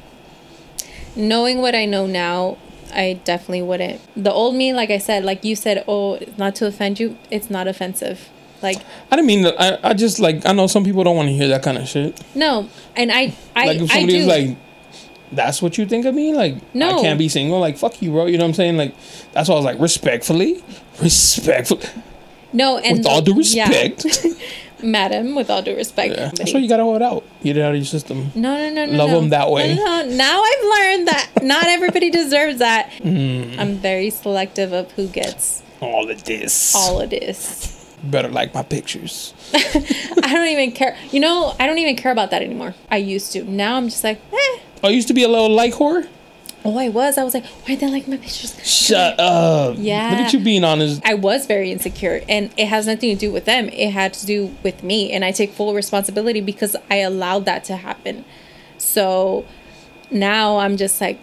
Speaker 2: Knowing what I know now, I definitely wouldn't. The old me, like I said, like you said, oh, not to offend you, it's not offensive. Like
Speaker 1: I didn't mean that I, I just like I know some people don't want to hear that kind of shit.
Speaker 2: no, and I, I,
Speaker 1: like if
Speaker 2: I
Speaker 1: somebody's
Speaker 2: do.
Speaker 1: like that's what you think of me like
Speaker 2: No.
Speaker 1: i can't be single like fuck you bro you know what i'm saying like that's why i was like respectfully respectfully
Speaker 2: no, and
Speaker 1: with all due
Speaker 2: yeah,
Speaker 1: respect
Speaker 2: madam, with all due respect.
Speaker 1: Yeah. that's
Speaker 2: buddy.
Speaker 1: why you gotta hold out get it out of your system
Speaker 2: No, no, no, no.
Speaker 1: Love
Speaker 2: no.
Speaker 1: 'em that
Speaker 2: No,
Speaker 1: way.
Speaker 2: No, no. Now I've learned that not everybody deserves that.
Speaker 1: Mm.
Speaker 2: I'm very selective of who gets
Speaker 1: all of this
Speaker 2: all of this.
Speaker 1: better like my pictures
Speaker 2: I don't even care. You know, I don't even care about that anymore. I used to. Now I'm just like, eh.
Speaker 1: i used to be a little like whore
Speaker 2: Oh, I was. I was like, why did they like my pictures?
Speaker 1: shut up
Speaker 2: Yeah.
Speaker 1: look at you being honest
Speaker 2: I was very insecure, and it has nothing to do with them. It had to do with me, and I take full responsibility because I allowed that to happen. So now I'm just like,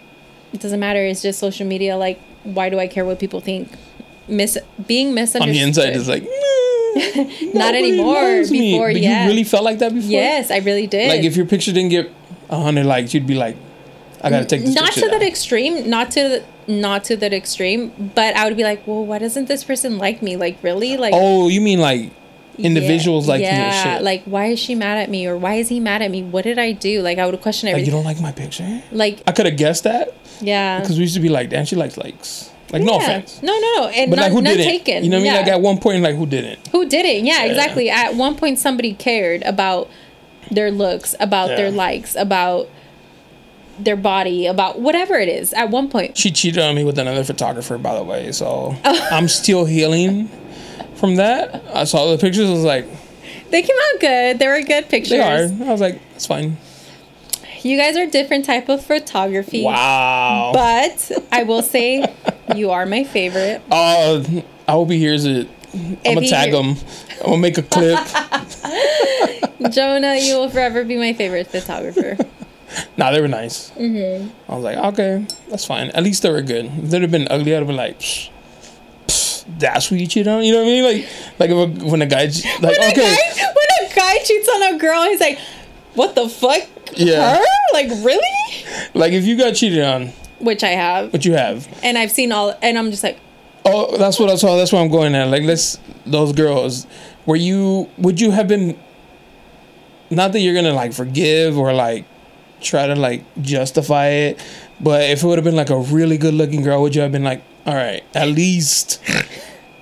Speaker 2: it doesn't matter. It's just social media. Like, why do I care what people think? Mis being
Speaker 1: on
Speaker 2: misunderstood.
Speaker 1: the inside it's like nah,
Speaker 2: Not
Speaker 1: nobody
Speaker 2: anymore.
Speaker 1: loves me.
Speaker 2: Before,
Speaker 1: but
Speaker 2: yeah.
Speaker 1: you really felt like that before
Speaker 2: yes, I really did.
Speaker 1: like if your picture didn't get 100 likes you'd be like i gotta take this
Speaker 2: not
Speaker 1: picture
Speaker 2: to that
Speaker 1: down.
Speaker 2: extreme, not to the, not to that extreme, but I would be like, well, why doesn't this person like me? Like, really? Like,
Speaker 1: Oh, you mean like individuals
Speaker 2: Yeah,
Speaker 1: like yeah,
Speaker 2: yeah,
Speaker 1: shit? Like,
Speaker 2: like why is she mad at me or why is he mad at me? What did I do? Like I would question
Speaker 1: you
Speaker 2: everything.
Speaker 1: don't like my picture?
Speaker 2: Like,
Speaker 1: I could have guessed that
Speaker 2: yeah,
Speaker 1: because we used to be like, damn, she likes likes. Like no
Speaker 2: Yeah.
Speaker 1: offense,
Speaker 2: no, no, no, and
Speaker 1: but
Speaker 2: not,
Speaker 1: like who
Speaker 2: not
Speaker 1: didn't?
Speaker 2: taken.
Speaker 1: You know what
Speaker 2: yeah.
Speaker 1: I mean? Like at one point, like who didn't?
Speaker 2: who didn't? Yeah, exactly. At one point, somebody cared about their looks, about their
Speaker 1: Yeah.
Speaker 2: likes, about their body, about whatever it is. At one point,
Speaker 1: She cheated on me with another photographer, by the way. So I'm still healing from that. I saw the pictures. I was like,
Speaker 2: they came out good. They were good pictures.
Speaker 1: they are. I was like, it's fine.
Speaker 2: You guys are different type of photography.
Speaker 1: Wow.
Speaker 2: But I will say you are my favorite.
Speaker 1: Uh, I hope he hears it. I'm
Speaker 2: If
Speaker 1: gonna
Speaker 2: he
Speaker 1: tag
Speaker 2: hear-
Speaker 1: him. I'm gonna make a clip.
Speaker 2: Jonah, you will forever be my favorite photographer.
Speaker 1: nah, they were nice. Mm-hmm. I was like, okay, that's fine. At least they were good. If they'd have been ugly, I'd have been like, psh, psh, that's what you cheat on. You know what I mean? Like, like if a, when a guy, che- like,
Speaker 2: When,
Speaker 1: okay,
Speaker 2: a guy, when a guy cheats on a girl, he's like, what the fuck?
Speaker 1: Yeah.
Speaker 2: Her? Like, really?
Speaker 1: like if you got cheated on,
Speaker 2: Which I have.
Speaker 1: what you have?
Speaker 2: And I've seen all, and I'm just like,
Speaker 1: Oh, that's what I saw. That's where I'm going at. Like, let's those girls. Were you? Would you have been? Not that you're gonna like forgive or like try to like justify it, but if it would have been like a really good looking girl, would you have been like, all right, at least,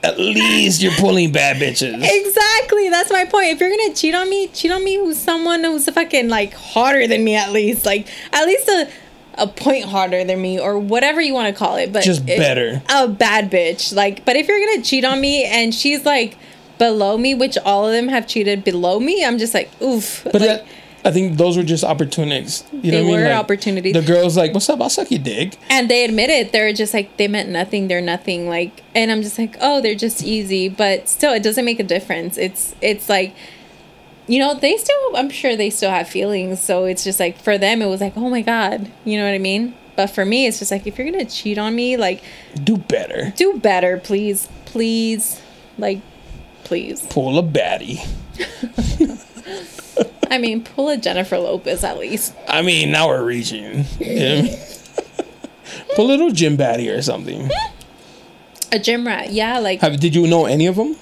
Speaker 1: at least you're pulling bad bitches.
Speaker 2: Exactly. That's my point. If you're gonna cheat on me, cheat on me who's someone who's fucking like hotter than me at least. Like at least a a point harder than me or whatever you want to call it. But
Speaker 1: Just
Speaker 2: it-
Speaker 1: better.
Speaker 2: A bad bitch. Like, but if you're gonna cheat on me and she's like below me, which all of them have cheated below me, I'm just like, oof.
Speaker 1: But
Speaker 2: like,
Speaker 1: that, I think those were just opportunities. You know what
Speaker 2: They
Speaker 1: I mean?
Speaker 2: were
Speaker 1: Like,
Speaker 2: opportunities.
Speaker 1: The girls like, what's up? I'll suck your dick.
Speaker 2: and they admit it they're just like they meant nothing they're nothing like and i'm just like oh they're just easy but still it doesn't make a difference it's it's like you know they still i'm sure they still have feelings so it's just like for them it was like oh my god you know what i mean but for me it's just like if you're gonna cheat on me like
Speaker 1: Do better.
Speaker 2: do better please please like please
Speaker 1: Pull a baddie.
Speaker 2: i mean pull a jennifer lopez at least
Speaker 1: I mean, now we're reaching. You know what I mean? Put a little gym batty or something.
Speaker 2: a gym rat yeah like
Speaker 1: Have, did you know any of them?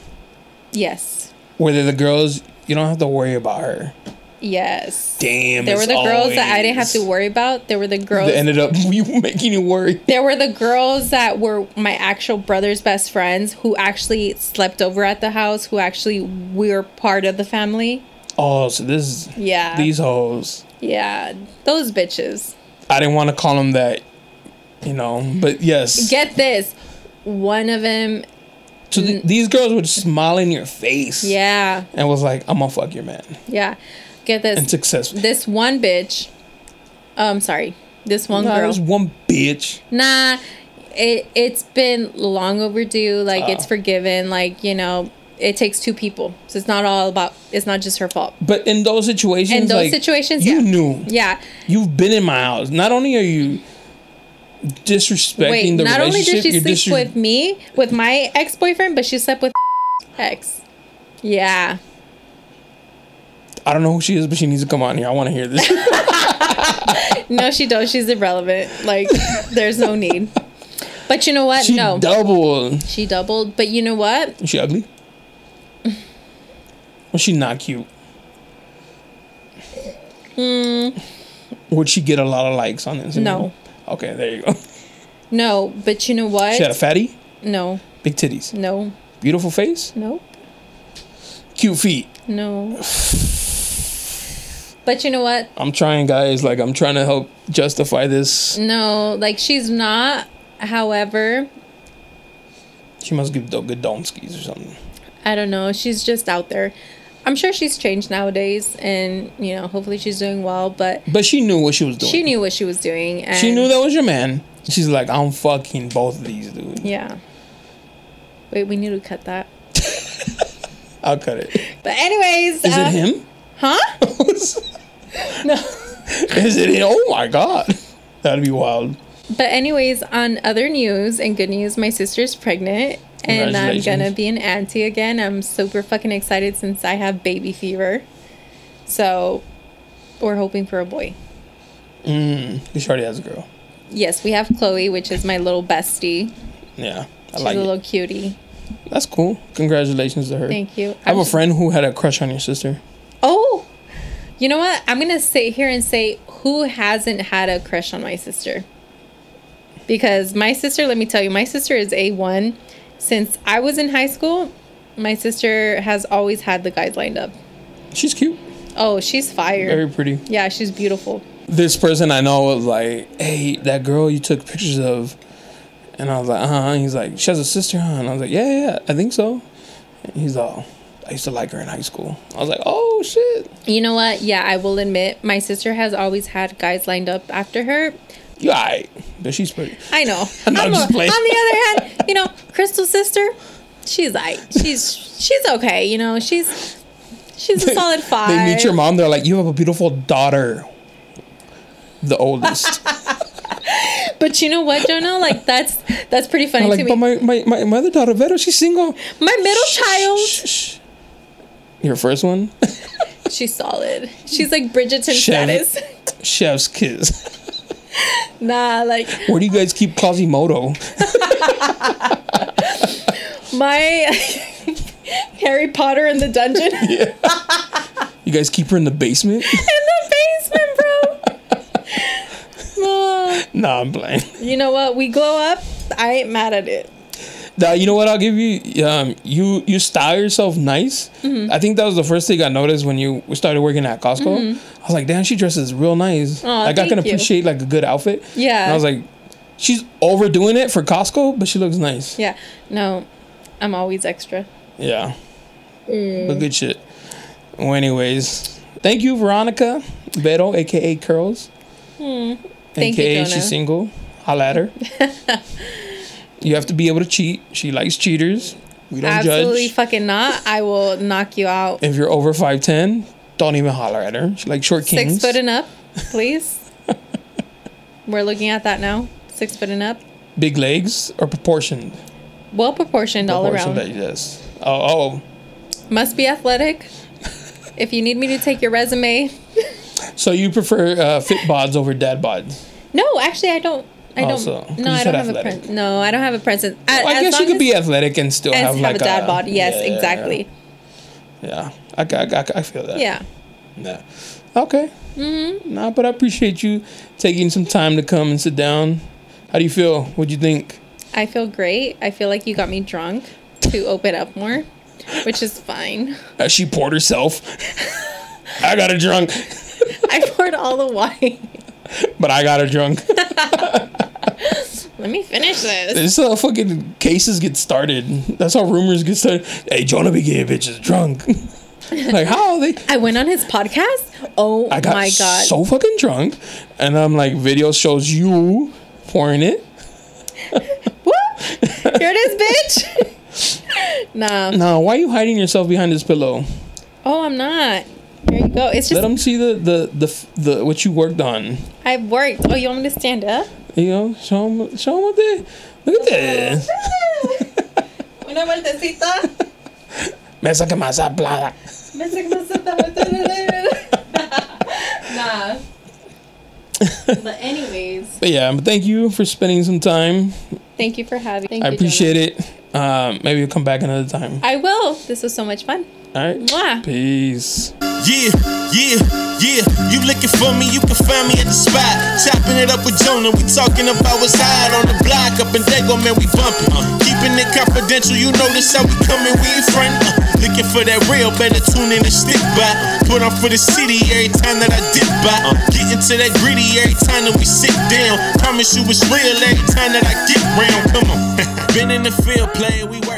Speaker 2: yes
Speaker 1: Were they the girls? You don't have to worry about her.
Speaker 2: yes
Speaker 1: Damn.
Speaker 2: there were
Speaker 1: it's
Speaker 2: the girls that i didn't have to
Speaker 1: always-
Speaker 2: worry about there were the girls
Speaker 1: That ended up you making you worry.
Speaker 2: there were the girls that were my actual brother's best friends who actually slept over at the house who actually were part of the family
Speaker 1: Oh, so this is
Speaker 2: yeah
Speaker 1: these hoes.
Speaker 2: yeah those bitches
Speaker 1: I didn't want to call them that, you know. But yes,
Speaker 2: get this one of them
Speaker 1: so th- these girls would smile in your face.
Speaker 2: yeah
Speaker 1: and was like, "I'm gonna fuck your man,"
Speaker 2: yeah get
Speaker 1: and
Speaker 2: this
Speaker 1: successful.
Speaker 2: this one bitch um sorry this one
Speaker 1: Nah,
Speaker 2: girl
Speaker 1: there's one bitch.
Speaker 2: nah it, it's been long overdue like
Speaker 1: Oh.
Speaker 2: it's forgiven like you know it takes two people so it's not all about it's not just her fault
Speaker 1: But in those situations,
Speaker 2: in
Speaker 1: like,
Speaker 2: those situations
Speaker 1: you
Speaker 2: yeah.
Speaker 1: knew.
Speaker 2: yeah
Speaker 1: You've been in my house. Not only are you disrespecting
Speaker 2: Wait,
Speaker 1: the
Speaker 2: not only
Speaker 1: relationship,
Speaker 2: did she
Speaker 1: you're disre-
Speaker 2: sleep with me, with my ex boyfriend, but she slept with ex. Yeah.
Speaker 1: I don't know who she is, but she needs to come on here. I want to hear this.
Speaker 2: No, she does. She's irrelevant. Like, there's no need. But you know what?
Speaker 1: she
Speaker 2: no,
Speaker 1: doubled.
Speaker 2: she doubled. But you know what?
Speaker 1: Is she ugly? Was she not cute? Would she get a lot of likes on Instagram?
Speaker 2: Hmm. No.
Speaker 1: Okay, there you go.
Speaker 2: No, but you know what?
Speaker 1: She had a fatty,
Speaker 2: no,
Speaker 1: big titties,
Speaker 2: no,
Speaker 1: beautiful face,
Speaker 2: nope,
Speaker 1: cute feet.
Speaker 2: no. But you know what?
Speaker 1: I'm trying, guys. Like I'm trying to help justify this.
Speaker 2: No, like she's not. However,
Speaker 1: She must give do- good donskis or something.
Speaker 2: I don't know. She's just out there. I'm sure she's changed nowadays, and you know, hopefully she's doing well. But
Speaker 1: But she knew what she was doing.
Speaker 2: she knew what she was doing. And
Speaker 1: She knew that was your man. She's like, I'm fucking both of these dudes.
Speaker 2: Yeah. Wait, we need to cut that.
Speaker 1: I'll cut it. Is
Speaker 2: But anyways, uh,
Speaker 1: it him?
Speaker 2: Huh? No.
Speaker 1: Is it him? Oh my god, that'd be wild.
Speaker 2: But anyways, on other news and good news, my sister's pregnant. And I'm
Speaker 1: Congratulations.
Speaker 2: gonna be an auntie again. I'm super fucking excited since I have baby fever. So we're hoping for a boy.
Speaker 1: She already has a girl.
Speaker 2: Yes, we have Chloe, which is my little bestie. She's
Speaker 1: Yeah, I
Speaker 2: a
Speaker 1: like
Speaker 2: little
Speaker 1: it.
Speaker 2: cutie.
Speaker 1: That's cool. Congratulations to her.
Speaker 2: Thank you.
Speaker 1: I have a
Speaker 2: I'm-
Speaker 1: friend who had a crush on your sister.
Speaker 2: Oh, you know what? I'm gonna sit here and say who hasn't had a crush on my sister? Because my sister, let me tell you, my sister is a one. Since I was in high school, my sister has always had the guys lined up.
Speaker 1: She's cute,
Speaker 2: Oh, she's fire.
Speaker 1: very pretty.
Speaker 2: yeah, she's beautiful.
Speaker 1: This person I know was like, "Hey, that girl you took pictures of," and I was like, "Uh huh." And He's like, "She has a sister, huh?" And I was like, "Yeah, yeah, I think so." And he's all, "I used to like her in high school." I was like, "Oh Oh shit!
Speaker 2: You know what? Yeah, I will admit, my sister has always had guys lined up after her.
Speaker 1: You alright? But she's pretty.
Speaker 2: I know.
Speaker 1: No, I'm
Speaker 2: on,
Speaker 1: just
Speaker 2: the-
Speaker 1: playing.
Speaker 2: on the other hand, you know, Crystal's sister, she's like, she's she's okay. You know, she's she's a solid five.
Speaker 1: They meet your mom. They're like, you have a beautiful daughter. The oldest.
Speaker 2: But you know what, Jonah? Like that's that's pretty funny
Speaker 1: I'm
Speaker 2: to
Speaker 1: like,
Speaker 2: me.
Speaker 1: but my, my, my, my other daughter, Vero, she's single.
Speaker 2: my middle child.
Speaker 1: Shh, shh. Your first one?
Speaker 2: She's solid. She's like Bridgerton
Speaker 1: Shut it.
Speaker 2: status.
Speaker 1: Chef's kiss.
Speaker 2: Nah, like
Speaker 1: Where do you guys keep Quasimodo?
Speaker 2: my Harry Potter in the dungeon in
Speaker 1: You guys keep her in the basement?
Speaker 2: the basement, bro. Oh,
Speaker 1: nah, I'm playing.
Speaker 2: you know what? We glow up. I ain't mad at it.
Speaker 1: Nah, you know what? I'll give you. Um, you you style yourself nice.
Speaker 2: Mm-hmm.
Speaker 1: I think that was the first thing I noticed when you we started working at Costco. I was like, damn, she dresses real nice.
Speaker 2: Mm-hmm. Aw,
Speaker 1: like I can
Speaker 2: thank you.
Speaker 1: appreciate like a good outfit.
Speaker 2: Yeah.
Speaker 1: And I was like, she's overdoing it for Costco, but she looks nice.
Speaker 2: Yeah. No, I'm always extra.
Speaker 1: Yeah.
Speaker 2: Mm.
Speaker 1: But good shit. Well, anyways, thank you, Veronica Vero, aka Curls.
Speaker 2: Hmm. Thank you,
Speaker 1: aka
Speaker 2: Jonah.
Speaker 1: she's single. Holla at her. you have to be able to cheat. She likes cheaters. We don't
Speaker 2: Absolutely
Speaker 1: judge.
Speaker 2: fucking not. I will knock you out.
Speaker 1: if you're over five ten, don't even holler at her. She like short kings.
Speaker 2: Six foot and up, please. We're looking at that now. Six foot and up.
Speaker 1: big legs or proportioned.
Speaker 2: Well proportioned all
Speaker 1: Proportioned,
Speaker 2: around.
Speaker 1: that- Yes. Oh, oh.
Speaker 2: Must be athletic. if you need me to take your resume.
Speaker 1: So you prefer uh, fit bods over dad bods?
Speaker 2: No, actually, I don't. I don't.
Speaker 1: Also, Oh, 'cause you
Speaker 2: no, I
Speaker 1: said
Speaker 2: don't have a
Speaker 1: athletic.
Speaker 2: pres No, I don't have a presence. I,
Speaker 1: I guess you could be athletic and still
Speaker 2: and
Speaker 1: have
Speaker 2: have
Speaker 1: like
Speaker 2: a dad bod. Yes,
Speaker 1: yeah,
Speaker 2: exactly.
Speaker 1: Yeah, I, I, I, I feel that.
Speaker 2: Yeah.
Speaker 1: Yeah. Okay. Mm-hmm. Nah, but I appreciate you taking some time to come and sit down. How do you feel? What do you think?
Speaker 2: I feel great. I feel like you got me drunk to open up more, which is fine.
Speaker 1: Uh, she poured herself. I got her drunk,
Speaker 2: I poured all the wine.
Speaker 1: but I got her drunk.
Speaker 2: Let me finish this.
Speaker 1: This is how fucking cases get started. That's how rumors get started. Hey, Jonah be getting bitches drunk. like how they?
Speaker 2: I went on his podcast. Oh
Speaker 1: I got
Speaker 2: my god.
Speaker 1: so fucking drunk, and I'm like, video shows you pouring it.
Speaker 2: Woo! Here it is, bitch. nah.
Speaker 1: Nah, why you hiding yourself behind this pillow?
Speaker 2: Oh, I'm not. There you go. It's
Speaker 1: Let
Speaker 2: just
Speaker 1: them see the the the f- the what you worked on.
Speaker 2: I've worked. Oh, you want me to stand up?
Speaker 1: You know, show them, show 'em what they. Look at this.
Speaker 2: Una vueltecita.
Speaker 1: Me saca más a blah.
Speaker 2: nah. But anyways,
Speaker 1: But yeah, but thank you for spending some time.
Speaker 2: thank you for having. Thank
Speaker 1: I
Speaker 2: you,
Speaker 1: appreciate it. Um, maybe you'll come back another time.
Speaker 2: Jonah. I will. This was so much fun.
Speaker 1: All right.
Speaker 2: Mwah.
Speaker 1: Peace.
Speaker 6: Yeah, yeah, yeah. You looking for me, you can find me at the spot. Chopping it up with Jonah, we talking about what's hot on the block. Up in Dago, man, we bumping. keeping it confidential, you know this how we coming, we ain't frontin'. Uh, looking for that real, better tune in and stick by. Put on for the city every time that I dip by. Uh, getting to that gritty every time that we sit down. Promise you it's real every time that I get round. Come on. Been in the field playing, we watch.